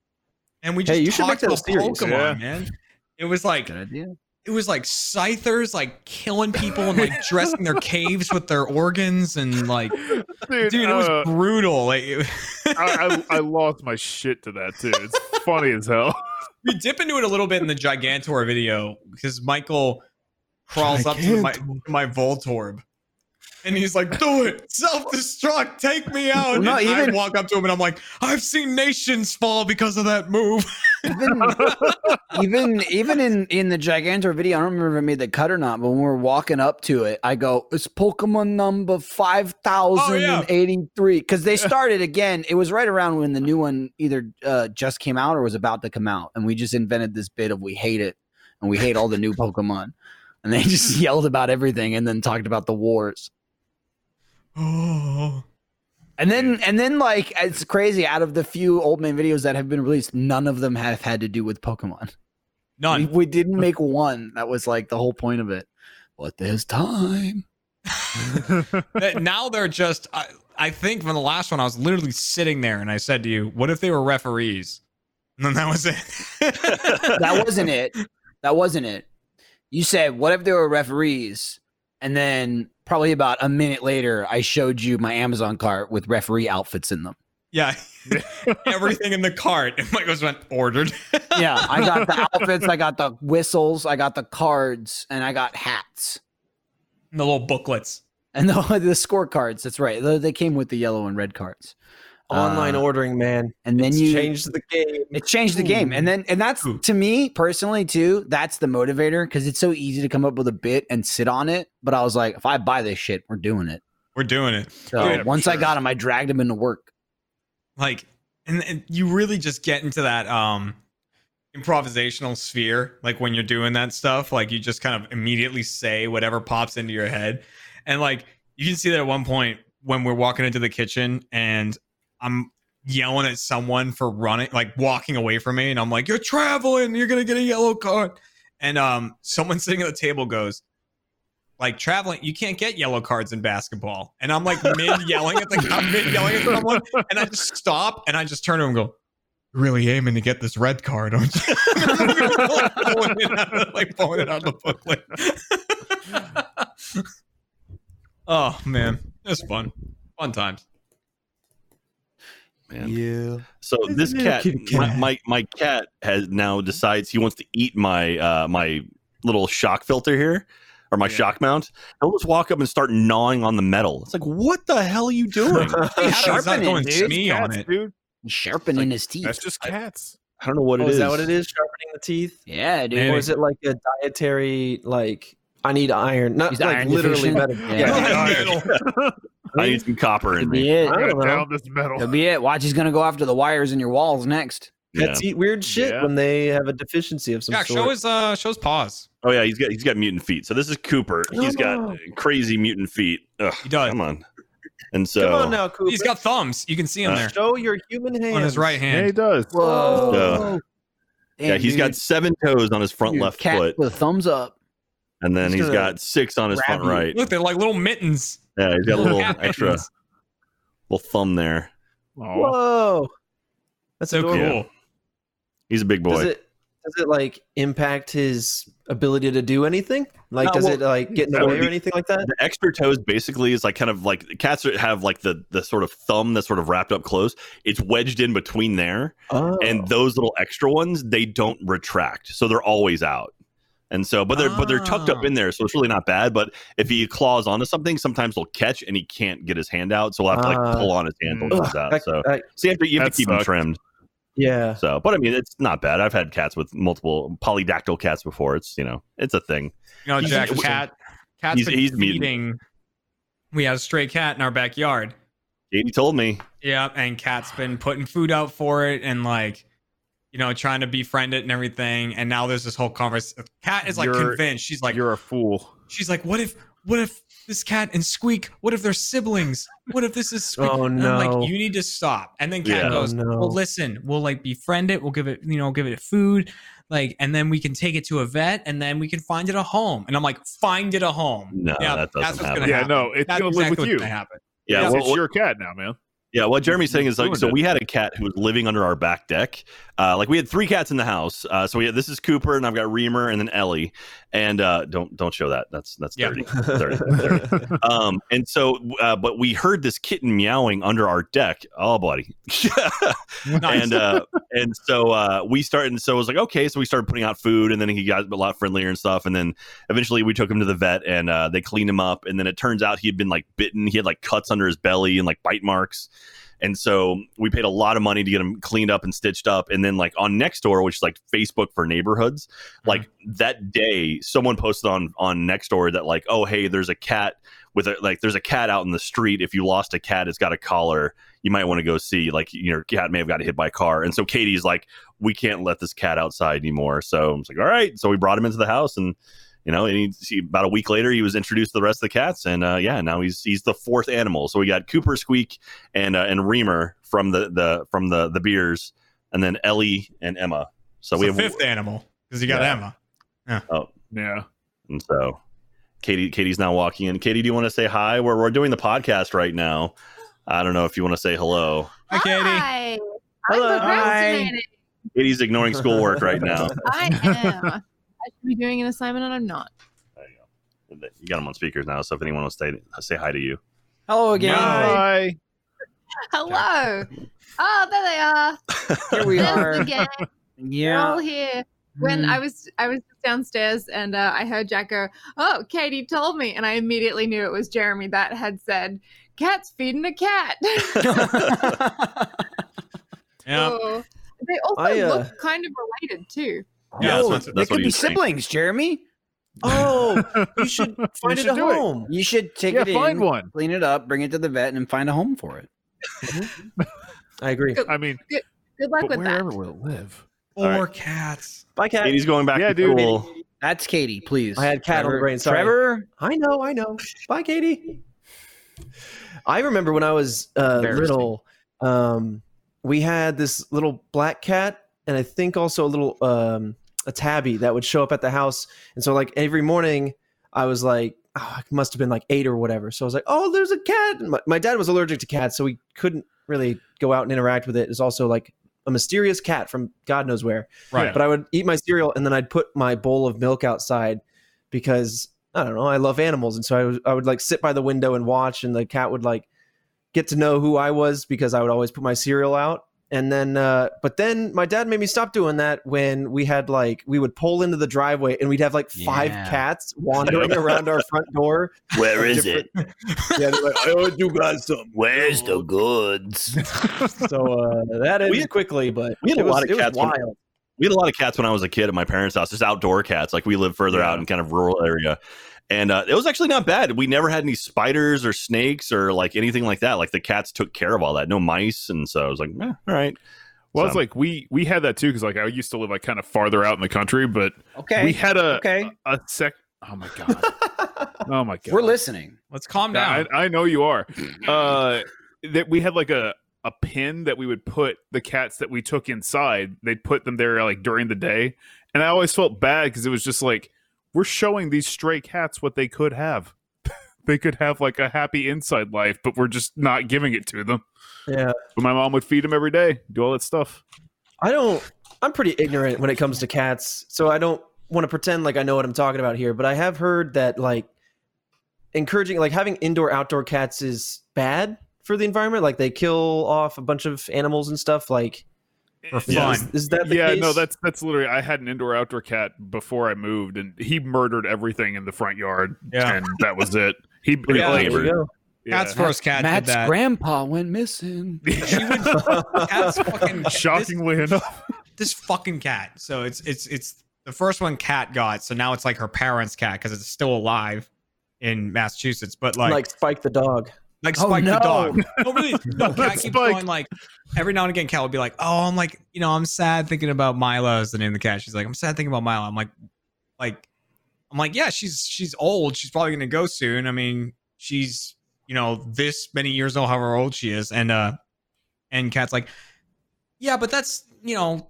[SPEAKER 2] and we
[SPEAKER 6] Hey,
[SPEAKER 2] just
[SPEAKER 6] you should make
[SPEAKER 2] talked
[SPEAKER 6] that a
[SPEAKER 2] about
[SPEAKER 6] series.
[SPEAKER 2] Pokemon,
[SPEAKER 4] Yeah.
[SPEAKER 2] man. It was like
[SPEAKER 3] Good idea.
[SPEAKER 2] it was like scythers like killing people and like dressing their caves with their organs and like
[SPEAKER 4] <laughs> Dude,
[SPEAKER 2] dude it was
[SPEAKER 4] uh,
[SPEAKER 2] brutal like it- <laughs>
[SPEAKER 4] I, I, I lost my shit to that too. It's funny as hell.
[SPEAKER 2] we dip into it a little bit in the gigantor video because michael crawls up to my, my voltorb and he's like, "Do it, self-destruct, take me out."
[SPEAKER 3] No,
[SPEAKER 2] and
[SPEAKER 3] even-
[SPEAKER 2] I walk up to him and I'm like, "I've seen nations fall because of that move." <sighs>
[SPEAKER 3] even even even in in the Gigantor video, I don't remember if it made the cut or not. But when we were walking up to it, I go, "It's Pokemon number five thousand and eighty-three because they started again. It was right around when the new one either uh, just came out or was about to come out, and we just invented this bit of we hate it and we hate all the new Pokemon, and they just yelled about everything and then talked about the wars.
[SPEAKER 2] oh,
[SPEAKER 3] And then, and then, like it's crazy. Out of the few old man videos that have been released, none of them have had to do with Pokemon. We,
[SPEAKER 2] none.
[SPEAKER 3] we didn't
[SPEAKER 6] <laughs>
[SPEAKER 3] make one. That was like the whole point of it. But there's
[SPEAKER 6] <laughs>
[SPEAKER 3] time.
[SPEAKER 2] That- now they're just. I, I think from the last one, I was literally sitting there and I said to you, "What if they were referees?" And then that was <laughs>
[SPEAKER 3] <laughs>
[SPEAKER 2] it.
[SPEAKER 3] That wasn't it. That wasn't it. You said, what if there were referees? And then probably about a minute later, I showed you my Amazon cart with referee outfits in
[SPEAKER 6] <laughs>
[SPEAKER 3] them.
[SPEAKER 2] yeah, <laughs> everything in the cart. And Mike goes went ordered. <laughs>
[SPEAKER 3] Yeah. I got the outfits, I got the whistles, I got the cards, and I got hats.
[SPEAKER 2] And the little booklets.
[SPEAKER 3] And <laughs> the, the scorecards. That's right. They- They came with the yellow and red cards.
[SPEAKER 6] Online
[SPEAKER 3] Uh,
[SPEAKER 6] ordering, man.
[SPEAKER 3] And then
[SPEAKER 6] It's
[SPEAKER 3] you
[SPEAKER 6] changed the game.
[SPEAKER 3] It changed the game. And then and that's
[SPEAKER 2] Ooh.
[SPEAKER 3] to me personally too, that's the motivator because it's so easy to come up with a bit and sit on it. But I was like, if I buy this shit, we're doing it.
[SPEAKER 2] We're doing it.
[SPEAKER 3] So
[SPEAKER 2] Dude, I'm
[SPEAKER 3] once I
[SPEAKER 2] sure.
[SPEAKER 3] got him, I dragged him into
[SPEAKER 5] <laughs>
[SPEAKER 3] work.
[SPEAKER 2] like and, and you really just get into that um improvisational sphere like when you're doing that stuff like you just kind of immediately say whatever pops into your head and like you can see that at one point when we're walking into the kitchen and i'm yelling at someone for running like walking away from me and i'm like you're traveling you're gonna get a yellow card and um someone <laughs> sitting at the table goes like traveling you can't get yellow cards in basketball and i'm like mid yelling at the <laughs> i'm mid yelling at someone and I just stop and I just turn to him and go, You're really aiming to get this red card, aren't you? <laughs> like, pulling it out of, like pulling it out of the booklet. <laughs> oh man. That's fun. Fun times.
[SPEAKER 5] Man. Yeah. So this cat, My, my my cat has now decides he wants to eat my uh my little shock filter here or my
[SPEAKER 4] Yeah.
[SPEAKER 5] shock mount. He'll just walk up and start gnawing on the metal. It's like, what the hell are you
[SPEAKER 6] <laughs>
[SPEAKER 5] doing?
[SPEAKER 3] He's
[SPEAKER 2] How does that
[SPEAKER 3] sharpening,
[SPEAKER 2] go in
[SPEAKER 3] dude.
[SPEAKER 2] me on
[SPEAKER 4] Cats,
[SPEAKER 2] it?
[SPEAKER 4] dude.
[SPEAKER 3] He's sharpening his teeth.
[SPEAKER 4] That's just cats.
[SPEAKER 5] I don't know what
[SPEAKER 6] Oh,
[SPEAKER 5] it is.
[SPEAKER 6] is that what it is? Sharpening the teeth?
[SPEAKER 3] yeah, dude.
[SPEAKER 2] Man,
[SPEAKER 6] Or is it like a dietary like I need iron? Not
[SPEAKER 3] He's
[SPEAKER 6] like
[SPEAKER 3] iron
[SPEAKER 6] literally
[SPEAKER 3] deficient.
[SPEAKER 6] better.
[SPEAKER 3] Yeah.
[SPEAKER 4] Yeah.
[SPEAKER 5] I need some copper in
[SPEAKER 3] Could
[SPEAKER 5] me.
[SPEAKER 3] be it.
[SPEAKER 6] I
[SPEAKER 4] Gotta
[SPEAKER 6] don't know.
[SPEAKER 4] down this metal.
[SPEAKER 3] Could be it. Watch, he's gonna go after the wires in your walls next.
[SPEAKER 5] Yeah.
[SPEAKER 6] Pets eat e, weird shit
[SPEAKER 4] Yeah.
[SPEAKER 6] when they have a deficiency of some
[SPEAKER 2] Yeah,
[SPEAKER 6] sort.
[SPEAKER 2] show his uh show his paws.
[SPEAKER 5] Oh yeah, he's got he's got mutant feet. So this is Cooper. He's got
[SPEAKER 6] No.
[SPEAKER 5] crazy mutant feet. Ugh,
[SPEAKER 2] He does.
[SPEAKER 5] Come on. And so
[SPEAKER 6] Come on now, Cooper.
[SPEAKER 2] He's got thumbs. You can see him
[SPEAKER 5] Uh,
[SPEAKER 2] there.
[SPEAKER 6] show your human hand
[SPEAKER 2] On his right
[SPEAKER 4] Yeah, he
[SPEAKER 2] hand.
[SPEAKER 4] does.
[SPEAKER 5] So- yeah,
[SPEAKER 3] he's
[SPEAKER 5] he's got seven toes on his front left
[SPEAKER 3] cat
[SPEAKER 5] foot,
[SPEAKER 3] with a thumbs up.
[SPEAKER 5] and then
[SPEAKER 6] He's
[SPEAKER 5] he's
[SPEAKER 6] gonna
[SPEAKER 5] got six on his
[SPEAKER 3] grab
[SPEAKER 5] front
[SPEAKER 3] you.
[SPEAKER 5] right.
[SPEAKER 2] Look, they're like little mittens.
[SPEAKER 5] Yeah, he's got a little
[SPEAKER 2] Cat
[SPEAKER 5] extra
[SPEAKER 2] mittens.
[SPEAKER 5] little thumb there. oh,
[SPEAKER 4] Aw.
[SPEAKER 6] Whoa, that's
[SPEAKER 2] So cool.
[SPEAKER 6] adorable.
[SPEAKER 5] He's a big boy.
[SPEAKER 6] Does it does it like impact his ability to do anything? Like,
[SPEAKER 5] No,
[SPEAKER 6] does
[SPEAKER 5] well,
[SPEAKER 6] it like get in
[SPEAKER 5] that
[SPEAKER 6] the
[SPEAKER 5] would
[SPEAKER 6] way
[SPEAKER 5] be-
[SPEAKER 6] or anything like that?
[SPEAKER 5] the extra toes basically is like kind of like cats are- have like the the sort of thumb that's sort of wrapped up close. It's wedged in between there,
[SPEAKER 6] Oh.
[SPEAKER 5] and those little extra ones they don't retract, so they're always out. And so, but they're but they're tucked up
[SPEAKER 2] Ah.
[SPEAKER 5] in there, so it's really not bad. But if he claws onto something, sometimes he'll catch and he can't get his hand out, so we'll have to like
[SPEAKER 6] Ah.
[SPEAKER 5] pull on his hand till it
[SPEAKER 6] Ugh,
[SPEAKER 5] comes out.
[SPEAKER 6] that-
[SPEAKER 5] So,
[SPEAKER 6] that-
[SPEAKER 5] so you have to, you have
[SPEAKER 4] That
[SPEAKER 5] to keep him
[SPEAKER 4] sucks.
[SPEAKER 5] trimmed.
[SPEAKER 6] Oh. yeah.
[SPEAKER 5] So, but I mean, it's not bad. I've had cats with multiple polydactyl cats before. It's you know, it's a thing.
[SPEAKER 2] You know,
[SPEAKER 5] He's-
[SPEAKER 2] Jack,
[SPEAKER 5] he's-
[SPEAKER 2] cat, cat's
[SPEAKER 5] he's-
[SPEAKER 2] been
[SPEAKER 5] he's mutant.
[SPEAKER 2] feeding. We had a stray cat in our backyard.
[SPEAKER 5] Katie told me.
[SPEAKER 2] Yeah, and Cat's been putting food out for it and like, you know, trying to befriend it and everything. And now there's this whole conversation. Cat is like
[SPEAKER 4] You're-
[SPEAKER 2] convinced. She's like,
[SPEAKER 4] You're a fool.
[SPEAKER 2] she's like, what if, what if this cat and Squeak? What if they're siblings? What if this is Squeak?
[SPEAKER 6] Oh,
[SPEAKER 2] And I'm
[SPEAKER 6] no.
[SPEAKER 2] like, you need to stop. And then Cat
[SPEAKER 5] Yeah.
[SPEAKER 6] Oh
[SPEAKER 2] goes,
[SPEAKER 6] no.
[SPEAKER 2] well, listen, we'll like befriend it. We'll give it, you know, give it food, like, and then we can take it to a vet, and then we can find it a home. And I'm like, find it a home.
[SPEAKER 5] No, that doesn't
[SPEAKER 2] that's what's
[SPEAKER 5] happen.
[SPEAKER 2] gonna
[SPEAKER 5] Yeah,
[SPEAKER 4] no, it's
[SPEAKER 2] That's
[SPEAKER 4] gonna live
[SPEAKER 2] exactly
[SPEAKER 4] with
[SPEAKER 2] what's
[SPEAKER 4] you.
[SPEAKER 2] gonna happen.
[SPEAKER 5] Yeah,
[SPEAKER 4] Because
[SPEAKER 5] well,
[SPEAKER 4] it's your cat now, man.
[SPEAKER 5] Yeah, what Jeremy's saying is like,
[SPEAKER 4] Ruined
[SPEAKER 5] so
[SPEAKER 4] it.
[SPEAKER 5] we had a cat who was living under our back deck. Uh, like we had three cats in the house. Uh, so we had, this is Cooper, and I've got Reamer, and then Ellie. And uh, don't don't show that. That's that's
[SPEAKER 2] Yeah.
[SPEAKER 5] dirty. dirty, dirty. Um, and so, uh, but we heard this kitten meowing under our deck. Oh, buddy. <laughs>
[SPEAKER 2] Nice.
[SPEAKER 5] and uh, and so uh, we started. And so it was like, okay. So we started putting out food, and then he got a lot friendlier and stuff. And then eventually we took him to the vet, and uh, they cleaned him up. And then it turns out he had been like bitten. He had like cuts under his belly and like bite marks. And so we paid a lot of money to get him cleaned up and stitched up. And then like on Nextdoor, which is like Facebook for neighborhoods, like that day, someone posted on on Nextdoor that like, oh hey, there's a cat with a like there's a cat out in the street. If you lost a cat, it's got a collar. You might want to go see. Like your cat may have got hit by a car. And so Katie's like, we can't let this cat outside anymore. So I was like, all right. So we brought him into the house and. You know, and he, he- about a week later, he was introduced to the rest of the cats, and uh, yeah, now he's he's the fourth animal. So we got Cooper, Squeak, and uh, and Reamer from the the from the the beers, and then Ellie and Emma. So
[SPEAKER 2] It's
[SPEAKER 5] we
[SPEAKER 2] the
[SPEAKER 5] have
[SPEAKER 2] fifth animal because you got
[SPEAKER 5] Yeah.
[SPEAKER 2] Emma.
[SPEAKER 4] Yeah.
[SPEAKER 5] And so Katie Katie's now walking in. Katie, do you want to say hi? We're we're doing the podcast right now. I don't know if you want to say hello.
[SPEAKER 2] Hi, Katie.
[SPEAKER 7] Hi.
[SPEAKER 6] Hello.
[SPEAKER 7] I'm procrastinating.
[SPEAKER 5] Katie's ignoring schoolwork right now.
[SPEAKER 7] I <laughs> am. I should be doing an assignment and I'm not.
[SPEAKER 5] um, You got them on speakers now, so if anyone wants to say, say hi to you.
[SPEAKER 3] Hello again.
[SPEAKER 2] No.
[SPEAKER 4] Hi.
[SPEAKER 7] Hello. Oh, there they are.
[SPEAKER 3] Here
[SPEAKER 5] <laughs>
[SPEAKER 3] we
[SPEAKER 7] There's
[SPEAKER 3] are.
[SPEAKER 7] the gang. They're
[SPEAKER 3] Yeah. Mm.
[SPEAKER 7] all here. When I was I was downstairs and uh, I heard Jack go, "Oh, Katie told me," and I immediately knew it was Jeremy that had said, "Cat's feeding a cat." <laughs>
[SPEAKER 2] Yeah.
[SPEAKER 7] Oh. They also
[SPEAKER 6] I, uh,
[SPEAKER 7] look kind of related too.
[SPEAKER 2] Yeah,
[SPEAKER 3] Oh,
[SPEAKER 2] that's what-
[SPEAKER 5] that's
[SPEAKER 3] they
[SPEAKER 5] what
[SPEAKER 3] could
[SPEAKER 5] he
[SPEAKER 3] be
[SPEAKER 5] was saying.
[SPEAKER 3] siblings, Jeremy.
[SPEAKER 2] <laughs>
[SPEAKER 6] Oh,
[SPEAKER 4] <laughs>
[SPEAKER 6] you should find
[SPEAKER 4] should
[SPEAKER 6] it at
[SPEAKER 4] do it.
[SPEAKER 6] home.
[SPEAKER 3] You should take
[SPEAKER 4] Yeah,
[SPEAKER 3] it
[SPEAKER 4] find
[SPEAKER 3] in,
[SPEAKER 4] one.
[SPEAKER 3] clean it up, bring it to the vet, and find a home for it.
[SPEAKER 6] I agree.
[SPEAKER 4] I mean,
[SPEAKER 7] Good luck
[SPEAKER 4] but
[SPEAKER 7] with that.
[SPEAKER 4] wherever will it live?
[SPEAKER 5] All right.
[SPEAKER 2] Or cats.
[SPEAKER 6] Bye, cat.
[SPEAKER 5] Katie's going back
[SPEAKER 4] Yeah,
[SPEAKER 5] to
[SPEAKER 4] dude.
[SPEAKER 5] school.
[SPEAKER 3] That's Katie, please.
[SPEAKER 6] I had cat on the
[SPEAKER 3] Trevor-
[SPEAKER 6] brain, sorry.
[SPEAKER 3] Trevor,
[SPEAKER 6] I know, I know. Bye, Katie. I remember when I was uh,
[SPEAKER 3] Embarrassing.
[SPEAKER 6] little, um, we had this little black cat, and I think also a little um, a tabby that would show up at the house. And so, like every morning, I was like, oh, it must have been like eight or whatever. So I was like, oh, there's a cat. And my, my dad was allergic to cats, so we couldn't really go out and interact with it. It's also like a mysterious cat from God knows where
[SPEAKER 2] Right.
[SPEAKER 6] but I would eat my cereal and then I'd put my bowl of milk outside because I don't know, I love animals. And so I would, I would like sit by the window and watch, and the cat would like get to know who I was because I would always put my cereal out. And then, uh, but then my dad made me stop doing that when we had like, we would pull into the driveway and we'd have like five
[SPEAKER 3] Yeah.
[SPEAKER 6] cats wandering
[SPEAKER 5] <laughs>
[SPEAKER 6] around our front door.
[SPEAKER 5] Where is it?
[SPEAKER 6] Different- Yeah, they're like, I owed you guys some.
[SPEAKER 5] <laughs> Where's the goods?
[SPEAKER 6] So uh, that ended
[SPEAKER 5] We had-
[SPEAKER 6] quickly, but
[SPEAKER 5] we had a
[SPEAKER 6] it was,
[SPEAKER 5] lot of
[SPEAKER 6] it was
[SPEAKER 5] cats when-
[SPEAKER 6] wild.
[SPEAKER 5] we had a lot of cats when I was a kid at my parents' house, just outdoor cats. Like we lived further out in kind of rural area. And uh, it was actually not bad. We never had any spiders or snakes or like anything like that. Like the cats took care of all that. No mice. And so I was like, eh, all right.
[SPEAKER 4] Well, it's
[SPEAKER 5] So-
[SPEAKER 4] like we we had that too because like I used to live like kind of farther out in the country, but
[SPEAKER 3] okay,
[SPEAKER 4] we
[SPEAKER 3] <laughs>
[SPEAKER 4] had a
[SPEAKER 3] okay.
[SPEAKER 4] a sec. Oh my god! oh my god!
[SPEAKER 3] We're listening.
[SPEAKER 2] Let's calm down.
[SPEAKER 4] I, I know you
[SPEAKER 6] <clears throat>
[SPEAKER 4] are. Uh, that we had like a a pin that we would put the cats that we took inside. They'd put them there like during the day, and I always felt bad because it was just like we're showing these stray cats what they could have. <laughs> they could have like a happy inside life, but we're just not giving it to them.
[SPEAKER 6] Yeah.
[SPEAKER 4] But my mom would feed them every day, do all that stuff.
[SPEAKER 6] I don't. I'm pretty ignorant when it comes to cats, so I don't want to pretend like I know what I'm talking about here. But I have heard that like encouraging, like having indoor outdoor cats is bad for the environment. Like they kill off a bunch of animals and stuff. Like
[SPEAKER 2] For
[SPEAKER 6] is,
[SPEAKER 2] fun.
[SPEAKER 6] is, that the
[SPEAKER 4] yeah,
[SPEAKER 6] case?
[SPEAKER 4] no, that's that's literally. I had an indoor outdoor cat before I moved, and he murdered everything in the front yard,
[SPEAKER 2] Yeah.
[SPEAKER 4] and that was it. He
[SPEAKER 5] Yeah,
[SPEAKER 6] there
[SPEAKER 4] like,
[SPEAKER 5] neighbor.
[SPEAKER 6] you go.
[SPEAKER 4] yeah.
[SPEAKER 2] Cats first. Cats
[SPEAKER 3] Matt's
[SPEAKER 2] did that.
[SPEAKER 3] grandpa went
[SPEAKER 4] <laughs>
[SPEAKER 3] missing.
[SPEAKER 2] she would. Cats <laughs> fucking. This,
[SPEAKER 4] Shockingly enough,
[SPEAKER 2] this fucking cat. So it's it's it's the first one cat got. So now it's like her parents' cat because it's still alive in Massachusetts. But
[SPEAKER 6] Like,
[SPEAKER 2] like
[SPEAKER 6] Spike the dog.
[SPEAKER 2] like
[SPEAKER 3] Oh,
[SPEAKER 2] Spike the
[SPEAKER 3] no. <laughs>
[SPEAKER 2] dog. No, really, no. Cat keeps
[SPEAKER 4] Spike.
[SPEAKER 2] going like every now and again. Cat would be like, "Oh, I'm like, you know, I'm sad thinking about Mila." Is the name of the cat? She's like, "I'm sad thinking about Mila." I'm like, like, I'm like, yeah, she's she's old. She's probably gonna go soon. I mean, she's you know this many years old, however old she is, and uh, and Cat's like, yeah, but that's you know,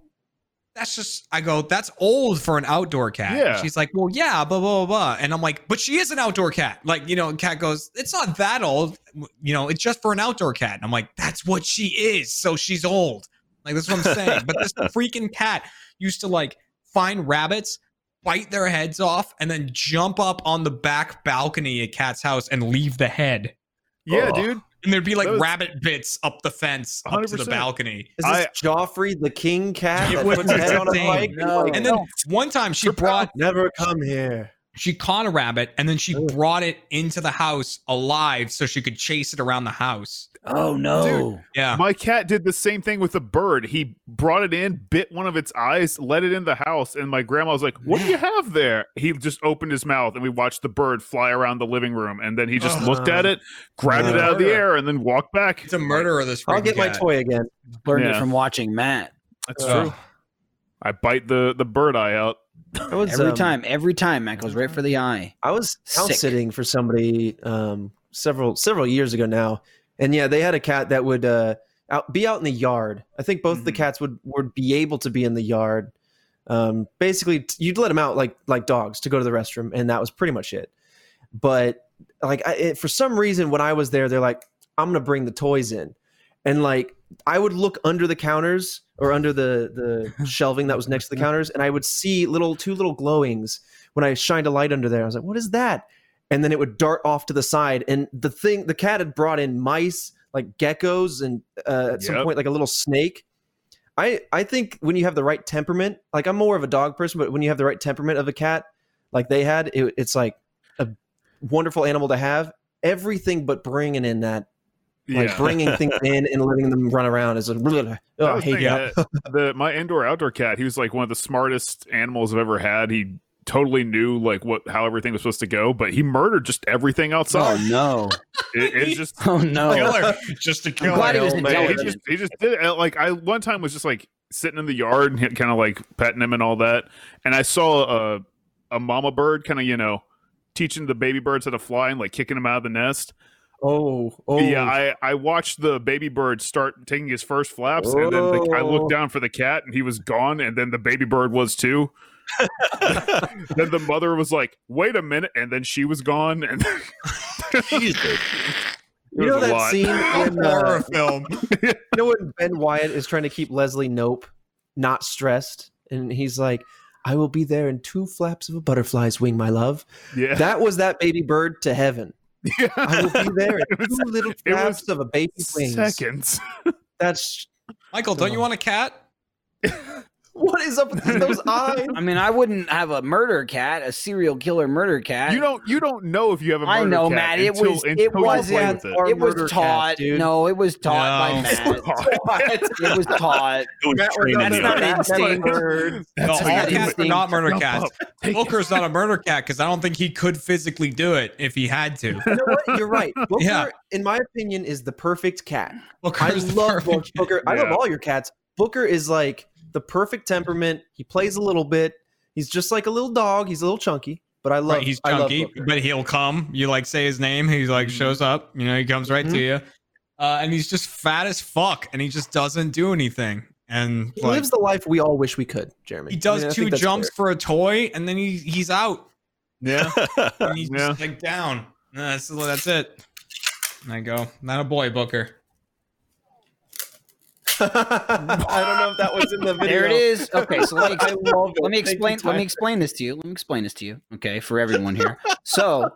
[SPEAKER 2] that's just I go, that's old for an outdoor cat.
[SPEAKER 4] Yeah.
[SPEAKER 2] And she's like, well, yeah, blah, blah, blah, blah. And I'm like, but she is an outdoor cat. Like, you know, and cat goes, it's not that old. You know, it's just for an outdoor cat. And I'm like, that's what she is. So she's old. Like, that's what I'm saying. but this freaking cat used to like find rabbits, bite their heads off, and then jump up on the back balcony at cat's house and leave the head.
[SPEAKER 4] Yeah,
[SPEAKER 5] Oh.
[SPEAKER 4] dude.
[SPEAKER 2] And there'd be like
[SPEAKER 4] Those-
[SPEAKER 2] rabbit bits up the fence, up to the
[SPEAKER 4] 100%.
[SPEAKER 2] balcony.
[SPEAKER 6] Is this
[SPEAKER 4] I-
[SPEAKER 6] Joffrey the King cat?
[SPEAKER 2] It
[SPEAKER 6] that
[SPEAKER 2] was
[SPEAKER 6] puts his head on a
[SPEAKER 2] insane.
[SPEAKER 6] pike?
[SPEAKER 3] No.
[SPEAKER 6] Like,
[SPEAKER 2] And then one time she brought
[SPEAKER 6] never come here.
[SPEAKER 2] she caught a rabbit and then she
[SPEAKER 6] Ugh.
[SPEAKER 2] brought it into the house alive so she could chase it around the house.
[SPEAKER 5] <laughs>
[SPEAKER 3] Oh no.
[SPEAKER 2] Yeah.
[SPEAKER 4] My cat did the same thing with a bird. He brought it in, bit one of its eyes, let it in the house, and my grandma was like, "What do you have there?" He just opened his mouth, and we watched the bird fly around the living room. And then he just
[SPEAKER 6] Ugh.
[SPEAKER 4] looked at it, grabbed it out of the air, and then walked back.
[SPEAKER 2] It's a murderer this
[SPEAKER 6] I'll
[SPEAKER 2] freaking
[SPEAKER 6] get my
[SPEAKER 2] cat.
[SPEAKER 6] toy again.
[SPEAKER 3] Learned it
[SPEAKER 4] Yeah.
[SPEAKER 3] from watching Matt.
[SPEAKER 4] That's
[SPEAKER 2] Ugh.
[SPEAKER 4] true. I bite the the bird eye out.
[SPEAKER 6] I was,
[SPEAKER 3] Every
[SPEAKER 6] um,
[SPEAKER 3] time, every time, Matt goes right for the
[SPEAKER 4] <laughs>
[SPEAKER 3] eye.
[SPEAKER 6] I was house
[SPEAKER 3] Sick.
[SPEAKER 6] sitting for somebody um, several several years ago now, and yeah, they had a cat that would uh, out, be out in the yard. I think both the
[SPEAKER 4] Mhm.
[SPEAKER 6] cats would would be able to be in the yard. Um, basically, t- you'd let them out like like dogs to go to the restroom, and that was pretty much it. But like I, it, for some reason, when I was there, they're like, "I'm gonna bring the toys in," and like I would look under the counters or under the the shelving that was next to the counters, and I would see little two little glowings when I shined a light under there. I was like, "What is that?" And then it would dart off to the side, and the thing the cat had brought in mice, like geckos, and uh, at some
[SPEAKER 4] Yep.
[SPEAKER 6] point like a little snake. I I think when you have the right temperament, like I'm more of a dog person, but when you have the right temperament of a cat, like they had, it, it's like a wonderful animal to have. Everything but bringing in that like
[SPEAKER 4] Yeah. <laughs>
[SPEAKER 6] bringing things in and letting them run around is a oh,
[SPEAKER 4] That
[SPEAKER 6] I
[SPEAKER 4] was
[SPEAKER 6] hate
[SPEAKER 4] the
[SPEAKER 6] it.
[SPEAKER 4] thing, uh, the my indoor outdoor cat, he was like one of the smartest animals I've ever had. He totally knew like what how everything was supposed to go, but he murdered just everything
[SPEAKER 3] Oh
[SPEAKER 4] outside.
[SPEAKER 6] <laughs>
[SPEAKER 3] no.
[SPEAKER 4] It, it's just
[SPEAKER 3] Oh no.
[SPEAKER 2] Killer. Just a killer.
[SPEAKER 3] glad he was
[SPEAKER 2] old
[SPEAKER 3] in
[SPEAKER 2] man.
[SPEAKER 4] Man, he
[SPEAKER 3] Intelligent.
[SPEAKER 4] just he just did it. Like I one time was just like sitting in the yard and kind of like petting him and all that, and I saw a a mama bird kind of you know teaching the baby birds how to fly and like kicking them out of the nest.
[SPEAKER 6] <laughs> Oh, oh,
[SPEAKER 4] Yeah, I I watched the baby bird start taking his first flaps, and then the, I
[SPEAKER 6] Oh.
[SPEAKER 4] looked down for the cat, and he was gone, and then the baby bird was
[SPEAKER 6] <laughs>
[SPEAKER 4] too. then the mother was like, "Wait a minute," and then she was gone, and <laughs>
[SPEAKER 5] Jesus.
[SPEAKER 6] you know
[SPEAKER 4] was a
[SPEAKER 6] that
[SPEAKER 4] lot. <laughs>
[SPEAKER 6] scene when uh,
[SPEAKER 2] Horror film.
[SPEAKER 6] <laughs> you know when Ben Wyatt is trying to keep Leslie Nope not stressed, and he's like, "I will be there in two flaps of a butterfly's wing, my love."
[SPEAKER 4] yeah,
[SPEAKER 6] That was that baby bird to heaven. I will be there in
[SPEAKER 4] <laughs> It was-
[SPEAKER 6] two little
[SPEAKER 4] it was
[SPEAKER 6] flaps of a baby's
[SPEAKER 4] <laughs>
[SPEAKER 6] wings.
[SPEAKER 4] seconds.
[SPEAKER 6] That's
[SPEAKER 2] Michael, don't you want a cat?
[SPEAKER 6] what is up with
[SPEAKER 4] <laughs>
[SPEAKER 6] those eyes.
[SPEAKER 3] I mean, I wouldn't have a murder cat, a serial killer murder cat.
[SPEAKER 4] You don't you don't know if you have a
[SPEAKER 3] I
[SPEAKER 4] murder
[SPEAKER 3] know,
[SPEAKER 4] cat
[SPEAKER 3] Matt. It
[SPEAKER 4] until,
[SPEAKER 3] was.
[SPEAKER 4] until you
[SPEAKER 3] It
[SPEAKER 4] play
[SPEAKER 3] wasn't.
[SPEAKER 4] with it.
[SPEAKER 6] Or
[SPEAKER 3] It
[SPEAKER 6] murder
[SPEAKER 3] was <laughs>
[SPEAKER 6] cat,
[SPEAKER 3] taught.
[SPEAKER 6] dude.
[SPEAKER 3] no, it was taught
[SPEAKER 2] No.
[SPEAKER 3] by
[SPEAKER 4] <laughs>
[SPEAKER 3] Matt. it was taught.
[SPEAKER 5] It was training
[SPEAKER 3] That's
[SPEAKER 5] you.
[SPEAKER 3] not an
[SPEAKER 6] That's
[SPEAKER 3] instinct. <laughs>
[SPEAKER 2] No,
[SPEAKER 3] how
[SPEAKER 2] all
[SPEAKER 3] you
[SPEAKER 2] cats are
[SPEAKER 3] think.
[SPEAKER 2] not murder
[SPEAKER 4] Jump
[SPEAKER 3] <laughs>
[SPEAKER 2] cats.
[SPEAKER 4] up, take it.
[SPEAKER 2] Booker's not a murder cat because I don't think he could physically do it if he had to.
[SPEAKER 6] You know what?
[SPEAKER 4] <laughs>
[SPEAKER 6] You're right. Booker,
[SPEAKER 2] Yeah.
[SPEAKER 6] in my opinion, is the perfect cat. I
[SPEAKER 2] Booker's the
[SPEAKER 6] love Booker.
[SPEAKER 2] perfect-
[SPEAKER 6] Booker. I love
[SPEAKER 4] Yeah.
[SPEAKER 6] all your cats. Booker is like the perfect temperament. He plays a little bit. He's just like a little dog. He's a little chunky, but I love.
[SPEAKER 2] Right, he's
[SPEAKER 6] I love
[SPEAKER 2] chunky,
[SPEAKER 6] Booker. Mm-hmm.
[SPEAKER 2] but he'll come. You like say his name. He's like shows up. You know, he comes right to you, uh, and he's just fat as fuck, and he just doesn't do anything. And
[SPEAKER 6] he
[SPEAKER 2] like,
[SPEAKER 6] lives the life we all wish we could, Jeremy.
[SPEAKER 2] he does
[SPEAKER 6] I mean, I
[SPEAKER 2] two
[SPEAKER 6] think that's
[SPEAKER 2] jumps for a toy, and then he he's out.
[SPEAKER 4] Yeah.
[SPEAKER 5] <laughs>
[SPEAKER 2] And he's just like down. And That's that's it. And I go, not a boy, Booker.
[SPEAKER 6] fair. <laughs> I don't know if that was
[SPEAKER 2] <laughs>
[SPEAKER 6] in the video.
[SPEAKER 3] There it
[SPEAKER 6] <laughs>
[SPEAKER 3] is. Okay, so let me
[SPEAKER 6] I love it.
[SPEAKER 3] let me
[SPEAKER 6] Thank you,
[SPEAKER 3] explain let
[SPEAKER 6] Tyler.
[SPEAKER 3] me explain this to you let me explain this to you okay
[SPEAKER 6] <laughs>
[SPEAKER 3] for everyone here so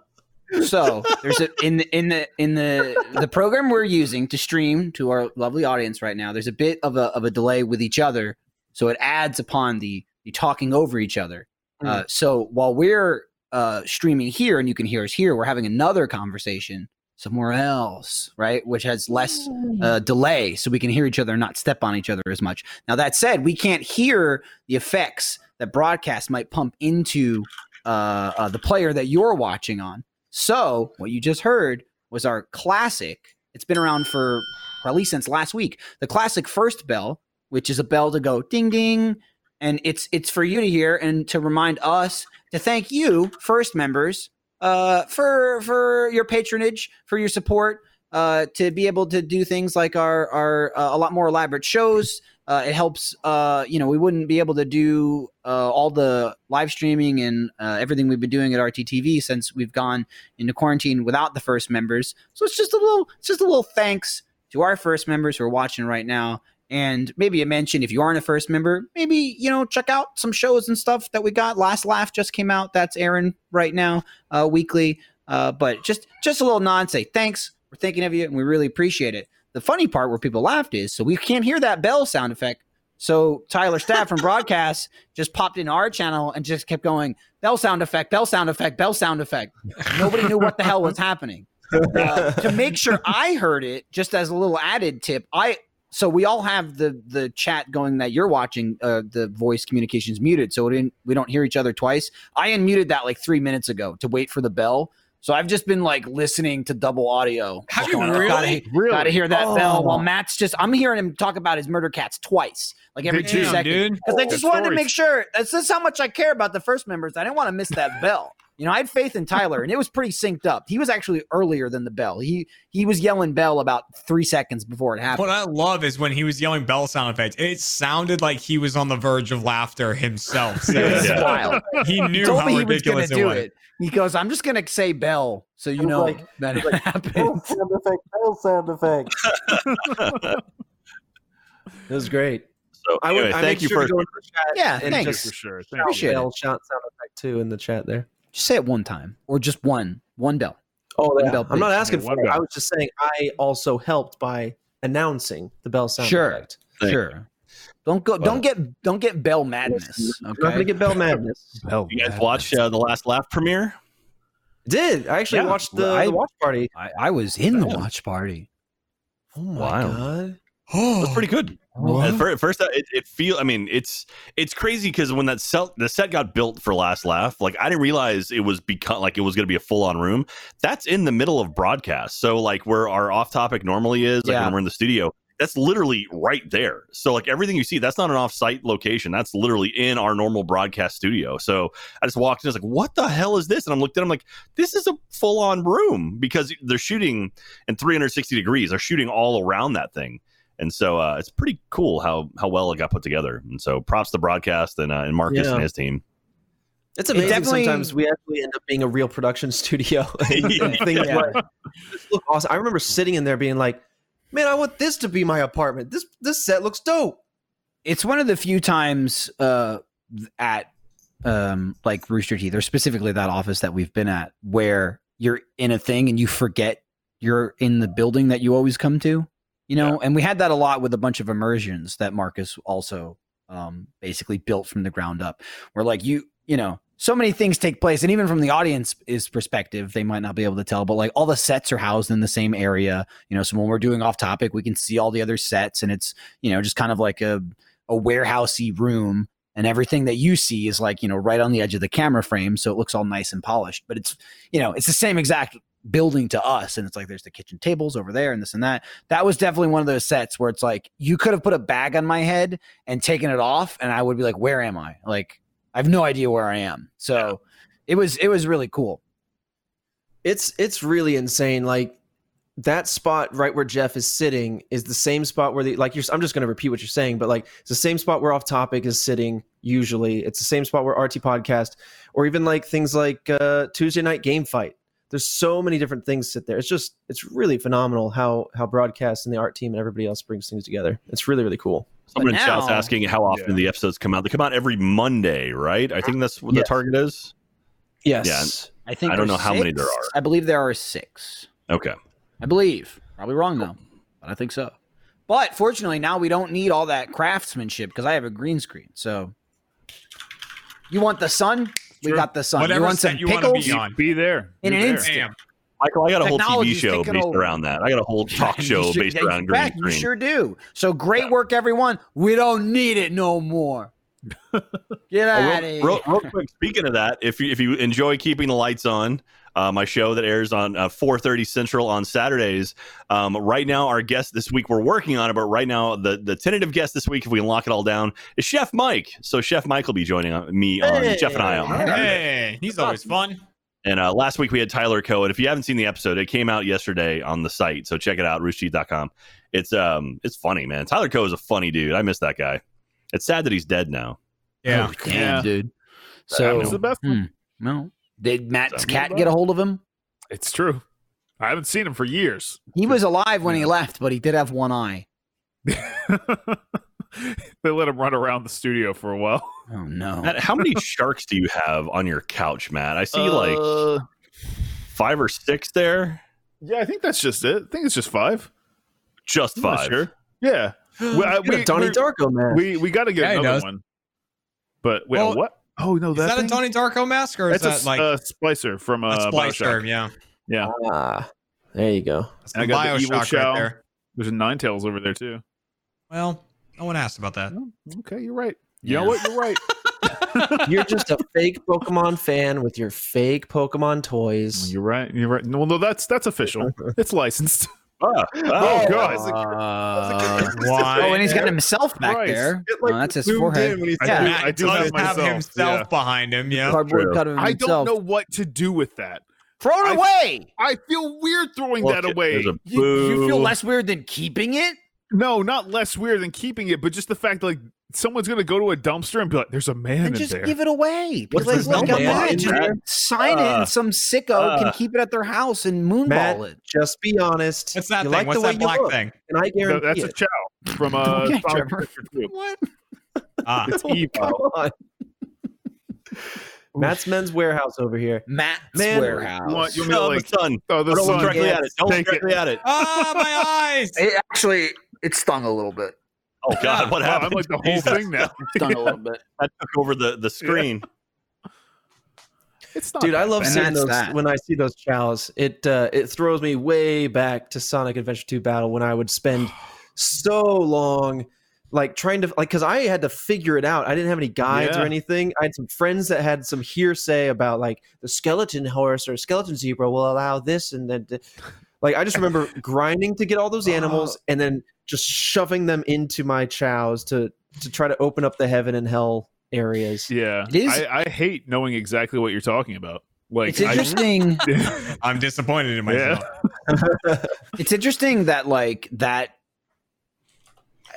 [SPEAKER 3] so there's a in the in the in the the program we're using to stream to our lovely audience right now there's a bit of a of a delay with each other so it adds upon the the talking over each other
[SPEAKER 6] Hmm.
[SPEAKER 3] uh, so while we're uh streaming here and you can hear us here we're having another conversation somewhere else right which has less
[SPEAKER 7] Hmm. Mm.
[SPEAKER 3] uh, delay so we can hear each other and not step on each other as much. Now, that said, we can't hear the effects that broadcast might pump into uh, uh, the player that you're watching on. So, what you just heard was our classic. It's been around for probably since last week. The classic first bell, which is a bell to go ding ding. And it's it's for you to hear and to remind us to thank you, first members, uh, for for your patronage, for your support, uh, to be able to do things like our our uh, a lot more elaborate shows. Uh, it helps. Uh, you know, we wouldn't be able to do uh, all the live streaming and uh, everything we've been doing at RTTV since we've gone into quarantine without the first members. So it's just a little, it's just a little thanks to our first members who are watching right now. And maybe a mention if you aren't a first member, maybe you know check out some shows and stuff that we got. Last Laugh just came out. That's Aaron right now, uh, weekly. Uh, but just just a little nod, say thanks. We're thinking of you, and we really appreciate it. The funny part where people laughed is so we can't hear that bell sound effect. So Tyler Staff from broadcast <laughs> just popped into our channel and just kept going bell sound effect, bell sound effect, bell sound effect. Nobody knew what the hell was happening. Uh, to make
[SPEAKER 2] <laughs>
[SPEAKER 3] sure I heard it, just as a little added tip, I so we all have the the chat going that you're watching. Uh, the voice communications muted, so we didn't we don't hear each other twice. I unmuted that like three minutes ago to wait for the bell. So I've just been like listening to double audio.
[SPEAKER 2] Have
[SPEAKER 3] Just
[SPEAKER 2] you
[SPEAKER 3] going, "Oh, Gotta,
[SPEAKER 2] really?
[SPEAKER 4] Really?
[SPEAKER 3] gotta hear that
[SPEAKER 6] Oh.
[SPEAKER 3] bell. While Matt's just, I'm hearing him talk about his murder cats twice, like every two
[SPEAKER 2] Damn,
[SPEAKER 3] seconds.
[SPEAKER 2] dude.
[SPEAKER 3] Because I
[SPEAKER 4] Oh,
[SPEAKER 3] just
[SPEAKER 4] good
[SPEAKER 3] wanted to
[SPEAKER 4] stories.
[SPEAKER 3] make sure. That's just how much I care about the first members. I didn't want to miss
[SPEAKER 6] <laughs>
[SPEAKER 3] that bell. You know, I had faith in Tyler, and it was pretty synced up. He was actually earlier than the bell. He he was yelling bell about three seconds before it happened.
[SPEAKER 2] What I love is when he was yelling bell sound effects, it sounded like he was on the verge of laughter himself.
[SPEAKER 6] <laughs>
[SPEAKER 2] So
[SPEAKER 3] It was
[SPEAKER 2] <laughs>
[SPEAKER 5] Yeah.
[SPEAKER 3] wild.
[SPEAKER 2] He
[SPEAKER 3] He
[SPEAKER 2] knew
[SPEAKER 3] told
[SPEAKER 2] how
[SPEAKER 3] me he was gonna
[SPEAKER 2] ridiculous it
[SPEAKER 3] do
[SPEAKER 2] was.
[SPEAKER 3] it. He goes, "I'm just gonna say bell, so you
[SPEAKER 6] was
[SPEAKER 3] know
[SPEAKER 6] like-
[SPEAKER 3] that
[SPEAKER 6] was
[SPEAKER 3] it
[SPEAKER 6] like,
[SPEAKER 3] happened."
[SPEAKER 6] Bell sound effect. Bell sound effect. it was great.
[SPEAKER 5] So
[SPEAKER 6] I would.
[SPEAKER 5] anyway,
[SPEAKER 6] I
[SPEAKER 5] thank
[SPEAKER 6] make
[SPEAKER 5] you
[SPEAKER 6] sure
[SPEAKER 5] for
[SPEAKER 6] to go into the chat
[SPEAKER 3] <laughs> yeah,
[SPEAKER 6] and
[SPEAKER 3] thanks.
[SPEAKER 4] for
[SPEAKER 3] Just,
[SPEAKER 6] just-
[SPEAKER 4] sure. Thank
[SPEAKER 6] shout
[SPEAKER 3] Appreciate it.
[SPEAKER 6] bell shot sound effect too in the chat there.
[SPEAKER 3] say it one time, or just one, one bell.
[SPEAKER 6] Oh,
[SPEAKER 3] Bell
[SPEAKER 6] I'm not
[SPEAKER 3] pitch.
[SPEAKER 6] asking
[SPEAKER 4] Yeah,
[SPEAKER 6] for
[SPEAKER 4] one
[SPEAKER 6] it. I
[SPEAKER 4] bell.
[SPEAKER 6] was just saying I also helped by announcing the bell sound
[SPEAKER 3] Sure.
[SPEAKER 6] effect.
[SPEAKER 5] Thank
[SPEAKER 3] Sure. Don't go.
[SPEAKER 5] Well-
[SPEAKER 3] Don't get. Don't get bell madness.
[SPEAKER 6] I'm not
[SPEAKER 3] Okay.
[SPEAKER 6] gonna get bell madness.
[SPEAKER 4] Hell,
[SPEAKER 5] you guys watch uh, the last laugh premiere.
[SPEAKER 6] I <laughs> did I actually
[SPEAKER 4] Yeah,
[SPEAKER 6] watched the,
[SPEAKER 3] I-
[SPEAKER 6] the watch party?
[SPEAKER 3] I, I was in the watch party.
[SPEAKER 6] Oh my
[SPEAKER 5] Wow.
[SPEAKER 6] god!
[SPEAKER 5] That's pretty good. At fir- at first, uh, it, it feel. I mean, it's it's crazy because when that set the set got built for Last Laugh, like I didn't realize it was become like it was going to be a full on room. That's in the middle of broadcast, so like where our off topic normally is, like
[SPEAKER 3] Yeah.
[SPEAKER 5] when we're in the studio, that's literally right there. So like everything you see, that's not an off site location. That's literally in our normal broadcast studio. So I just walked in, I was like, "What the hell is this?" And I'm looked at, I'm like, "This is a full on room because they're shooting in 360 degrees. They're shooting all around that thing." and so uh, it's pretty cool how how well it got put together. And so props to broadcast and uh, and Marcus
[SPEAKER 6] Yeah.
[SPEAKER 5] and
[SPEAKER 3] <laughs>
[SPEAKER 5] his team. <laughs>
[SPEAKER 6] It's amazing.
[SPEAKER 3] definitely-
[SPEAKER 6] Sometimes we actually end up being a real production <laughs> studio.
[SPEAKER 5] Yeah.
[SPEAKER 6] Things
[SPEAKER 3] Yeah.
[SPEAKER 6] like- this look awesome. I remember sitting in there being like, "Man, I want this to be my apartment. This this set looks dope."
[SPEAKER 3] It's one of the few times uh, th- at um, like Rooster Teeth, or specifically that office that we've been at, where you're in a thing and you forget you're in the building that you always come to. You know, and we had that a lot with a bunch of immersions that Marcus also um, basically built from the ground up. Where like you, you know, so many things take place, and even from the audience is perspective, they might not be able to tell, but like all the sets are housed in the same area. You know, so when we're doing off topic, we can see all the other sets, and it's you know just kind of like a a warehousey room. And everything that you see is like, you know, right on the edge of the camera frame. So it looks all nice and polished. But it's, you know, it's the same exact building to us. And it's like there's the kitchen tables over there and this and that. That was definitely one of those sets where it's like, you could have put a bag on my head and taken it off and I would be like where am I? Like I have no idea where I am. So it was it was really cool.
[SPEAKER 6] It's it's really insane. Like that spot right where Jeff is sitting is the same spot where the like you're. I'm just going to repeat what you're saying, but like it's the same spot where Off Topic is sitting. Usually, it's the same spot where RT Podcast or even like things like uh, Tuesday Night Game Fight. There's so many different things sit there. It's just it's really phenomenal how how broadcast and the art team and everybody else brings things together. It's really really cool.
[SPEAKER 5] Someone in chat's
[SPEAKER 3] now-
[SPEAKER 5] asking how often
[SPEAKER 4] Yeah.
[SPEAKER 5] the episodes come out. They come out every Monday, right? I think that's what the
[SPEAKER 6] Yes.
[SPEAKER 5] target is.
[SPEAKER 6] Yes.
[SPEAKER 3] I think
[SPEAKER 5] I don't
[SPEAKER 3] there's
[SPEAKER 5] know how many there
[SPEAKER 3] six.
[SPEAKER 5] are.
[SPEAKER 3] I believe there are 6.
[SPEAKER 5] Okay.
[SPEAKER 3] I believe. Probably wrong though. But I think so. But fortunately now we don't need all that craftsmanship because I have a green screen. So you want the sun? We
[SPEAKER 4] Sure.
[SPEAKER 3] got the sun.
[SPEAKER 2] Whatever
[SPEAKER 3] you want
[SPEAKER 2] set
[SPEAKER 3] some
[SPEAKER 2] you wanna
[SPEAKER 3] pickles?
[SPEAKER 2] be on.
[SPEAKER 4] Be there.
[SPEAKER 3] In
[SPEAKER 4] Be
[SPEAKER 3] an
[SPEAKER 4] there.
[SPEAKER 3] instant.
[SPEAKER 2] Damn.
[SPEAKER 5] Michael, I got a whole TV
[SPEAKER 3] Technology's
[SPEAKER 5] show
[SPEAKER 3] taking
[SPEAKER 5] based
[SPEAKER 3] over.
[SPEAKER 5] around that. I got a whole talk
[SPEAKER 3] You
[SPEAKER 5] show
[SPEAKER 3] should- <laughs>
[SPEAKER 5] based
[SPEAKER 3] yeah, you
[SPEAKER 5] around green
[SPEAKER 3] bet, You
[SPEAKER 5] screen.
[SPEAKER 3] sure do. So great work, everyone. We don't need it no more. Get
[SPEAKER 5] Oh,
[SPEAKER 3] out of
[SPEAKER 5] real,
[SPEAKER 3] here.
[SPEAKER 5] real- real quick, speaking of that, if you, if you enjoy keeping the lights on, uh, my show that airs on uh, 4.30 Central on Saturdays, um, right now our guest this week, we're working on it, but right now the, the tentative guest this week, if we can lock it all down, is Chef Mike. So Chef Mike will be joining uh, me on, Jeff and I on.
[SPEAKER 2] Hey, he's always fun.
[SPEAKER 5] And uh, last week we had Tyler Cohen. If you haven't seen the episode, it came out yesterday on the site, so check it out, roosterteeth.com. It's um, it's funny, man. Tyler Coe is a funny dude. I miss that guy. It's sad that he's dead now.
[SPEAKER 2] Yeah.
[SPEAKER 3] Oh, damn,
[SPEAKER 4] Yeah.
[SPEAKER 3] dude.
[SPEAKER 4] that
[SPEAKER 3] So,
[SPEAKER 4] was the best one.
[SPEAKER 3] hmm, no. Did Matt's
[SPEAKER 4] So-
[SPEAKER 3] cat get a hold of him?
[SPEAKER 4] It's true. I haven't seen him for years. <laughs>
[SPEAKER 3] He was alive when he left, but he did have one eye.
[SPEAKER 4] they let him run around the studio for a while. <laughs>
[SPEAKER 3] Oh, no.
[SPEAKER 5] Matt, how many sharks do you have on your couch, Matt? I see like
[SPEAKER 3] Uh,
[SPEAKER 5] five or six there.
[SPEAKER 4] Yeah, I think that's just it. I think it's just five.
[SPEAKER 5] Just
[SPEAKER 4] I'm not
[SPEAKER 5] five.
[SPEAKER 4] sure. Yeah. We, I-
[SPEAKER 6] Get a Donnie
[SPEAKER 4] we're-
[SPEAKER 6] Darko, man.
[SPEAKER 4] we we got to get
[SPEAKER 2] Yeah, he
[SPEAKER 4] another
[SPEAKER 2] does.
[SPEAKER 4] one. But wait,
[SPEAKER 2] Well,
[SPEAKER 4] what? Oh no,
[SPEAKER 2] Is
[SPEAKER 4] that,
[SPEAKER 2] that a
[SPEAKER 4] thing?
[SPEAKER 2] Donnie Darko mask or is
[SPEAKER 4] That's a
[SPEAKER 2] that
[SPEAKER 4] s-
[SPEAKER 2] like
[SPEAKER 4] uh, splicer from
[SPEAKER 2] a
[SPEAKER 4] uh,
[SPEAKER 2] splice
[SPEAKER 4] Bioshock.
[SPEAKER 2] term? Yeah.
[SPEAKER 6] Ah, there you go.
[SPEAKER 2] That's
[SPEAKER 4] And I
[SPEAKER 2] the
[SPEAKER 4] got the evil
[SPEAKER 2] Bioshock
[SPEAKER 4] shell.
[SPEAKER 2] right there.
[SPEAKER 4] There's a nine tails over there too.
[SPEAKER 2] Well, no one asked about
[SPEAKER 4] <laughs>
[SPEAKER 2] that.
[SPEAKER 4] Oh, Okay, you're right. You know
[SPEAKER 3] Yeah.
[SPEAKER 4] what? You're right.
[SPEAKER 6] You're just a fake Pokemon fan with your fake Pokemon
[SPEAKER 4] <laughs>
[SPEAKER 6] toys.
[SPEAKER 4] You're right. You're right. No, no, that's that's official. It's licensed.
[SPEAKER 5] Ah,
[SPEAKER 4] Oh,
[SPEAKER 5] ah.
[SPEAKER 4] God.
[SPEAKER 2] Why?
[SPEAKER 3] oh, and he's got himself back
[SPEAKER 4] Christ.
[SPEAKER 3] there.
[SPEAKER 4] It,
[SPEAKER 3] oh, that's his
[SPEAKER 6] zoomed
[SPEAKER 3] forehead.
[SPEAKER 6] in when he
[SPEAKER 4] I
[SPEAKER 6] said
[SPEAKER 4] do-
[SPEAKER 6] that.
[SPEAKER 2] Matt
[SPEAKER 4] I do
[SPEAKER 2] does
[SPEAKER 4] have myself,
[SPEAKER 2] himself
[SPEAKER 4] yeah.
[SPEAKER 2] behind him. Yeah.
[SPEAKER 3] Cardboard
[SPEAKER 5] True.
[SPEAKER 3] cut of
[SPEAKER 4] I don't
[SPEAKER 3] himself.
[SPEAKER 4] know what to do with that.
[SPEAKER 3] Throw it
[SPEAKER 4] I-
[SPEAKER 3] away.
[SPEAKER 4] I feel weird throwing
[SPEAKER 5] Look,
[SPEAKER 4] that
[SPEAKER 5] it-
[SPEAKER 4] away.
[SPEAKER 5] there's a
[SPEAKER 3] You, you feel
[SPEAKER 5] boo.
[SPEAKER 3] less weird than keeping it?
[SPEAKER 4] No, not less weird than keeping it, but just the fact like someone's gonna go to a dumpster and be like, "There's a man
[SPEAKER 3] And
[SPEAKER 4] in
[SPEAKER 3] just
[SPEAKER 4] there."
[SPEAKER 3] give it away. Because,
[SPEAKER 6] What's his
[SPEAKER 3] like, look,
[SPEAKER 6] number?
[SPEAKER 3] I'm
[SPEAKER 6] Matt,
[SPEAKER 3] lying. Just
[SPEAKER 5] Matt,
[SPEAKER 3] sign it,
[SPEAKER 5] uh,
[SPEAKER 3] and some sicko can
[SPEAKER 5] uh,
[SPEAKER 3] keep it at their house and moonball
[SPEAKER 6] Matt,
[SPEAKER 3] it.
[SPEAKER 6] just be honest.
[SPEAKER 2] What's that
[SPEAKER 6] You
[SPEAKER 2] thing?
[SPEAKER 6] like
[SPEAKER 2] What's
[SPEAKER 6] the way
[SPEAKER 2] that
[SPEAKER 6] you
[SPEAKER 2] black
[SPEAKER 6] look,
[SPEAKER 2] thing?
[SPEAKER 6] And I
[SPEAKER 4] No,
[SPEAKER 6] guarantee
[SPEAKER 4] that's a
[SPEAKER 6] it.
[SPEAKER 4] chow from uh,
[SPEAKER 3] Okay,
[SPEAKER 4] Fox
[SPEAKER 3] Trevor.
[SPEAKER 4] Picture Tube.
[SPEAKER 3] What?
[SPEAKER 2] Ah,
[SPEAKER 4] It's evil.
[SPEAKER 6] Come on. Matt's men's warehouse over here.
[SPEAKER 3] Matt's
[SPEAKER 6] Man,
[SPEAKER 3] warehouse.
[SPEAKER 4] You want, you want me to
[SPEAKER 5] No,
[SPEAKER 4] like,
[SPEAKER 5] the sun.
[SPEAKER 4] <laughs> oh, the
[SPEAKER 5] Don't look
[SPEAKER 4] sun.
[SPEAKER 5] directly
[SPEAKER 3] gets-
[SPEAKER 5] at it. Don't look
[SPEAKER 4] Take it.
[SPEAKER 5] directly at it.
[SPEAKER 2] Ah, my
[SPEAKER 4] <laughs>
[SPEAKER 2] eyes.
[SPEAKER 3] It actually, it stung a little bit.
[SPEAKER 5] Oh God, what
[SPEAKER 4] Wow,
[SPEAKER 5] happened?
[SPEAKER 4] I'm like the whole
[SPEAKER 5] Jesus.
[SPEAKER 4] thing now.
[SPEAKER 3] It stung a little bit.
[SPEAKER 5] I took over the the screen.
[SPEAKER 4] It's not
[SPEAKER 6] Dude, I
[SPEAKER 4] that
[SPEAKER 6] love
[SPEAKER 3] And
[SPEAKER 6] seeing
[SPEAKER 3] that's
[SPEAKER 6] those
[SPEAKER 3] that.
[SPEAKER 6] when I see those chows. It uh, it throws me way back to Sonic Adventure 2 Battle when I
[SPEAKER 3] <gasps>
[SPEAKER 6] would spend so long like trying to like because I had to figure it out. I didn't have any guides
[SPEAKER 4] Yeah.
[SPEAKER 6] or anything. I had some friends that had some hearsay about like the skeleton horse or skeleton zebra will allow this and then th- like I just remember
[SPEAKER 3] <laughs>
[SPEAKER 6] grinding to get all those animals and then just shoving them into my chows to to try to open up the heaven and hell areas.
[SPEAKER 4] bad. Yeah,
[SPEAKER 3] It is-
[SPEAKER 4] I, I hate knowing exactly what you're talking about. Like,
[SPEAKER 3] it's interesting.
[SPEAKER 4] I,
[SPEAKER 2] I'm disappointed in myself.
[SPEAKER 3] it's interesting that like that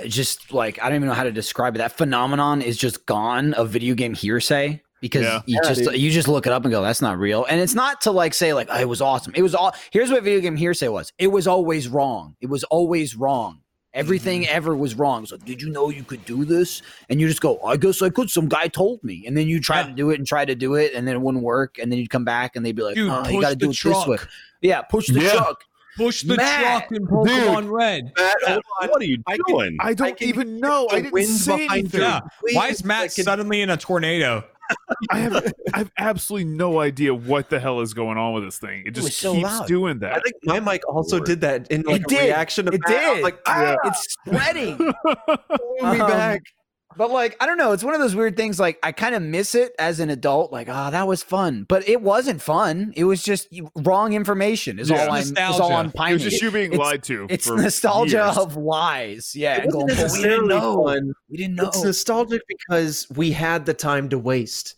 [SPEAKER 3] just like I don't even know how to describe it. That phenomenon is just gone of video game hearsay because
[SPEAKER 4] Yeah.
[SPEAKER 3] you just you just look it up and go that's not real. And it's not to like say like "Oh, it was awesome. It was all here's what video game hearsay was. It was always wrong. It was always wrong. Everything
[SPEAKER 2] Mm-hmm.
[SPEAKER 3] ever was wrong. So did you know you could do this? And you just go, I guess I could. Some guy told me. And then you try
[SPEAKER 2] Yeah.
[SPEAKER 3] to do it and try to do it, and then it wouldn't work. And then you'd come back and they'd be like,
[SPEAKER 2] Dude,
[SPEAKER 3] "Oh,
[SPEAKER 2] push
[SPEAKER 3] you got to do
[SPEAKER 2] the
[SPEAKER 3] it this way.
[SPEAKER 2] truck.
[SPEAKER 3] Yeah, push the
[SPEAKER 4] Yeah.
[SPEAKER 3] truck.
[SPEAKER 2] Push
[SPEAKER 3] the Matt,
[SPEAKER 2] truck in
[SPEAKER 4] Pokemon
[SPEAKER 2] Red.
[SPEAKER 5] what are you
[SPEAKER 6] I can-
[SPEAKER 5] doing?
[SPEAKER 4] don't
[SPEAKER 6] can
[SPEAKER 4] even know.
[SPEAKER 6] the
[SPEAKER 4] I didn't
[SPEAKER 6] winds
[SPEAKER 4] say
[SPEAKER 6] behind
[SPEAKER 4] anything.
[SPEAKER 6] you.
[SPEAKER 2] Yeah. Why
[SPEAKER 6] Please,
[SPEAKER 2] is Matt
[SPEAKER 6] I can-
[SPEAKER 2] suddenly in a tornado?
[SPEAKER 4] I have I have absolutely no idea what the hell is going on with this thing. It
[SPEAKER 3] was
[SPEAKER 4] just
[SPEAKER 3] so
[SPEAKER 4] keeps
[SPEAKER 3] loud.
[SPEAKER 4] doing that.
[SPEAKER 6] I think my mic also
[SPEAKER 5] Lord.
[SPEAKER 6] did that in like
[SPEAKER 3] It
[SPEAKER 6] a
[SPEAKER 3] did.
[SPEAKER 6] reaction to
[SPEAKER 3] It
[SPEAKER 6] Matt. I was
[SPEAKER 3] did.
[SPEAKER 6] Like,
[SPEAKER 4] Yeah.
[SPEAKER 3] It's
[SPEAKER 4] <laughs>
[SPEAKER 3] sweating.
[SPEAKER 6] "Pull me
[SPEAKER 3] Um,
[SPEAKER 6] back.
[SPEAKER 3] But like, I don't know. It's one of those weird things. Like, I kind of miss it as an adult. Like, ah, that was fun, but it wasn't fun. It was just you- wrong information. Is
[SPEAKER 4] Yeah.
[SPEAKER 3] all I'm. Is all
[SPEAKER 2] Nostalgia.
[SPEAKER 3] I'm
[SPEAKER 4] it
[SPEAKER 3] pining.
[SPEAKER 4] was just you being
[SPEAKER 3] it's-
[SPEAKER 4] lied to.
[SPEAKER 3] <laughs> it's
[SPEAKER 4] for
[SPEAKER 3] nostalgia
[SPEAKER 4] years.
[SPEAKER 3] of lies. Yeah,
[SPEAKER 6] It
[SPEAKER 3] and going, "But we
[SPEAKER 6] wasn't
[SPEAKER 3] didn't
[SPEAKER 6] necessarily
[SPEAKER 3] know.
[SPEAKER 6] fun.
[SPEAKER 3] We didn't know.
[SPEAKER 6] It's nostalgic because we had the time to waste.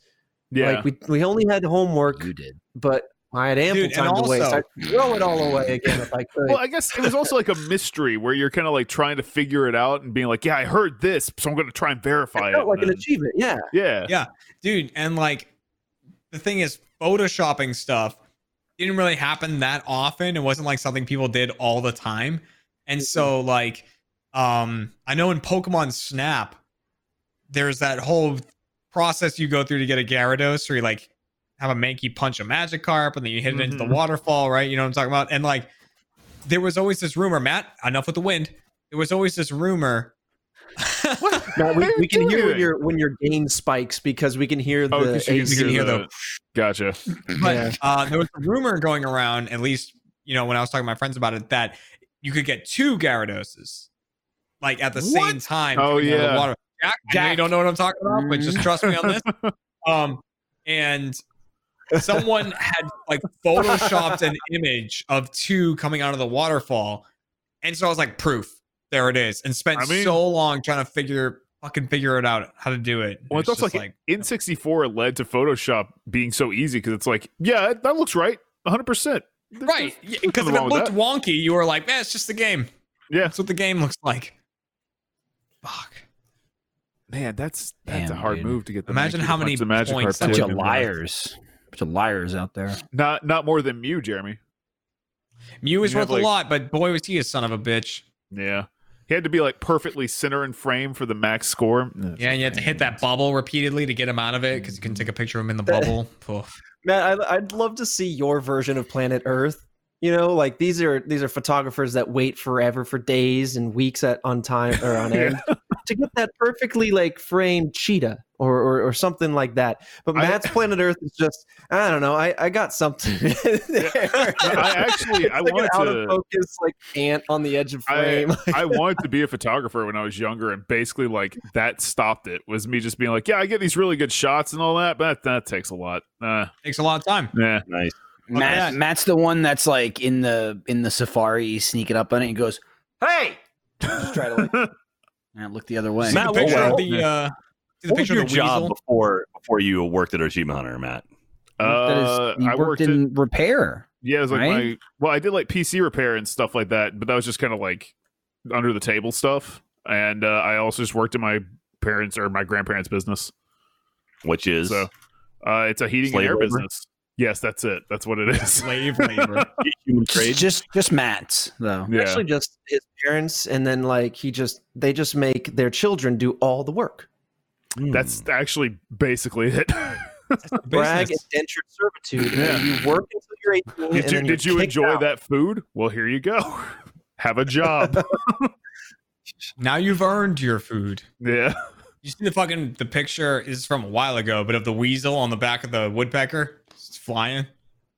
[SPEAKER 4] yeah.
[SPEAKER 6] Like we we only had homework,
[SPEAKER 3] you did.
[SPEAKER 6] but I had ample
[SPEAKER 2] Dude, and
[SPEAKER 6] time to waste.
[SPEAKER 2] also-
[SPEAKER 6] I'd throw it all away again if I could.
[SPEAKER 4] well, I guess it was also like a mystery where you're kind of like trying to figure it out and being like, "Yeah, I heard this, so I'm going to try and verify
[SPEAKER 6] I
[SPEAKER 4] it."
[SPEAKER 6] felt like
[SPEAKER 4] and
[SPEAKER 6] an
[SPEAKER 4] then-
[SPEAKER 6] achievement. Yeah.
[SPEAKER 4] yeah,
[SPEAKER 2] Dude, and like the thing is photoshopping stuff didn't really happen that often. It wasn't like something people did all the time. And so like um I know in Pokemon Snap there's that whole process you go through to get a Gyarados or you like have a Mankey punch a Magikarp and then you hit it into the
[SPEAKER 4] Mhm.
[SPEAKER 2] waterfall, right? You know what I'm talking about? And like there was always this rumor, Matt, enough with the wind. There was always this rumor. <laughs>
[SPEAKER 6] Matt, we,
[SPEAKER 4] I
[SPEAKER 6] we
[SPEAKER 4] didn't do
[SPEAKER 6] can hear when
[SPEAKER 4] anything.
[SPEAKER 6] your when your gain spikes because we can hear the
[SPEAKER 4] Oh, 'cause you
[SPEAKER 6] AC.
[SPEAKER 4] can
[SPEAKER 2] hear
[SPEAKER 4] hear the.
[SPEAKER 2] the-
[SPEAKER 4] Gotcha.
[SPEAKER 2] But
[SPEAKER 6] Yeah.
[SPEAKER 2] uh, there was a rumor going around, at least, you know, when I was talking to my friends about it, that you could get two Gyarados like at the same time.
[SPEAKER 4] Oh,
[SPEAKER 2] coming out of the
[SPEAKER 4] yeah.
[SPEAKER 2] water. Jack, I know you
[SPEAKER 3] Jack.
[SPEAKER 2] don't know what I'm talking about, but just trust me on this.
[SPEAKER 4] Mm-hmm.
[SPEAKER 2] Um, and someone had like photoshopped
[SPEAKER 4] <laughs>
[SPEAKER 2] an image of two coming out of the waterfall, and so I was like, proof, there it is, and spent
[SPEAKER 4] I mean-
[SPEAKER 2] so long trying to figure fucking figure it out how to do it.
[SPEAKER 4] Well,
[SPEAKER 2] it's
[SPEAKER 4] it's also
[SPEAKER 2] just
[SPEAKER 4] like,
[SPEAKER 2] like,
[SPEAKER 4] in sixty four led to Photoshop being so easy because it's like, yeah, it- that looks right, one hundred percent.
[SPEAKER 2] right, because if
[SPEAKER 4] nothing
[SPEAKER 2] it
[SPEAKER 4] wrong with
[SPEAKER 2] looked wonky, you were like, man, it's just the game.
[SPEAKER 4] Yeah,
[SPEAKER 2] That's what the game looks like. Fuck.
[SPEAKER 4] man, that's that's
[SPEAKER 3] Damn,
[SPEAKER 4] a hard
[SPEAKER 3] dude.
[SPEAKER 4] move to get. The
[SPEAKER 2] Imagine
[SPEAKER 4] Magic-
[SPEAKER 2] how many
[SPEAKER 4] watch the Magic
[SPEAKER 2] points
[SPEAKER 4] Carp
[SPEAKER 3] Bunch
[SPEAKER 4] play.
[SPEAKER 3] of liars. Bunch of liars out there.
[SPEAKER 4] Not not more than Mew, Jeremy.
[SPEAKER 2] Mew is
[SPEAKER 4] You have,
[SPEAKER 2] worth
[SPEAKER 4] like-
[SPEAKER 2] a lot, but boy was he a son of a bitch.
[SPEAKER 4] Yeah, he had to be like perfectly center and frame for the max score.
[SPEAKER 2] Yeah, and you had to hit that bubble repeatedly to get him out of it because you couldn't take a picture of him in the bubble. Oof.
[SPEAKER 6] Matt, I, I'd love to see your version of Planet Earth. You know, like these are these are photographers that wait forever for days and weeks at on time
[SPEAKER 4] <laughs>
[SPEAKER 6] or on end to get that perfectly like framed cheetah or or, or something like that. But
[SPEAKER 4] I-
[SPEAKER 6] Matt's Planet Earth is just I don't know. I I got something. <laughs> there.
[SPEAKER 4] I actually I
[SPEAKER 6] It's like an
[SPEAKER 4] wanted
[SPEAKER 6] out
[SPEAKER 4] to
[SPEAKER 6] of focus like ant on the edge of frame. <laughs>
[SPEAKER 4] I, I wanted to be a photographer when I was younger, and basically, like that stopped it. Was me just being like, "Yeah, I get these really good shots and all that, but that, that takes a lot." Uh,
[SPEAKER 2] Takes a lot of time.
[SPEAKER 4] yeah,
[SPEAKER 5] Nice.
[SPEAKER 3] Matt,
[SPEAKER 2] that.
[SPEAKER 3] Matt's the one that's like in the in the safari sneaking up on it and goes, "Hey!" Just try to
[SPEAKER 4] <laughs>
[SPEAKER 3] like, and look the other way.
[SPEAKER 2] See the
[SPEAKER 5] Matt, what
[SPEAKER 2] picture
[SPEAKER 5] was-
[SPEAKER 2] of the, uh, see the
[SPEAKER 5] What was
[SPEAKER 2] picture
[SPEAKER 5] your
[SPEAKER 2] of the
[SPEAKER 5] job
[SPEAKER 2] weasel.
[SPEAKER 5] before before you worked at Achievement Hunter, Matt?
[SPEAKER 4] uh,
[SPEAKER 3] that is, you
[SPEAKER 4] I
[SPEAKER 3] worked
[SPEAKER 4] worked at-
[SPEAKER 3] in repair.
[SPEAKER 4] yeah, it was like my
[SPEAKER 3] right?
[SPEAKER 4] well, I did like PC repair and stuff like that, but that was just kind of like under the table stuff. And uh, I also just worked in my parents or my grandparents' business.
[SPEAKER 5] Which is
[SPEAKER 4] So uh, it's a heating
[SPEAKER 5] Slave
[SPEAKER 4] and air
[SPEAKER 5] labor?
[SPEAKER 4] business. Yes, that's it. That's
[SPEAKER 6] <laughs>
[SPEAKER 4] what it is.
[SPEAKER 2] <laughs> Slave labor.
[SPEAKER 5] human
[SPEAKER 3] Just,
[SPEAKER 5] trade.
[SPEAKER 3] just just Matt's though.
[SPEAKER 4] Yeah.
[SPEAKER 6] actually just his parents and then like he just they just make their children do all the work
[SPEAKER 5] Hmm.
[SPEAKER 4] That's actually basically
[SPEAKER 6] <laughs>
[SPEAKER 4] it.
[SPEAKER 6] brag
[SPEAKER 2] Business.
[SPEAKER 6] indentured servitude
[SPEAKER 4] Yeah.
[SPEAKER 6] and you work until you're 18 and
[SPEAKER 4] Did you,
[SPEAKER 6] then you're
[SPEAKER 4] did you
[SPEAKER 6] kicked
[SPEAKER 4] enjoy
[SPEAKER 6] out.
[SPEAKER 4] that food? Well, here you go. <laughs> Have a job.
[SPEAKER 6] <laughs>
[SPEAKER 2] Now you've earned your food.
[SPEAKER 4] yeah.
[SPEAKER 2] You see the fucking the picture this is from a while ago, but of the weasel on the back of the woodpecker, it's flying.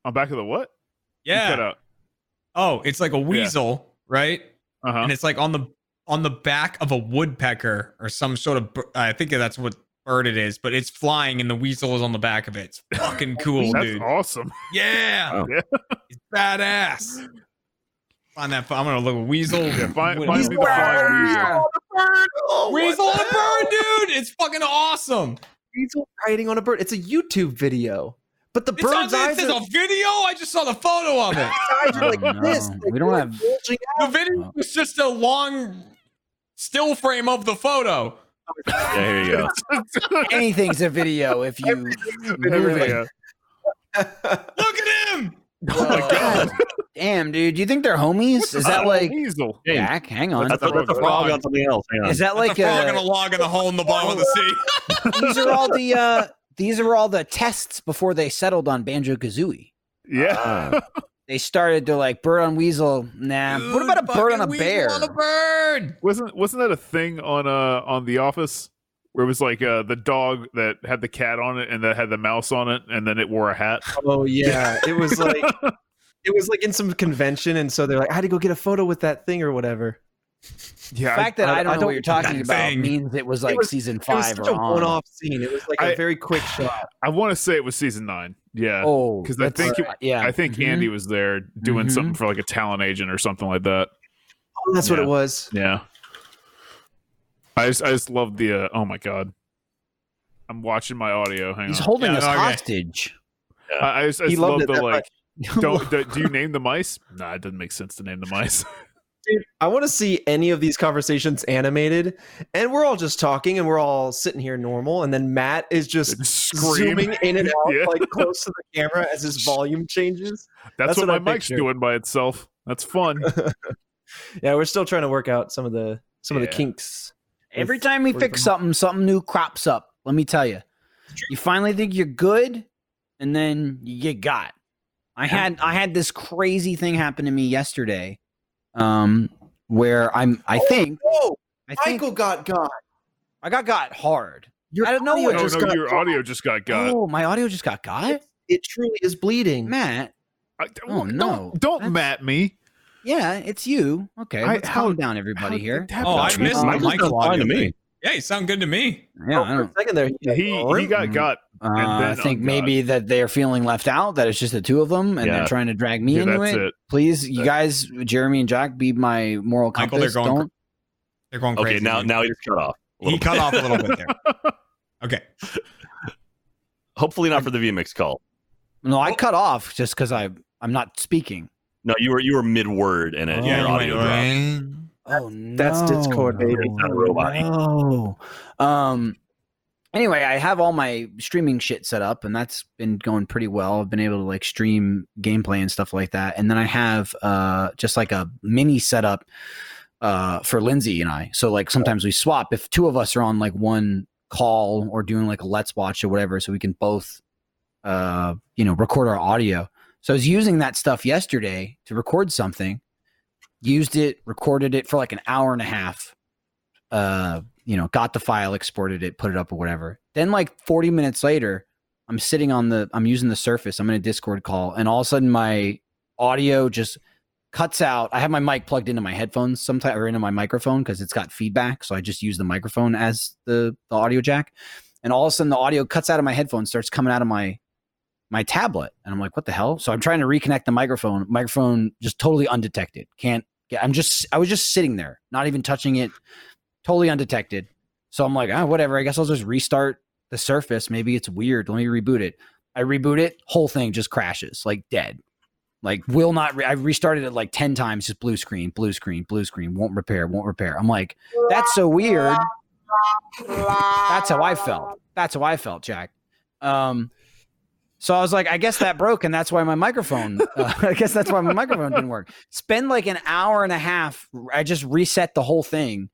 [SPEAKER 4] On back of the what? You cut
[SPEAKER 2] Yeah.
[SPEAKER 4] out.
[SPEAKER 2] Oh, it's like a weasel, right?
[SPEAKER 4] Uh-huh.
[SPEAKER 2] And it's like on the on the back of a woodpecker or some sort of. bir- I think that's what bird it is, but it's flying and the weasel is on the back of it. It's fucking cool,
[SPEAKER 4] That's
[SPEAKER 2] dude.
[SPEAKER 4] awesome.
[SPEAKER 2] Yeah,
[SPEAKER 5] Wow.
[SPEAKER 2] it's badass. Find that. I'm gonna look at weasel.
[SPEAKER 4] Yeah, find-
[SPEAKER 2] What-
[SPEAKER 4] find me the flying weasel.
[SPEAKER 6] Oh,
[SPEAKER 2] weasel
[SPEAKER 6] <laughs>
[SPEAKER 2] on a bird, dude. It's fucking awesome.
[SPEAKER 6] weasel riding on a bird it's a youtube video but the
[SPEAKER 2] It's on,
[SPEAKER 6] bird's
[SPEAKER 2] this
[SPEAKER 6] eyes
[SPEAKER 2] is
[SPEAKER 6] are,
[SPEAKER 2] a video. I just saw the photo of it.
[SPEAKER 4] <laughs>
[SPEAKER 6] eyes are like
[SPEAKER 3] Oh, no.
[SPEAKER 6] this like,
[SPEAKER 3] We don't
[SPEAKER 6] they're
[SPEAKER 3] have-
[SPEAKER 6] bulging
[SPEAKER 2] The video
[SPEAKER 3] Oh.
[SPEAKER 2] was just a long still frame of the photo.
[SPEAKER 5] yeah, here you go.
[SPEAKER 3] Anything's a video if you <laughs> move it.
[SPEAKER 4] Yeah.
[SPEAKER 6] out.
[SPEAKER 2] Look at him.
[SPEAKER 3] Oh my god. Damn, dude. Do you think they're homies? Is that like
[SPEAKER 4] weasel?
[SPEAKER 6] Ah.
[SPEAKER 3] Jack? Hang on.
[SPEAKER 5] That's, a- that's a frog on something else. Hang on.
[SPEAKER 3] Is that
[SPEAKER 2] Like
[SPEAKER 3] like
[SPEAKER 2] the frog
[SPEAKER 3] uh,
[SPEAKER 2] in a log in the hole in the bottom of the sea.
[SPEAKER 3] these are all the uh these are all the tests before they settled on Banjo Kazooie.
[SPEAKER 4] Yeah.
[SPEAKER 5] Ah.
[SPEAKER 3] They started to like bird on weasel. Nah. what about a
[SPEAKER 2] Dude,
[SPEAKER 3] bird on a
[SPEAKER 2] fucking weasel
[SPEAKER 3] bear?
[SPEAKER 2] On a bird.
[SPEAKER 4] wasn't wasn't that a thing on uh on The Office where it was like uh the dog that had the cat on it and that had the mouse on it and then it wore
[SPEAKER 3] <sighs>
[SPEAKER 4] a hat?
[SPEAKER 6] oh yeah it was like
[SPEAKER 4] <laughs>
[SPEAKER 6] it was like in some convention and so they're like i had to go get a photo with that thing or whatever
[SPEAKER 4] Yeah.
[SPEAKER 3] the
[SPEAKER 4] I-
[SPEAKER 3] fact that I,
[SPEAKER 6] I-
[SPEAKER 3] don't
[SPEAKER 6] I
[SPEAKER 3] know
[SPEAKER 6] don't
[SPEAKER 3] what you're
[SPEAKER 2] want
[SPEAKER 3] talking
[SPEAKER 2] that
[SPEAKER 3] about
[SPEAKER 2] thing.
[SPEAKER 3] means it was like
[SPEAKER 6] was-
[SPEAKER 3] season
[SPEAKER 6] it was
[SPEAKER 3] five
[SPEAKER 6] such
[SPEAKER 3] or
[SPEAKER 6] a
[SPEAKER 3] on.
[SPEAKER 6] one-off scene it was like a
[SPEAKER 4] I- <sighs>
[SPEAKER 6] very quick shot
[SPEAKER 4] I want to say it was season nine. Yeah.
[SPEAKER 3] Oh,
[SPEAKER 4] 'Cause I
[SPEAKER 3] that's
[SPEAKER 4] think it-
[SPEAKER 3] right. yeah,
[SPEAKER 4] I think
[SPEAKER 3] Mhm.
[SPEAKER 4] Andy was there doing
[SPEAKER 3] Mhm.
[SPEAKER 4] something for like a talent agent or something like that.
[SPEAKER 6] Oh, that's what
[SPEAKER 4] Yeah.
[SPEAKER 6] it was
[SPEAKER 4] Yeah. I just I just love the uh, oh my god. I'm watching my audio. Hang
[SPEAKER 3] he's
[SPEAKER 4] on.
[SPEAKER 3] holding
[SPEAKER 2] Yeah,
[SPEAKER 3] us
[SPEAKER 2] okay.
[SPEAKER 3] hostage. <laughs>
[SPEAKER 4] I, I just, I
[SPEAKER 6] He
[SPEAKER 4] just
[SPEAKER 6] loved
[SPEAKER 4] love
[SPEAKER 6] it
[SPEAKER 4] the
[SPEAKER 6] that
[SPEAKER 4] like.
[SPEAKER 6] <laughs>
[SPEAKER 4] Don't do, do you name the mice? Nah, it doesn't make sense to name the mice.
[SPEAKER 6] Dude, I want to see any of these conversations animated, and we're all just talking, and we're all sitting here normal, and then Matt is just
[SPEAKER 4] Scream.
[SPEAKER 6] zooming in and out
[SPEAKER 4] Yeah.
[SPEAKER 6] like close to the camera as his volume changes.
[SPEAKER 4] That's,
[SPEAKER 6] That's
[SPEAKER 4] what,
[SPEAKER 6] what I
[SPEAKER 4] my mic's
[SPEAKER 6] picture.
[SPEAKER 4] doing by itself. That's fun.
[SPEAKER 6] Yeah, we're still trying to work out some of the some of
[SPEAKER 4] Yeah.
[SPEAKER 6] the kinks.
[SPEAKER 3] Every time we
[SPEAKER 6] Or
[SPEAKER 3] fix
[SPEAKER 6] the-
[SPEAKER 3] something, something new crops up. Let me tell you, you finally think you're good, and then you get got. I had I had this crazy thing happen to me yesterday, um, where I'm I think
[SPEAKER 6] Oh,
[SPEAKER 3] I think
[SPEAKER 6] got got.
[SPEAKER 3] I got got hard.
[SPEAKER 6] Your
[SPEAKER 3] I don't know
[SPEAKER 6] audio
[SPEAKER 3] what
[SPEAKER 4] Oh, no,
[SPEAKER 3] just
[SPEAKER 4] no,
[SPEAKER 3] got
[SPEAKER 4] your audio just got got.
[SPEAKER 3] Oh, my audio just got got.
[SPEAKER 6] It truly is bleeding.
[SPEAKER 3] Matt,
[SPEAKER 4] I-
[SPEAKER 3] oh,
[SPEAKER 4] don't
[SPEAKER 3] no.
[SPEAKER 4] don't
[SPEAKER 3] That's-
[SPEAKER 4] mat me.
[SPEAKER 3] yeah, it's you. Okay,
[SPEAKER 4] I-
[SPEAKER 3] let's
[SPEAKER 4] how-
[SPEAKER 3] calm down, everybody here.
[SPEAKER 2] Oh, I missed my
[SPEAKER 5] Mine just
[SPEAKER 2] mic
[SPEAKER 5] sounds fine
[SPEAKER 2] log.
[SPEAKER 5] to me.
[SPEAKER 2] Yeah, you sound good to me.
[SPEAKER 3] Yeah,
[SPEAKER 6] Oh,
[SPEAKER 3] I
[SPEAKER 6] for a <laughs>
[SPEAKER 3] don't.
[SPEAKER 6] second there,
[SPEAKER 4] He he got
[SPEAKER 3] Mhm.
[SPEAKER 4] got.
[SPEAKER 3] Uh,
[SPEAKER 4] and
[SPEAKER 3] I
[SPEAKER 4] then
[SPEAKER 3] think
[SPEAKER 4] undone.
[SPEAKER 3] maybe that they're feeling left out. That it's just the two of them, and
[SPEAKER 5] Yeah.
[SPEAKER 3] they're trying to drag me
[SPEAKER 4] Yeah,
[SPEAKER 3] into
[SPEAKER 4] that's
[SPEAKER 3] it.
[SPEAKER 4] it.
[SPEAKER 3] Please, you guys, Jeremy and Jack, be my moral
[SPEAKER 2] Michael, they're
[SPEAKER 3] compass.
[SPEAKER 2] going
[SPEAKER 3] Don't.
[SPEAKER 2] They're going
[SPEAKER 5] Okay,
[SPEAKER 2] crazy.
[SPEAKER 5] now now he's cut off.
[SPEAKER 2] He cut off a little bit there. Okay.
[SPEAKER 5] <laughs> Hopefully not for the VMix call.
[SPEAKER 3] No, I cut off just because I I'm not speaking.
[SPEAKER 5] No, you were you were mid word in it.
[SPEAKER 3] Oh,
[SPEAKER 5] Yeah,
[SPEAKER 3] you
[SPEAKER 2] Anyway,
[SPEAKER 5] your audio dropped.
[SPEAKER 3] Oh no,
[SPEAKER 6] That's Discord, baby.
[SPEAKER 5] It's not a robot.
[SPEAKER 3] Oh, um. Anyway, I have all my streaming shit set up, and that's been going pretty well. I've been able to like stream gameplay and stuff like that, and then I have uh just like a mini setup uh for Lindsay and I. So like sometimes we swap if two of us are on like one call or doing like a let's watch or whatever, so we can both uh you know record our audio. So I was using that stuff yesterday to record something, used it, recorded it for like an hour and a half. Uh, you know, got the file, exported it, put it up or whatever. Then like 40 minutes later, I'm sitting on the I'm using the surface, I'm in a Discord call, and all of a sudden my audio just cuts out. I have my mic plugged into my headphones sometimes or into my microphone because it's got feedback. So I just use the microphone as the, the audio jack. And all of a sudden the audio cuts out of my headphones, starts coming out of my my tablet. And I'm like, what the hell? So I'm trying to reconnect the microphone. Microphone just totally undetected. Can't get I'm just I was just sitting there, not even touching it, totally undetected. So I'm like, ah, whatever. I guess I'll just restart the surface. Maybe it's weird. Let me reboot it. I reboot it, whole thing just crashes, like dead. Like will not re- I restarted it like 10 times, just blue screen, blue screen, blue screen, won't repair, won't repair. I'm like, that's so weird. That's how I felt. That's how I felt, Jack. Um, so I was like, I guess that broke, and that's why my microphone. Uh, <laughs> I guess that's why my microphone didn't work. Spend like an hour and a half. I just reset the whole thing.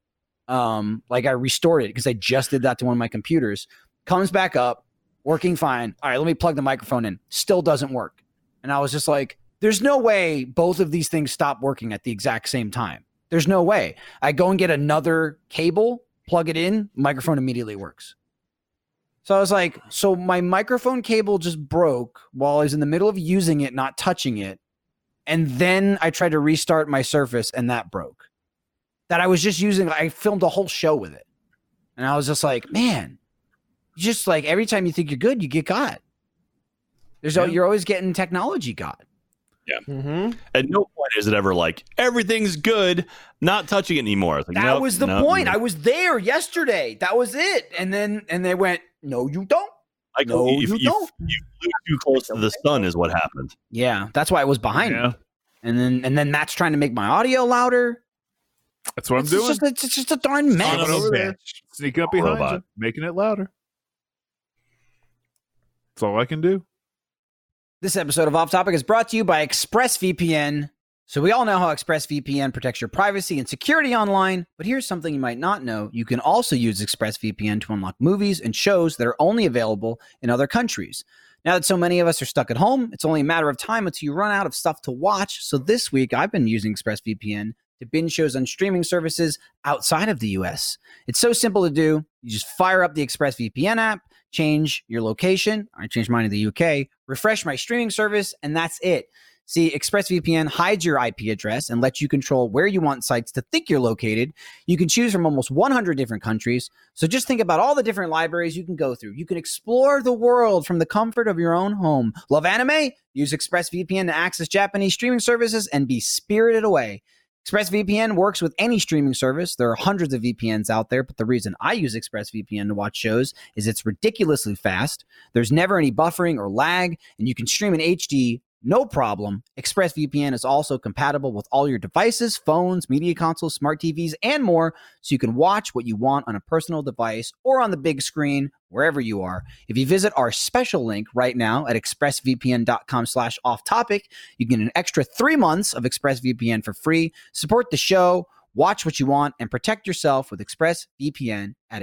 [SPEAKER 3] Um, like I restored it because I just did that to one of my computers. Comes back up, working fine. All right, let me plug the microphone in. Still doesn't work. And I was just like, there's no way both of these things stop working at the exact same time. There's no way. I go and get another cable, plug it in, microphone immediately works. So I was like, so my microphone cable just broke while I was in the middle of using it, not touching it. And then I tried to restart my surface and that broke. That I was just using, I filmed a whole show with it. And I was just like, man, you just like every time you think you're good, you get got. There's al- you're always getting technology got.
[SPEAKER 6] Mm-hmm.
[SPEAKER 5] At no point is it ever like everything's good, not touching it anymore. It's like,
[SPEAKER 3] That
[SPEAKER 5] nope,
[SPEAKER 3] was the
[SPEAKER 5] nope,
[SPEAKER 3] point.
[SPEAKER 5] nope.
[SPEAKER 3] I was there yesterday. That was it. And then and they went, no, you don't.
[SPEAKER 5] Like,
[SPEAKER 3] No,
[SPEAKER 5] if,
[SPEAKER 3] you
[SPEAKER 5] if
[SPEAKER 3] don't.
[SPEAKER 5] you flew too close to the sun is what happened.
[SPEAKER 3] Yeah, that's why it was behind
[SPEAKER 4] Yeah.
[SPEAKER 3] me. And then and then Matt's trying to make my audio louder.
[SPEAKER 4] That's what I'm
[SPEAKER 3] It's
[SPEAKER 4] doing.
[SPEAKER 3] just, it's just a darn
[SPEAKER 2] Son
[SPEAKER 3] mess.
[SPEAKER 2] of a bitch.
[SPEAKER 4] Sneaking up behind
[SPEAKER 5] Robot.
[SPEAKER 4] you, making it louder. That's all I can do.
[SPEAKER 3] This episode of Off Topic is brought to you by ExpressVPN. So, we all know how ExpressVPN protects your privacy and security online, but here's something you might not know. You can also use ExpressVPN to unlock movies and shows that are only available in other countries. Now that so many of us are stuck at home, it's only a matter of time until you run out of stuff to watch. So, this week I've been using ExpressVPN to binge shows on streaming services outside of the US. It's so simple to do. You just fire up the ExpressVPN app change your location. I changed mine to the UK, refresh my streaming service, and that's it. See, ExpressVPN hides your IP address and lets you control where you want sites to think you're located. You can choose from almost 100 different countries. So just think about all the different libraries you can go through. You can explore the world from the comfort of your own home. Love anime? Use ExpressVPN to access Japanese streaming services and be spirited away. ExpressVPN works with any streaming service. There are hundreds of VPNs out there, but the reason I use ExpressVPN to watch shows is it's ridiculously fast. There's never any buffering or lag, and you can stream in HD no problem. ExpressVPN is also compatible with all your devices, phones, media consoles, smart TVs, and more, so you can watch what you want on a personal device or on the big screen wherever you are. If you visit our special link right now at expressvpn.com/off-topic, you can get an extra three months of ExpressVPN for free. Support the show, watch what you want, and protect yourself with ExpressVPN at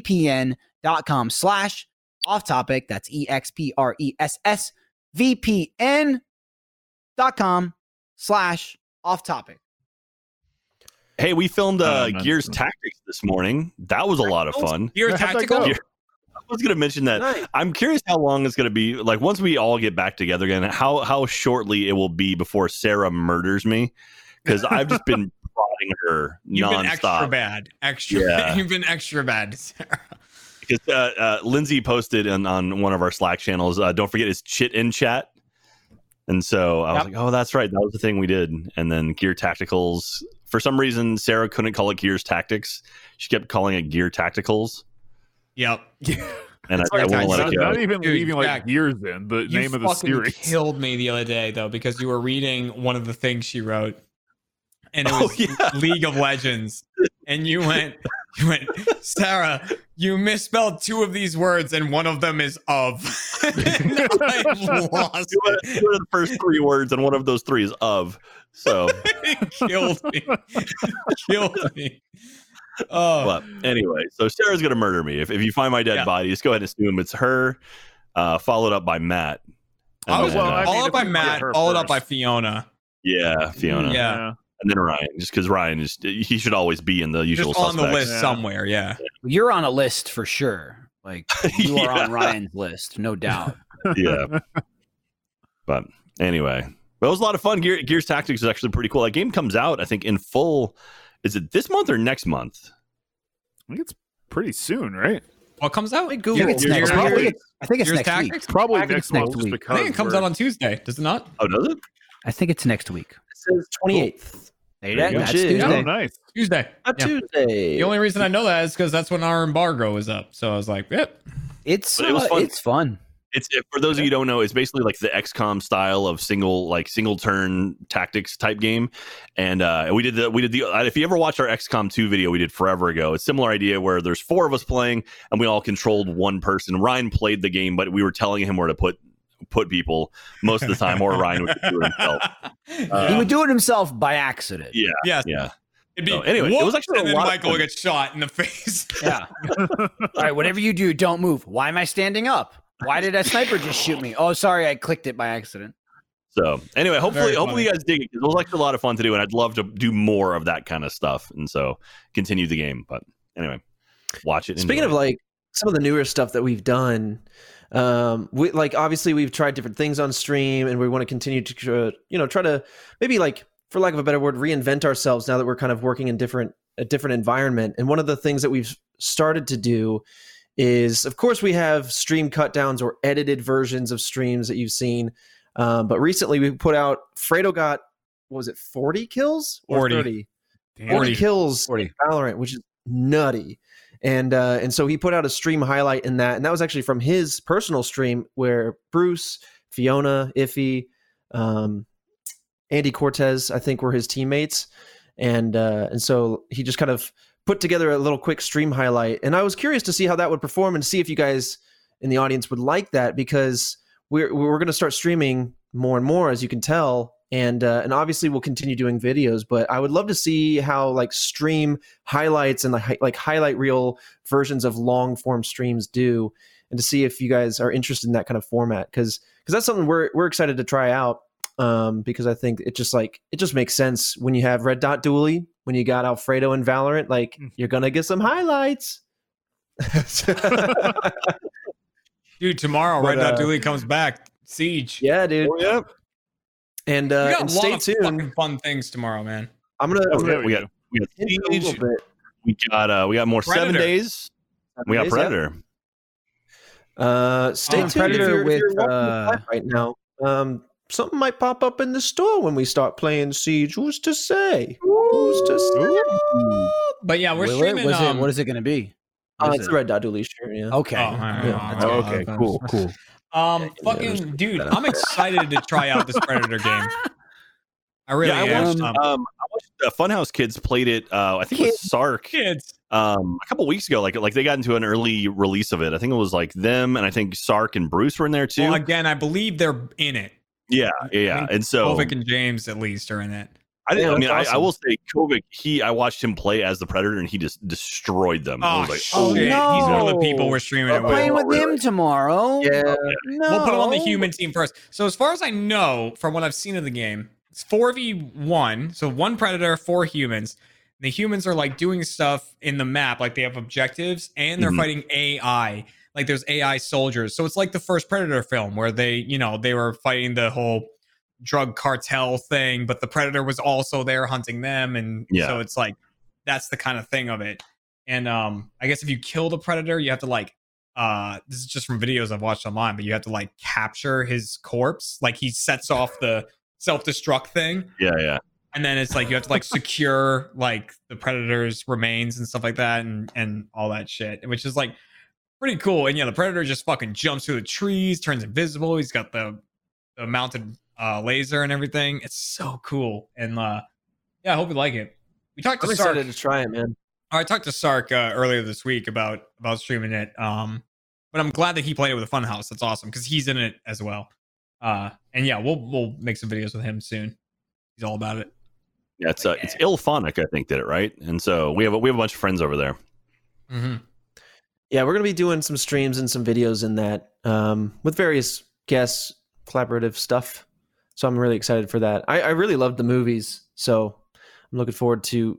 [SPEAKER 3] expressvpn.com slash off topic. That's E E-X-P-R-E-S-S VPN.com slash off topic.
[SPEAKER 5] Hey, we filmed uh,
[SPEAKER 4] Oh, no.
[SPEAKER 5] Gears Tactics this morning. That was a lot of fun.
[SPEAKER 2] You're
[SPEAKER 4] How'd that
[SPEAKER 2] tactical.
[SPEAKER 4] go?
[SPEAKER 5] You're- I was going to mention that. I'm curious how long it's going to be. Like once we all get back together again, how how shortly it will be before Sarah murders me because I've just
[SPEAKER 3] <laughs>
[SPEAKER 5] been prodding her
[SPEAKER 2] You've been extra
[SPEAKER 5] nonstop.
[SPEAKER 2] bad. Extra. <laughs>
[SPEAKER 5] Yeah.
[SPEAKER 2] You've been extra bad, <laughs> Sarah.
[SPEAKER 5] Because uh, uh, Lindsay posted on, on one of our Slack channels. Uh, don't forget, it's chit in chat. And so I was like, oh, that's right. That was the thing we did. And then Gear Tacticals For some reason, Sarah couldn't call it Gears Tactics. She kept calling it Gear Tacticals,
[SPEAKER 2] Yep.
[SPEAKER 5] and I,
[SPEAKER 2] like
[SPEAKER 5] I won't let
[SPEAKER 4] not,
[SPEAKER 5] it go.
[SPEAKER 4] not even
[SPEAKER 2] Dude,
[SPEAKER 4] leaving like
[SPEAKER 2] Jack,
[SPEAKER 4] years in the
[SPEAKER 2] You
[SPEAKER 4] name of the
[SPEAKER 2] fucking <laughs>
[SPEAKER 4] series.
[SPEAKER 2] killed me the other day though because you were reading one of the things she wrote, and it
[SPEAKER 5] Oh,
[SPEAKER 2] was <laughs> League of Legends, and you went, you went, Sarah, you misspelled two of these words, and one of them is of. <laughs> And I lost.
[SPEAKER 5] Two out of- two out of the first three words, and one of those three is of.
[SPEAKER 2] <laughs>
[SPEAKER 5] So,
[SPEAKER 2] <laughs> It killed me. killed me. Oh,
[SPEAKER 5] but anyway, so Sarah's gonna murder me. If, if you find my dead
[SPEAKER 2] Yeah.
[SPEAKER 5] body, just go ahead and assume it's her. Uh, followed up by Matt. And
[SPEAKER 2] I was
[SPEAKER 5] then,
[SPEAKER 4] well,
[SPEAKER 5] uh,
[SPEAKER 4] I mean,
[SPEAKER 2] all
[SPEAKER 4] if
[SPEAKER 2] up by
[SPEAKER 4] we get
[SPEAKER 2] Matt,
[SPEAKER 4] her
[SPEAKER 2] all up by
[SPEAKER 4] first.
[SPEAKER 2] Fiona.
[SPEAKER 5] yeah, Fiona,
[SPEAKER 2] Yeah.
[SPEAKER 5] and then Ryan, just because Ryan is he should always be in the usual
[SPEAKER 2] Just on the
[SPEAKER 5] suspects.
[SPEAKER 2] list
[SPEAKER 4] Yeah.
[SPEAKER 2] somewhere. Yeah.
[SPEAKER 8] You're on a list for sure. Like you are on Ryan's list, no doubt.
[SPEAKER 5] yeah. But anyway, but it was a lot of fun. Gear, Gears Tactics is actually pretty cool. That game comes out, I think, in full. Is it this month or next month?
[SPEAKER 4] <laughs> I think it's pretty soon, right?
[SPEAKER 2] Well, it comes out.
[SPEAKER 6] Wait,
[SPEAKER 8] I
[SPEAKER 6] Google.
[SPEAKER 8] think it's next.
[SPEAKER 4] you're-
[SPEAKER 8] I think it's, I think it's
[SPEAKER 2] Gears
[SPEAKER 8] next week.
[SPEAKER 2] Tactics?
[SPEAKER 4] Probably
[SPEAKER 8] I think
[SPEAKER 4] next
[SPEAKER 8] it's next
[SPEAKER 4] month. just
[SPEAKER 8] week. I
[SPEAKER 4] because
[SPEAKER 2] I think it comes
[SPEAKER 4] we're-
[SPEAKER 2] out on Tuesday. Does it not?
[SPEAKER 5] Oh, does it?
[SPEAKER 8] I think it's next week.
[SPEAKER 6] says 28th.
[SPEAKER 8] There
[SPEAKER 5] you go.
[SPEAKER 8] That's
[SPEAKER 6] Shit.
[SPEAKER 8] Tuesday.
[SPEAKER 4] Oh, nice.
[SPEAKER 2] Tuesday.
[SPEAKER 6] Not
[SPEAKER 2] Yeah.
[SPEAKER 6] Tuesday.
[SPEAKER 2] The only reason I know that is because that's when our embargo is up. So I was like,
[SPEAKER 5] <laughs>
[SPEAKER 2] yep.
[SPEAKER 8] It's
[SPEAKER 5] But it was
[SPEAKER 8] uh,
[SPEAKER 5] fun.
[SPEAKER 8] it's fun.
[SPEAKER 5] It's if- for those of you who don't know, it's basically like the XCOM style of single like single turn tactics type game. And uh, we did the we did the uh, if you ever watched our XCOM two video we did forever ago, it's a similar idea where there's four of us playing and we all controlled one person. Ryan played the game, but we were telling him where to put put people most of the time, or Ryan would do it
[SPEAKER 2] <laughs>
[SPEAKER 5] himself.
[SPEAKER 2] Yeah.
[SPEAKER 8] he would do it himself by accident.
[SPEAKER 5] Uh, Yeah,
[SPEAKER 2] Yes.
[SPEAKER 5] yeah.
[SPEAKER 2] It'd be,
[SPEAKER 5] So anyway, it was
[SPEAKER 2] whoop,
[SPEAKER 5] actually a
[SPEAKER 2] and then
[SPEAKER 5] lot of
[SPEAKER 2] Michael
[SPEAKER 5] fun.
[SPEAKER 2] would get shot in the <laughs> face.
[SPEAKER 8] Yeah. All right, whatever you do, don't move. Why am I standing up? Why did a sniper just shoot me? Oh, sorry, I clicked it by accident.
[SPEAKER 5] So anyway, hopefully,
[SPEAKER 2] Very
[SPEAKER 5] hopefully you guys dig it. 'cause It was actually a lot of fun to do, and I'd love to do more of that kind of stuff. And so continue the game. But anyway, watch it.
[SPEAKER 6] Speaking of like some of the newer stuff that we've done, um, we, like obviously we've tried different things on stream, and we want to continue to tr- you know try to maybe like for lack of a better word reinvent ourselves now that we're kind of working in different a different environment. And one of the things that we've started to do is, of course, we have stream cut downs or edited versions of streams that you've seen. Um, but recently we put out Fredo got what was it forty kills or
[SPEAKER 2] 40.
[SPEAKER 6] 30?
[SPEAKER 4] Damn.
[SPEAKER 6] 40 kills
[SPEAKER 8] 40.
[SPEAKER 6] in Valorant, which is nutty. And uh, and so he put out a stream highlight in that, and that was actually from his personal stream where Bruce, Fiona, Iffy, um, Andy Cortez, I think, were his teammates, and uh, and so he just kind of put together a little quick stream highlight, and I was curious to see how that would perform and see if you guys in the audience would like that because we're we're going to start streaming more and more as you can tell and uh, and obviously we'll continue doing videos but i would love to see how like stream highlights and like hi- like highlight reel versions of long form streams do and to see if you guys are interested in that kind of format because because that's something we're we're excited to try out um because i think it just like it just makes sense when you have red dot dually when you got alfredo and valorant like you're gonna get some highlights
[SPEAKER 2] Dude, tomorrow,
[SPEAKER 6] But,
[SPEAKER 2] Red Dot
[SPEAKER 6] uh,
[SPEAKER 2] Dooley comes back. Siege.
[SPEAKER 6] yeah dude
[SPEAKER 5] yeah,
[SPEAKER 6] and
[SPEAKER 2] We
[SPEAKER 6] uh
[SPEAKER 2] got
[SPEAKER 6] and
[SPEAKER 2] a lot
[SPEAKER 6] stay
[SPEAKER 2] of
[SPEAKER 6] tuned
[SPEAKER 2] fucking fun things tomorrow, man.
[SPEAKER 6] i'm gonna
[SPEAKER 4] That's
[SPEAKER 5] we
[SPEAKER 4] what
[SPEAKER 5] got, Oh, we got,
[SPEAKER 4] do.
[SPEAKER 5] we got
[SPEAKER 6] hint a little
[SPEAKER 5] Siege,
[SPEAKER 6] bit
[SPEAKER 5] we got uh, we got more seven
[SPEAKER 2] Predator.
[SPEAKER 5] days. We got
[SPEAKER 6] Days, yeah.
[SPEAKER 5] Predator.
[SPEAKER 6] Uh, stay
[SPEAKER 2] Um,
[SPEAKER 6] tuned if
[SPEAKER 2] Predator
[SPEAKER 6] you're, if you're
[SPEAKER 8] with,
[SPEAKER 6] watching
[SPEAKER 8] uh,
[SPEAKER 6] live right now. Um, something might pop up in the store when we start playing Siege. Who's to say? Who's to say?
[SPEAKER 8] Hmm.
[SPEAKER 2] But yeah, we're
[SPEAKER 8] Will it?
[SPEAKER 2] streaming.
[SPEAKER 8] Was it-
[SPEAKER 2] um,
[SPEAKER 8] what is it going to be?
[SPEAKER 6] Uh,
[SPEAKER 8] What is
[SPEAKER 6] it's
[SPEAKER 8] it?
[SPEAKER 6] the Red Dot Dooley shirt. Yeah.
[SPEAKER 8] Okay.
[SPEAKER 2] Oh, all right,
[SPEAKER 6] Yeah.
[SPEAKER 2] all right,
[SPEAKER 4] Oh,
[SPEAKER 2] all
[SPEAKER 4] okay,
[SPEAKER 2] right.
[SPEAKER 4] cool,
[SPEAKER 8] cool.
[SPEAKER 2] Um,
[SPEAKER 6] Yeah, there's
[SPEAKER 2] fucking dude, I'm excited to try out this Predator
[SPEAKER 5] <laughs>
[SPEAKER 2] game. I really
[SPEAKER 5] yeah, I
[SPEAKER 2] am.
[SPEAKER 5] watched.
[SPEAKER 2] um,
[SPEAKER 5] Um, I watched uh, Funhouse Kids played it. Uh, I think it was Sark
[SPEAKER 2] kids.
[SPEAKER 5] um, a couple weeks ago. Like like they got into an early release of it. I think it was like them, and I think Sark and Bruce were in there too.
[SPEAKER 2] Well, again, I believe they're in it.
[SPEAKER 5] yeah, yeah.
[SPEAKER 2] think
[SPEAKER 5] And so
[SPEAKER 2] Kovic and James at least are in it.
[SPEAKER 5] I, didn't,
[SPEAKER 6] Yeah,
[SPEAKER 5] I mean,
[SPEAKER 6] that's
[SPEAKER 5] I, I
[SPEAKER 6] awesome.
[SPEAKER 5] will say Kovic. He, I watched him play as the Predator, and he just destroyed them. I
[SPEAKER 2] Oh,
[SPEAKER 5] was like,
[SPEAKER 2] shit.
[SPEAKER 8] oh,
[SPEAKER 2] He's one of the
[SPEAKER 8] no.
[SPEAKER 2] people we're streaming
[SPEAKER 8] We're
[SPEAKER 2] it with.
[SPEAKER 8] playing with him tomorrow.
[SPEAKER 2] oh,
[SPEAKER 6] Yeah.
[SPEAKER 8] No.
[SPEAKER 2] We'll put him on the human team first. So as far as I know, from what I've seen of the game, it's four v one. So one predator, four humans. The humans are like doing stuff in the map, like they have objectives, and they're
[SPEAKER 8] Mm-hmm.
[SPEAKER 5] Mhm.
[SPEAKER 2] fighting AI. Like there's AI soldiers. So it's like the first Predator film where they, you know, they were fighting the whole drug cartel thing, but the Predator was also there hunting them, and
[SPEAKER 5] Yeah.
[SPEAKER 2] so it's like that's the kind of thing of it. And um, I guess if you kill the Predator, you have to like uh this is just from videos I've watched online, but you have to like capture his corpse. Like he sets off the self-destruct thing.
[SPEAKER 5] yeah, yeah.
[SPEAKER 2] and then it's like you have to like secure like the predator's remains and stuff like that and and all that shit which is like pretty cool and yeah the predator just fucking jumps through the trees turns invisible he's got the the mounted uh laser and everything it's so cool and uh yeah i hope you like it we talked
[SPEAKER 6] I'm
[SPEAKER 2] to Sark.
[SPEAKER 6] excited to try it, man.
[SPEAKER 2] I talked to Sark uh, earlier this week about about streaming it. Um, but I'm glad that he played it with a Funhouse. That's awesome because he's in it as well. Uh, and yeah, we'll we'll make some videos with him soon. He's all about it.
[SPEAKER 5] Yeah, it's uh, it's Ilphonic, I think, did it right, and so we have a, we have a bunch of friends over there.
[SPEAKER 2] Mm-hmm.
[SPEAKER 6] Yeah, we're gonna be doing some streams and some videos in that um, with various guests, collaborative stuff. So I'm really excited for that. I, I really loved the movies, so I'm looking forward to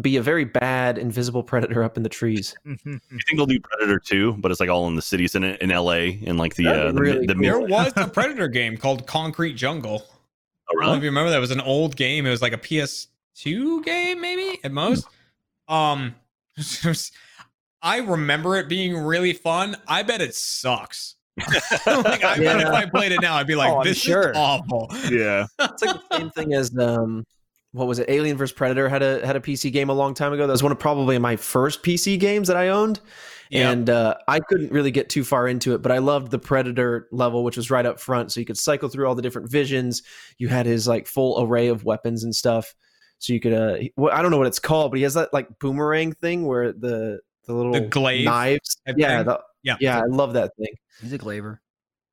[SPEAKER 6] be a very bad invisible predator up in the trees.
[SPEAKER 5] You think they'll do Predator two, but it's like all in the cities in in L.A. and like the uh,
[SPEAKER 6] That'd be
[SPEAKER 5] the,
[SPEAKER 6] really
[SPEAKER 5] the,
[SPEAKER 2] <laughs>
[SPEAKER 6] cool.
[SPEAKER 2] There was a Predator game called Concrete Jungle.
[SPEAKER 5] Oh,
[SPEAKER 2] I don't know if
[SPEAKER 5] really?
[SPEAKER 2] you remember that it was an old game. It was like a PS2 game, maybe at most. Um, <laughs> I remember it being really fun. I bet it sucks. <laughs>
[SPEAKER 5] <laughs>
[SPEAKER 2] like, I bet if I played it now, I'd be like,
[SPEAKER 3] Oh, I'm
[SPEAKER 2] "This
[SPEAKER 3] sure.
[SPEAKER 2] is awful."
[SPEAKER 4] Yeah.
[SPEAKER 6] It's like the same thing as um, what was it? Alien vs Predator had a had a PC game a long time ago. That was one of probably my first PC games that I owned,
[SPEAKER 2] Yeah.
[SPEAKER 6] and uh, I couldn't really get too far into it. But I loved the Predator level, which was right up front, so you could cycle through all the different visions. You had his like full array of weapons and stuff, so you could. Uh, he- well, I don't know what it's called, but he has that like boomerang thing where the the little
[SPEAKER 2] The glaive
[SPEAKER 6] knives.
[SPEAKER 2] type
[SPEAKER 6] Yeah,
[SPEAKER 2] thing?
[SPEAKER 6] the,
[SPEAKER 2] Yeah.
[SPEAKER 6] yeah, I love that thing.
[SPEAKER 8] He's a glaver.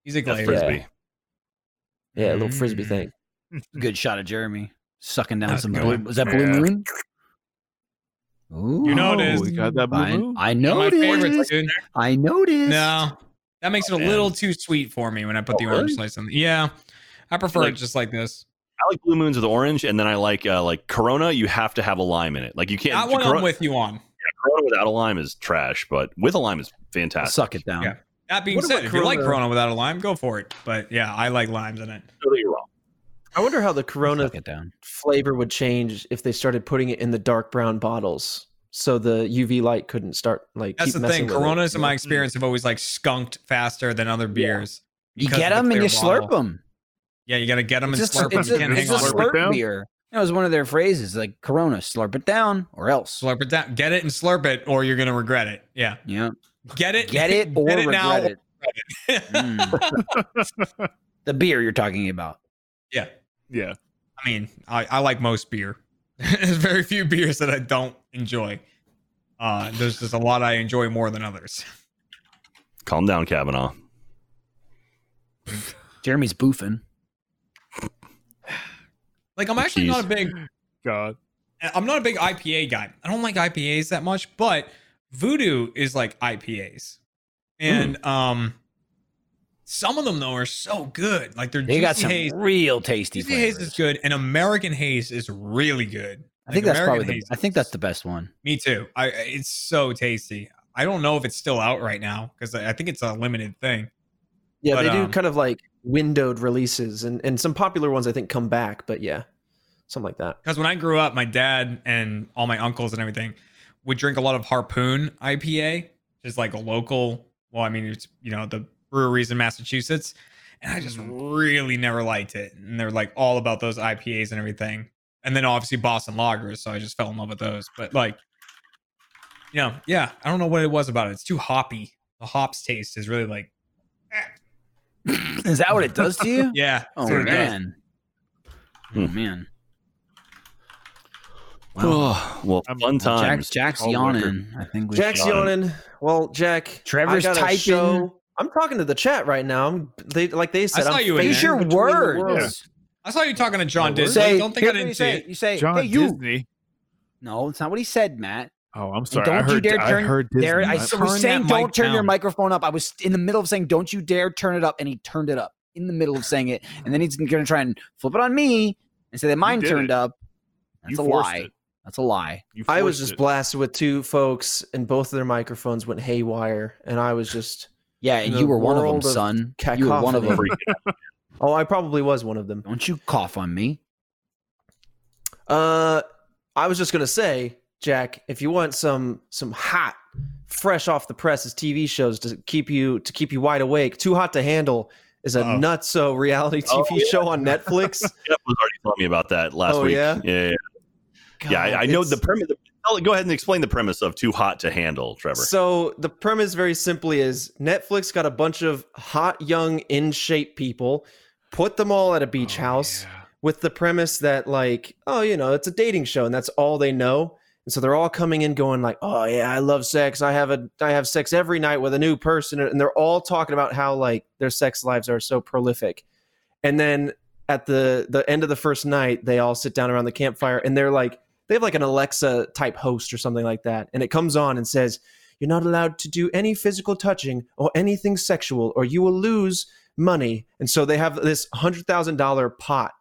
[SPEAKER 2] He's a
[SPEAKER 5] Yeah,
[SPEAKER 2] glazer.
[SPEAKER 5] frisbee.
[SPEAKER 6] Yeah, a little frisbee
[SPEAKER 2] Mm.
[SPEAKER 6] thing.
[SPEAKER 8] Good shot of Jeremy sucking down
[SPEAKER 2] That's
[SPEAKER 8] some
[SPEAKER 2] good.
[SPEAKER 8] blue. Was that blue
[SPEAKER 4] Yeah.
[SPEAKER 8] moon? Ooh,
[SPEAKER 2] You know it
[SPEAKER 4] Oh,
[SPEAKER 2] is.
[SPEAKER 4] we got that blue
[SPEAKER 8] I,
[SPEAKER 4] moon.
[SPEAKER 8] I
[SPEAKER 2] One of my
[SPEAKER 8] noticed.
[SPEAKER 2] favorites, dude.
[SPEAKER 8] I noticed.
[SPEAKER 2] No, that makes it a
[SPEAKER 5] man.
[SPEAKER 2] little too sweet for me when I put the orange slice on. Yeah, I prefer
[SPEAKER 5] Like-
[SPEAKER 2] it just like this.
[SPEAKER 5] I like blue moons with orange, and then I like uh, like Corona. You have to have a lime in it. Like you can't.
[SPEAKER 2] that one
[SPEAKER 5] Corona,
[SPEAKER 2] I'm with you on.
[SPEAKER 5] Corona without a lime is trash, but with a lime is fantastic.
[SPEAKER 8] Suck it down.
[SPEAKER 2] Yeah. That being
[SPEAKER 6] What
[SPEAKER 2] said,
[SPEAKER 6] about
[SPEAKER 2] if you like
[SPEAKER 6] Corona?
[SPEAKER 2] Corona without a lime, go for it. But yeah, I like limes in it.
[SPEAKER 5] Totally wrong.
[SPEAKER 6] I wonder how the Corona
[SPEAKER 8] Suck it down.
[SPEAKER 6] flavor would change if they started putting it in the dark brown bottles so the UV light couldn't start like
[SPEAKER 2] That's
[SPEAKER 6] keep
[SPEAKER 2] the thing.
[SPEAKER 6] messing with it.
[SPEAKER 2] Coronas,
[SPEAKER 8] Mm-hmm.
[SPEAKER 2] in my experience, have always like skunked faster than other beers.
[SPEAKER 8] You
[SPEAKER 2] because
[SPEAKER 8] get
[SPEAKER 2] of the
[SPEAKER 8] them and you
[SPEAKER 2] clear
[SPEAKER 8] slurp
[SPEAKER 2] bottle.
[SPEAKER 8] them.
[SPEAKER 2] Yeah, you got to get them and
[SPEAKER 8] It's a,
[SPEAKER 2] slurp them.
[SPEAKER 8] it's
[SPEAKER 2] You
[SPEAKER 8] a,
[SPEAKER 2] can't
[SPEAKER 8] it's
[SPEAKER 2] hang
[SPEAKER 8] a
[SPEAKER 2] on.
[SPEAKER 4] slurp it
[SPEAKER 8] slurp
[SPEAKER 4] down?
[SPEAKER 8] beer. That was one of their phrases, like Corona, slurp it down or else.
[SPEAKER 2] Slurp it down. Get it and slurp it, or you're gonna regret it. Yeah,
[SPEAKER 8] Yeah,
[SPEAKER 2] get it.
[SPEAKER 8] get it or
[SPEAKER 2] <laughs> get
[SPEAKER 8] regret
[SPEAKER 2] now.
[SPEAKER 8] it.
[SPEAKER 2] <laughs>
[SPEAKER 8] Mm. the beer you're talking about.
[SPEAKER 2] yeah,
[SPEAKER 4] Yeah.
[SPEAKER 2] I mean, I, I like most beer. <laughs> there's very few beers that I don't enjoy. Uh, there's just a lot I enjoy more than others.
[SPEAKER 5] Calm down, Kavanaugh.
[SPEAKER 8] Jeremy's boofing.
[SPEAKER 2] Like I'm actually not a big
[SPEAKER 4] God.
[SPEAKER 2] I'm not a big IPA guy. I don't like IPAs that much, but Voodoo is like IPAs. And um some of them though are so good. Like they're
[SPEAKER 8] They got
[SPEAKER 2] Juicy
[SPEAKER 8] some
[SPEAKER 2] haze.
[SPEAKER 8] real tasty
[SPEAKER 2] Juicy haze
[SPEAKER 8] flavors.
[SPEAKER 2] is good and American haze is really good.
[SPEAKER 8] I think
[SPEAKER 2] Like,
[SPEAKER 8] that's
[SPEAKER 2] American
[SPEAKER 8] probably. The,
[SPEAKER 2] haze
[SPEAKER 8] I think that's the best one. <laughs>
[SPEAKER 2] me too. I it's so tasty. I don't know if it's still out right now because I I think it's a limited thing.
[SPEAKER 6] Yeah,
[SPEAKER 2] But,
[SPEAKER 6] they do
[SPEAKER 2] um,
[SPEAKER 6] kind of like windowed releases and, and some popular ones I think come back, but yeah. Something like that.
[SPEAKER 2] Because when I grew up, my dad and all my uncles and everything would drink a lot of Harpoon IPA, just like a local. Well, I mean, it's you know the breweries in Massachusetts, and I just
[SPEAKER 8] Mm.
[SPEAKER 2] really never liked it. And they're like all about those IPAs and everything. And then obviously Boston lagers, so I just fell in love with those. But like, you know, yeah, I don't know what it was about it. It's too hoppy. The hops taste is really like,
[SPEAKER 8] Is that what it does to you?
[SPEAKER 2] <laughs> yeah.
[SPEAKER 8] Oh
[SPEAKER 2] that's what it does.
[SPEAKER 8] man.
[SPEAKER 4] Hmm.
[SPEAKER 8] Oh man. Wow.
[SPEAKER 5] Oh, well,
[SPEAKER 4] I'm-
[SPEAKER 5] fun
[SPEAKER 8] Jack-
[SPEAKER 3] <laughs>
[SPEAKER 5] times.
[SPEAKER 8] Jack's
[SPEAKER 4] All
[SPEAKER 8] yawning.
[SPEAKER 4] record.
[SPEAKER 8] I think we
[SPEAKER 6] Jack's
[SPEAKER 8] should-
[SPEAKER 6] yawning. Well, Jack,
[SPEAKER 8] Trevor's
[SPEAKER 6] I got a
[SPEAKER 8] typing.
[SPEAKER 6] show. I'm talking to the chat right now. I'm, they like they said.
[SPEAKER 2] saw
[SPEAKER 6] I'm
[SPEAKER 2] you in
[SPEAKER 8] Use
[SPEAKER 6] facing
[SPEAKER 2] there.
[SPEAKER 8] your
[SPEAKER 6] between the worlds.
[SPEAKER 8] words.
[SPEAKER 2] I saw you talking to John
[SPEAKER 6] No, we're-
[SPEAKER 2] Disney.
[SPEAKER 8] Say,
[SPEAKER 2] don't think I
[SPEAKER 8] here's what
[SPEAKER 2] didn't
[SPEAKER 8] you
[SPEAKER 2] see
[SPEAKER 8] say.
[SPEAKER 2] it.
[SPEAKER 8] You say,
[SPEAKER 4] John
[SPEAKER 8] hey, you.
[SPEAKER 4] Disney.
[SPEAKER 8] No, it's not what he said, Matt.
[SPEAKER 4] Oh, I'm
[SPEAKER 8] And
[SPEAKER 4] sorry. I heard, I heard Disney.
[SPEAKER 8] There, I
[SPEAKER 4] I-
[SPEAKER 8] was
[SPEAKER 2] Turn
[SPEAKER 8] saying,
[SPEAKER 2] that
[SPEAKER 8] don't
[SPEAKER 2] mic
[SPEAKER 8] turn your
[SPEAKER 2] down.
[SPEAKER 8] microphone up. I was in the middle of saying, don't you dare turn it up, and he turned it up in the middle of saying it, and then he's going to try and flip it on me and say that mine
[SPEAKER 4] did
[SPEAKER 8] turned
[SPEAKER 4] it.
[SPEAKER 8] up. That's
[SPEAKER 4] You
[SPEAKER 8] a
[SPEAKER 4] forced
[SPEAKER 8] lie.
[SPEAKER 4] it.
[SPEAKER 8] That's a lie.
[SPEAKER 4] You
[SPEAKER 6] I was
[SPEAKER 4] forced
[SPEAKER 6] just
[SPEAKER 4] it.
[SPEAKER 6] blasted with two folks, and both of their microphones went haywire, and I was just
[SPEAKER 8] Yeah, and
[SPEAKER 6] The
[SPEAKER 8] you were one of them,
[SPEAKER 6] world of
[SPEAKER 8] son. You were one of them.
[SPEAKER 6] cacophony. oh, I probably was one of them.
[SPEAKER 8] Don't you cough on me.
[SPEAKER 6] Uh, I was just gonna say, Jack, if you want some some hot, fresh off the presses TV shows to keep you to keep you wide awake, too hot to handle, is a
[SPEAKER 5] Oh.
[SPEAKER 6] nutso reality TV
[SPEAKER 5] Oh, yeah.
[SPEAKER 6] show on Netflix.
[SPEAKER 5] Jeff was already telling me about that last
[SPEAKER 6] Oh,
[SPEAKER 5] week.
[SPEAKER 6] yeah?
[SPEAKER 5] yeah, <laughs> yeah. Yeah, I, I
[SPEAKER 6] God,
[SPEAKER 5] know
[SPEAKER 6] it's-
[SPEAKER 5] the premise. Tell- Go ahead and explain the premise of "Too Hot to Handle," Trevor.
[SPEAKER 6] So the premise very simply is Netflix got a bunch of hot young in shape people, put them all at a beach house with the premise that like, oh, you know, it's a dating show and that's all they know. And so they're all coming in going like, "Oh yeah, I love sex. I have a I have sex every night with a new person." And they're all talking about how like their sex lives are so prolific. And then at the the end of the first night, they all sit down around the campfire and they're like they have like an Alexa type host or something like that. And it comes on and says, "You're not allowed to do any physical touching or anything sexual or you will lose money." And so they have this $100,000 pot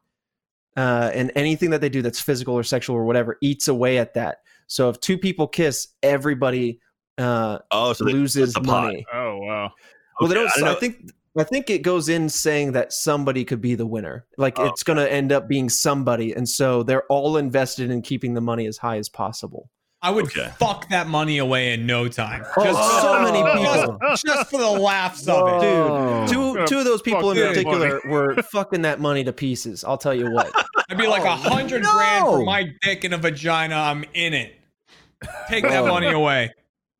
[SPEAKER 6] uh, and anything that they do that's physical or sexual or whatever eats away at that. So if two people kiss, everybody uh,
[SPEAKER 5] oh, so they-
[SPEAKER 6] loses
[SPEAKER 5] the pot.
[SPEAKER 6] money.
[SPEAKER 4] Oh wow.
[SPEAKER 6] Well, they
[SPEAKER 5] Okay,
[SPEAKER 6] don't.
[SPEAKER 5] I
[SPEAKER 6] I,
[SPEAKER 5] know-
[SPEAKER 6] think I think it goes in saying that somebody could be the winner. Like
[SPEAKER 5] Oh,
[SPEAKER 6] it's going to end up being somebody, and so they're all invested in keeping the money as high as possible.
[SPEAKER 2] I would
[SPEAKER 5] Okay.
[SPEAKER 2] fuck that money away in no time.
[SPEAKER 6] Oh,
[SPEAKER 2] Just,
[SPEAKER 6] so many
[SPEAKER 5] oh,
[SPEAKER 6] people.
[SPEAKER 2] just, just for the laughs of it.
[SPEAKER 6] Dude,
[SPEAKER 4] Oh.
[SPEAKER 6] two two of those people in
[SPEAKER 4] Fuck that
[SPEAKER 6] particular
[SPEAKER 2] <laughs>
[SPEAKER 6] were fucking that money to pieces. I'll tell you what.
[SPEAKER 2] I'd be like a
[SPEAKER 6] Oh,
[SPEAKER 2] hundred
[SPEAKER 8] no.
[SPEAKER 2] grand for my dick and a vagina. I'm in it. Take that money away.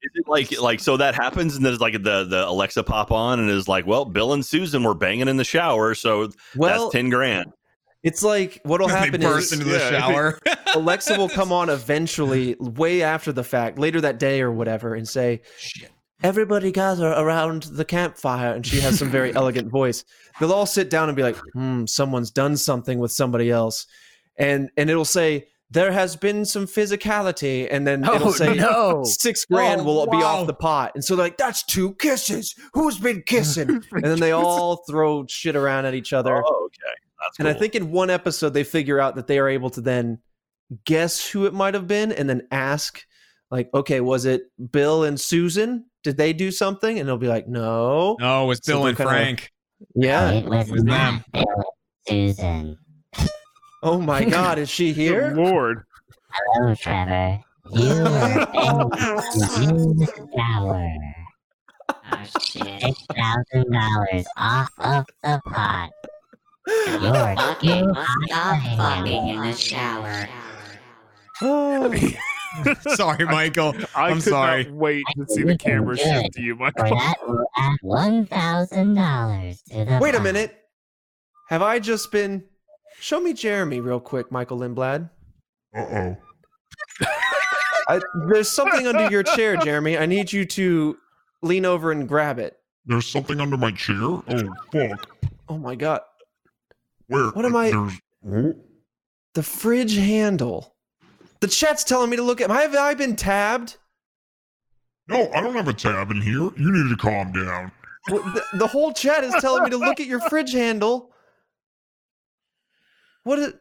[SPEAKER 5] Is it like like so that happens and there's like the the Alexa pop on and is like, well, Bill and Susan were banging in the shower, so
[SPEAKER 6] Well,
[SPEAKER 5] that's ten grand.
[SPEAKER 6] it's like what'll
[SPEAKER 2] They
[SPEAKER 6] happen
[SPEAKER 2] burst
[SPEAKER 6] is
[SPEAKER 2] into the
[SPEAKER 4] yeah,
[SPEAKER 2] shower.
[SPEAKER 6] Alexa
[SPEAKER 2] <laughs>
[SPEAKER 6] will come on eventually, way after the fact, later that day or whatever, and say, <laughs>
[SPEAKER 2] Shit.
[SPEAKER 6] Everybody gather around the campfire. And she has some
[SPEAKER 2] <laughs>
[SPEAKER 6] very elegant voice. They'll all sit down and be like, Hmm, someone's done something with somebody else. And and it'll say, There has been some physicality. And then it'll
[SPEAKER 8] Oh <laughs>
[SPEAKER 6] say, <laughs>
[SPEAKER 8] no!
[SPEAKER 6] Six grand
[SPEAKER 2] Oh,
[SPEAKER 6] will be
[SPEAKER 2] wow.
[SPEAKER 6] off the pot. And so they're like, That's two kisses. Who's been kissing? and then they all throw shit around at each other.
[SPEAKER 5] Oh, okay, that's
[SPEAKER 6] And I
[SPEAKER 5] cool.
[SPEAKER 6] think in one episode they figure out that they are able to then guess who it might have been and then ask like, okay, was it Bill and Susan? Did they do something? And they'll be like, no.
[SPEAKER 2] No, it was
[SPEAKER 6] So
[SPEAKER 2] Bill
[SPEAKER 6] they're
[SPEAKER 2] and
[SPEAKER 6] kinda-
[SPEAKER 2] Frank. <laughs>
[SPEAKER 6] Yeah.
[SPEAKER 9] It was
[SPEAKER 2] With them.
[SPEAKER 9] not Bill, Susan.
[SPEAKER 6] Oh my God, is she
[SPEAKER 4] Good
[SPEAKER 6] here?
[SPEAKER 8] <laughs>
[SPEAKER 4] Lord. <laughs>
[SPEAKER 9] Hello, Oh, Trevor.
[SPEAKER 6] <laughs>
[SPEAKER 9] You <laughs> were in the shower. Six thousand dollars off of the pot. You're too hot to handle. in the shower.
[SPEAKER 6] Oh.
[SPEAKER 2] Sorry, Michael.
[SPEAKER 4] I
[SPEAKER 2] I'm
[SPEAKER 4] could
[SPEAKER 2] sorry.
[SPEAKER 4] not wait to see the camera shift to you,
[SPEAKER 9] For
[SPEAKER 4] Michael.
[SPEAKER 9] that, we'll add one thousand dollars to the.
[SPEAKER 6] Wait a
[SPEAKER 9] pot.
[SPEAKER 6] minute. Have I just been show me Jeremy real quick, Michael Lindblad?
[SPEAKER 2] Uh-oh.
[SPEAKER 6] I, there's something under your chair, Jeremy. I need you to lean over and grab it.
[SPEAKER 10] There's something under my chair. Oh fuck!
[SPEAKER 6] Oh my god.
[SPEAKER 10] Where?
[SPEAKER 6] What am I-
[SPEAKER 10] There's,
[SPEAKER 6] The fridge handle. The chat's telling me to look at. Have I been tabbed?
[SPEAKER 10] no, I don't have a tab in here. You need to calm down.
[SPEAKER 6] What- The, the whole chat is telling me to look at your fridge handle. What? Is,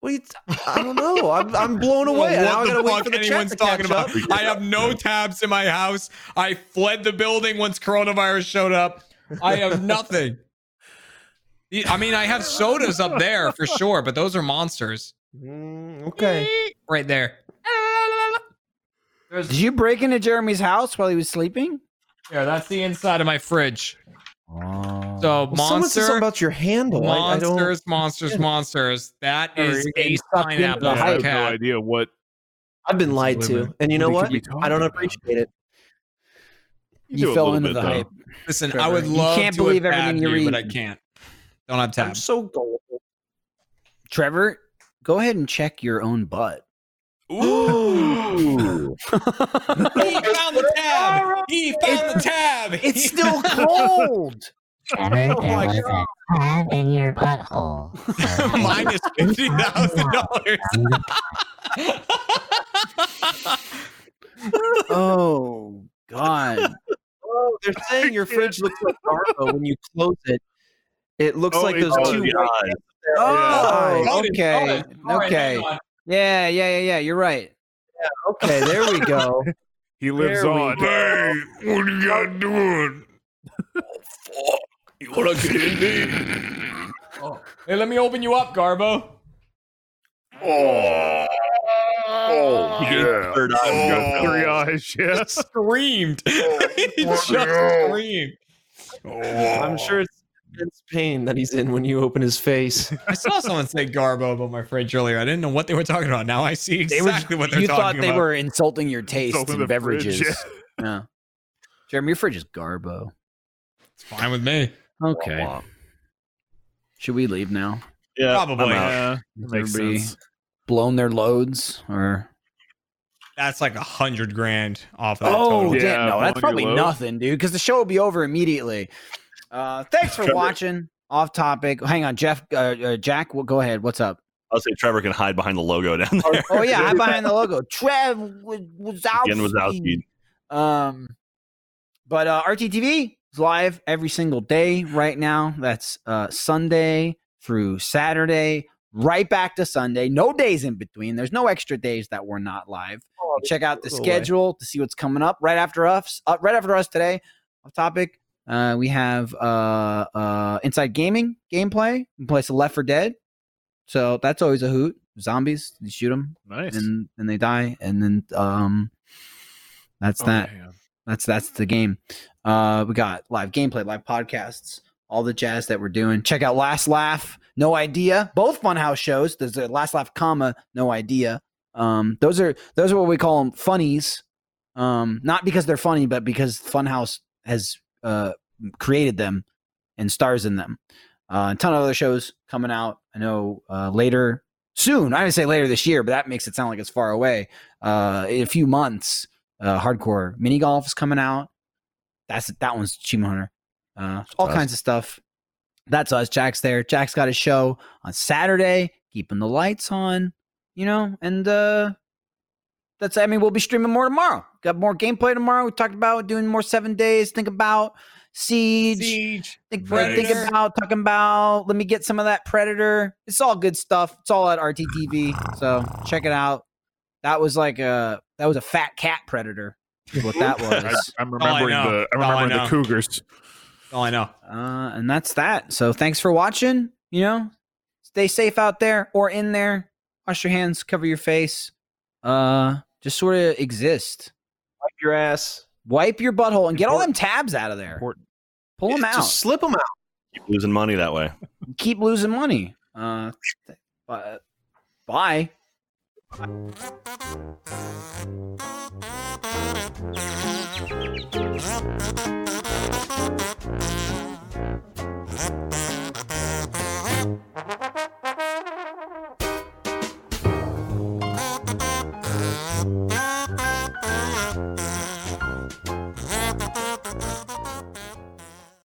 [SPEAKER 6] what? Are you, t- I don't know. I'm, I'm blown away. now I
[SPEAKER 2] what
[SPEAKER 6] gotta
[SPEAKER 2] the
[SPEAKER 6] wait
[SPEAKER 2] fuck
[SPEAKER 6] for the chat
[SPEAKER 2] anyone's
[SPEAKER 6] to
[SPEAKER 2] talking
[SPEAKER 6] catch
[SPEAKER 2] about? <laughs>
[SPEAKER 6] up.
[SPEAKER 2] I have no tabs in my house. I fled the building once coronavirus showed up. I
[SPEAKER 6] <laughs>
[SPEAKER 2] have nothing. I mean, I have sodas up there for sure, but those are monsters
[SPEAKER 6] Mm, okay.
[SPEAKER 2] right there.
[SPEAKER 8] Did you break into Jeremy's house while he was sleeping?
[SPEAKER 2] Yeah, that's the inside of my fridge. So
[SPEAKER 6] Well, someone said something
[SPEAKER 2] monster,
[SPEAKER 6] about your handle. I, I don't.
[SPEAKER 2] monsters, monsters, monsters. That
[SPEAKER 8] Oh,
[SPEAKER 2] is
[SPEAKER 8] you're getting
[SPEAKER 2] ace
[SPEAKER 8] sucked into
[SPEAKER 2] pineapple.
[SPEAKER 8] the
[SPEAKER 4] I have
[SPEAKER 2] for
[SPEAKER 8] hype.
[SPEAKER 4] no
[SPEAKER 2] cat.
[SPEAKER 4] idea what
[SPEAKER 6] I've been lied to, and you know
[SPEAKER 4] What
[SPEAKER 6] what?
[SPEAKER 4] could we
[SPEAKER 6] I don't
[SPEAKER 4] talk about?
[SPEAKER 6] appreciate it.
[SPEAKER 4] do
[SPEAKER 8] You
[SPEAKER 4] a
[SPEAKER 8] fell
[SPEAKER 4] little
[SPEAKER 8] into
[SPEAKER 4] bit,
[SPEAKER 8] the
[SPEAKER 4] though.
[SPEAKER 8] hype.
[SPEAKER 2] Listen, I
[SPEAKER 8] Trevor,
[SPEAKER 2] would
[SPEAKER 8] you
[SPEAKER 2] love
[SPEAKER 8] can't
[SPEAKER 2] to
[SPEAKER 8] believe
[SPEAKER 2] have
[SPEAKER 8] everything
[SPEAKER 2] tabbed
[SPEAKER 8] you
[SPEAKER 2] but I
[SPEAKER 8] read.
[SPEAKER 2] can't. Don't have
[SPEAKER 6] I'm
[SPEAKER 2] tabs.
[SPEAKER 3] <laughs>
[SPEAKER 6] so gullible.
[SPEAKER 8] Trevor, go ahead and check your own butt.
[SPEAKER 4] <laughs>
[SPEAKER 6] <gasps> <laughs>
[SPEAKER 5] Ooh.
[SPEAKER 2] He found the tab. He found the tab.
[SPEAKER 8] It's still
[SPEAKER 6] Oh,
[SPEAKER 8] cold.
[SPEAKER 9] Trevor,
[SPEAKER 8] Oh
[SPEAKER 9] there
[SPEAKER 8] my
[SPEAKER 9] was a tab in your butthole. So
[SPEAKER 2] <laughs>
[SPEAKER 9] that was
[SPEAKER 2] minus fifty thousand dollars.
[SPEAKER 9] from the
[SPEAKER 8] oh <laughs> God.
[SPEAKER 6] Oh,
[SPEAKER 4] <laughs>
[SPEAKER 6] they're saying your fridge looks like Garbo when you close it. It looks
[SPEAKER 4] Oh,
[SPEAKER 6] like
[SPEAKER 4] it
[SPEAKER 6] those
[SPEAKER 4] does.
[SPEAKER 6] two
[SPEAKER 5] Yeah.
[SPEAKER 8] Oh,
[SPEAKER 2] Noted,
[SPEAKER 8] okay.
[SPEAKER 2] noted. All right,
[SPEAKER 8] Okay.
[SPEAKER 2] hang on.
[SPEAKER 8] Yeah, yeah, yeah, yeah. You're right.
[SPEAKER 3] Oh.
[SPEAKER 6] Okay, there
[SPEAKER 4] <laughs>
[SPEAKER 6] we go.
[SPEAKER 4] He lives
[SPEAKER 6] There we
[SPEAKER 4] on.
[SPEAKER 10] Hey, what are you guys doing?
[SPEAKER 5] You wanna get in there?
[SPEAKER 2] Hey, let me open you up, Garbo.
[SPEAKER 10] Oh, oh yeah.
[SPEAKER 5] Third eye
[SPEAKER 4] He's got
[SPEAKER 10] Oh.
[SPEAKER 4] three eyes. <laughs> Yes.
[SPEAKER 2] Screamed. he <laughs> just
[SPEAKER 10] hell?
[SPEAKER 2] screamed.
[SPEAKER 10] Oh,
[SPEAKER 6] I'm sure it's intense pain that he's in when you open his face.
[SPEAKER 2] I saw someone say Garbo about my fridge earlier. I didn't know what they were talking about. Now I see exactly what they're
[SPEAKER 3] you
[SPEAKER 2] talking
[SPEAKER 3] thought they
[SPEAKER 2] about.
[SPEAKER 3] were insulting your taste
[SPEAKER 4] Open
[SPEAKER 3] in
[SPEAKER 4] the fridge.
[SPEAKER 3] beverages. yeah. Jeremy, your fridge is garbo.
[SPEAKER 2] it's fine with me.
[SPEAKER 3] Okay. Should we leave now?
[SPEAKER 5] Oh, Yeah,
[SPEAKER 2] Probably.
[SPEAKER 5] I'm out.
[SPEAKER 4] Yeah,
[SPEAKER 3] Has
[SPEAKER 4] makes
[SPEAKER 3] everybody
[SPEAKER 4] sense.
[SPEAKER 3] blown their loads or
[SPEAKER 2] That's like a hundred grand off of that
[SPEAKER 3] Oh,
[SPEAKER 2] total.
[SPEAKER 4] Yeah,
[SPEAKER 3] damn, no,
[SPEAKER 4] blown
[SPEAKER 3] that's
[SPEAKER 4] your
[SPEAKER 3] probably
[SPEAKER 4] load.
[SPEAKER 3] nothing, dude, because the show will be over immediately. Uh, thanks for
[SPEAKER 5] Trevor.
[SPEAKER 3] watching. Off topic. Hang on, Jeff, uh, uh, Jack, well, go ahead. What's up?
[SPEAKER 5] I'll say Trevor can hide behind the logo down there. <laughs>
[SPEAKER 6] <laughs>
[SPEAKER 3] Oh yeah, I'm behind the logo. Trev Wazowski.
[SPEAKER 5] Again, Wazowski.
[SPEAKER 3] Um, but uh, RTTV is live every single day right now. That's uh, Sunday through Saturday, right back to Sunday. No days in between. There's no extra days that we're not live. Check out the
[SPEAKER 6] Go away.
[SPEAKER 3] schedule to see what's coming up right after us. Uh, right after us today, off topic. Uh, we have uh, uh, Inside Gaming gameplay. We play some Left for Dead, so that's always a hoot. Zombies, you shoot them,
[SPEAKER 4] Nice.
[SPEAKER 3] and then they die and then um that's
[SPEAKER 4] Oh,
[SPEAKER 3] that
[SPEAKER 4] yeah.
[SPEAKER 3] that's that's the game uh we got live gameplay live podcasts all the jazz that we're doing check out last laugh no idea both funhouse shows there's a last laugh comma no idea um those are those are what we call them funnies um not because they're funny but because funhouse has uh created them and stars in them uh, a ton of other shows coming out i know uh later soon. I would say later this year, but that makes it sound like it's far away. Uh, in a few months, uh, hardcore mini golf is coming out. That's that one's Achievement Hunter. Uh, all
[SPEAKER 5] us.
[SPEAKER 3] kinds of stuff. That's us. Jack's there. Jack's got his show on Saturday, keeping the lights on, you know, and uh, that's. I mean, we'll be streaming more tomorrow. Got more gameplay tomorrow. We talked about doing more seven days. Think about siege.
[SPEAKER 2] Siege.
[SPEAKER 3] Think, what I think
[SPEAKER 2] Predator.
[SPEAKER 3] about talking about. Let me get some of that Predator. It's all good stuff. It's all at RTTV. So check it out. That was like a that was a fat cat Predator. is What that
[SPEAKER 4] I,
[SPEAKER 3] was.
[SPEAKER 4] I'm remembering
[SPEAKER 2] know.
[SPEAKER 4] the I'm
[SPEAKER 2] All I
[SPEAKER 4] remembering
[SPEAKER 2] know.
[SPEAKER 4] the Cougars.
[SPEAKER 2] Oh, I know.
[SPEAKER 3] Uh, and that's that. So thanks for watching. You know, stay safe out there or in there. Wash your hands. Cover your face. Uh, just sort of exist.
[SPEAKER 6] Wipe your ass.
[SPEAKER 3] Wipe your butthole and get all them tabs out of there.
[SPEAKER 4] Important.
[SPEAKER 3] Pull them out.
[SPEAKER 6] Just slip them out.
[SPEAKER 5] Keep losing money that way.
[SPEAKER 3] keep losing money. Uh, th- bu- bye.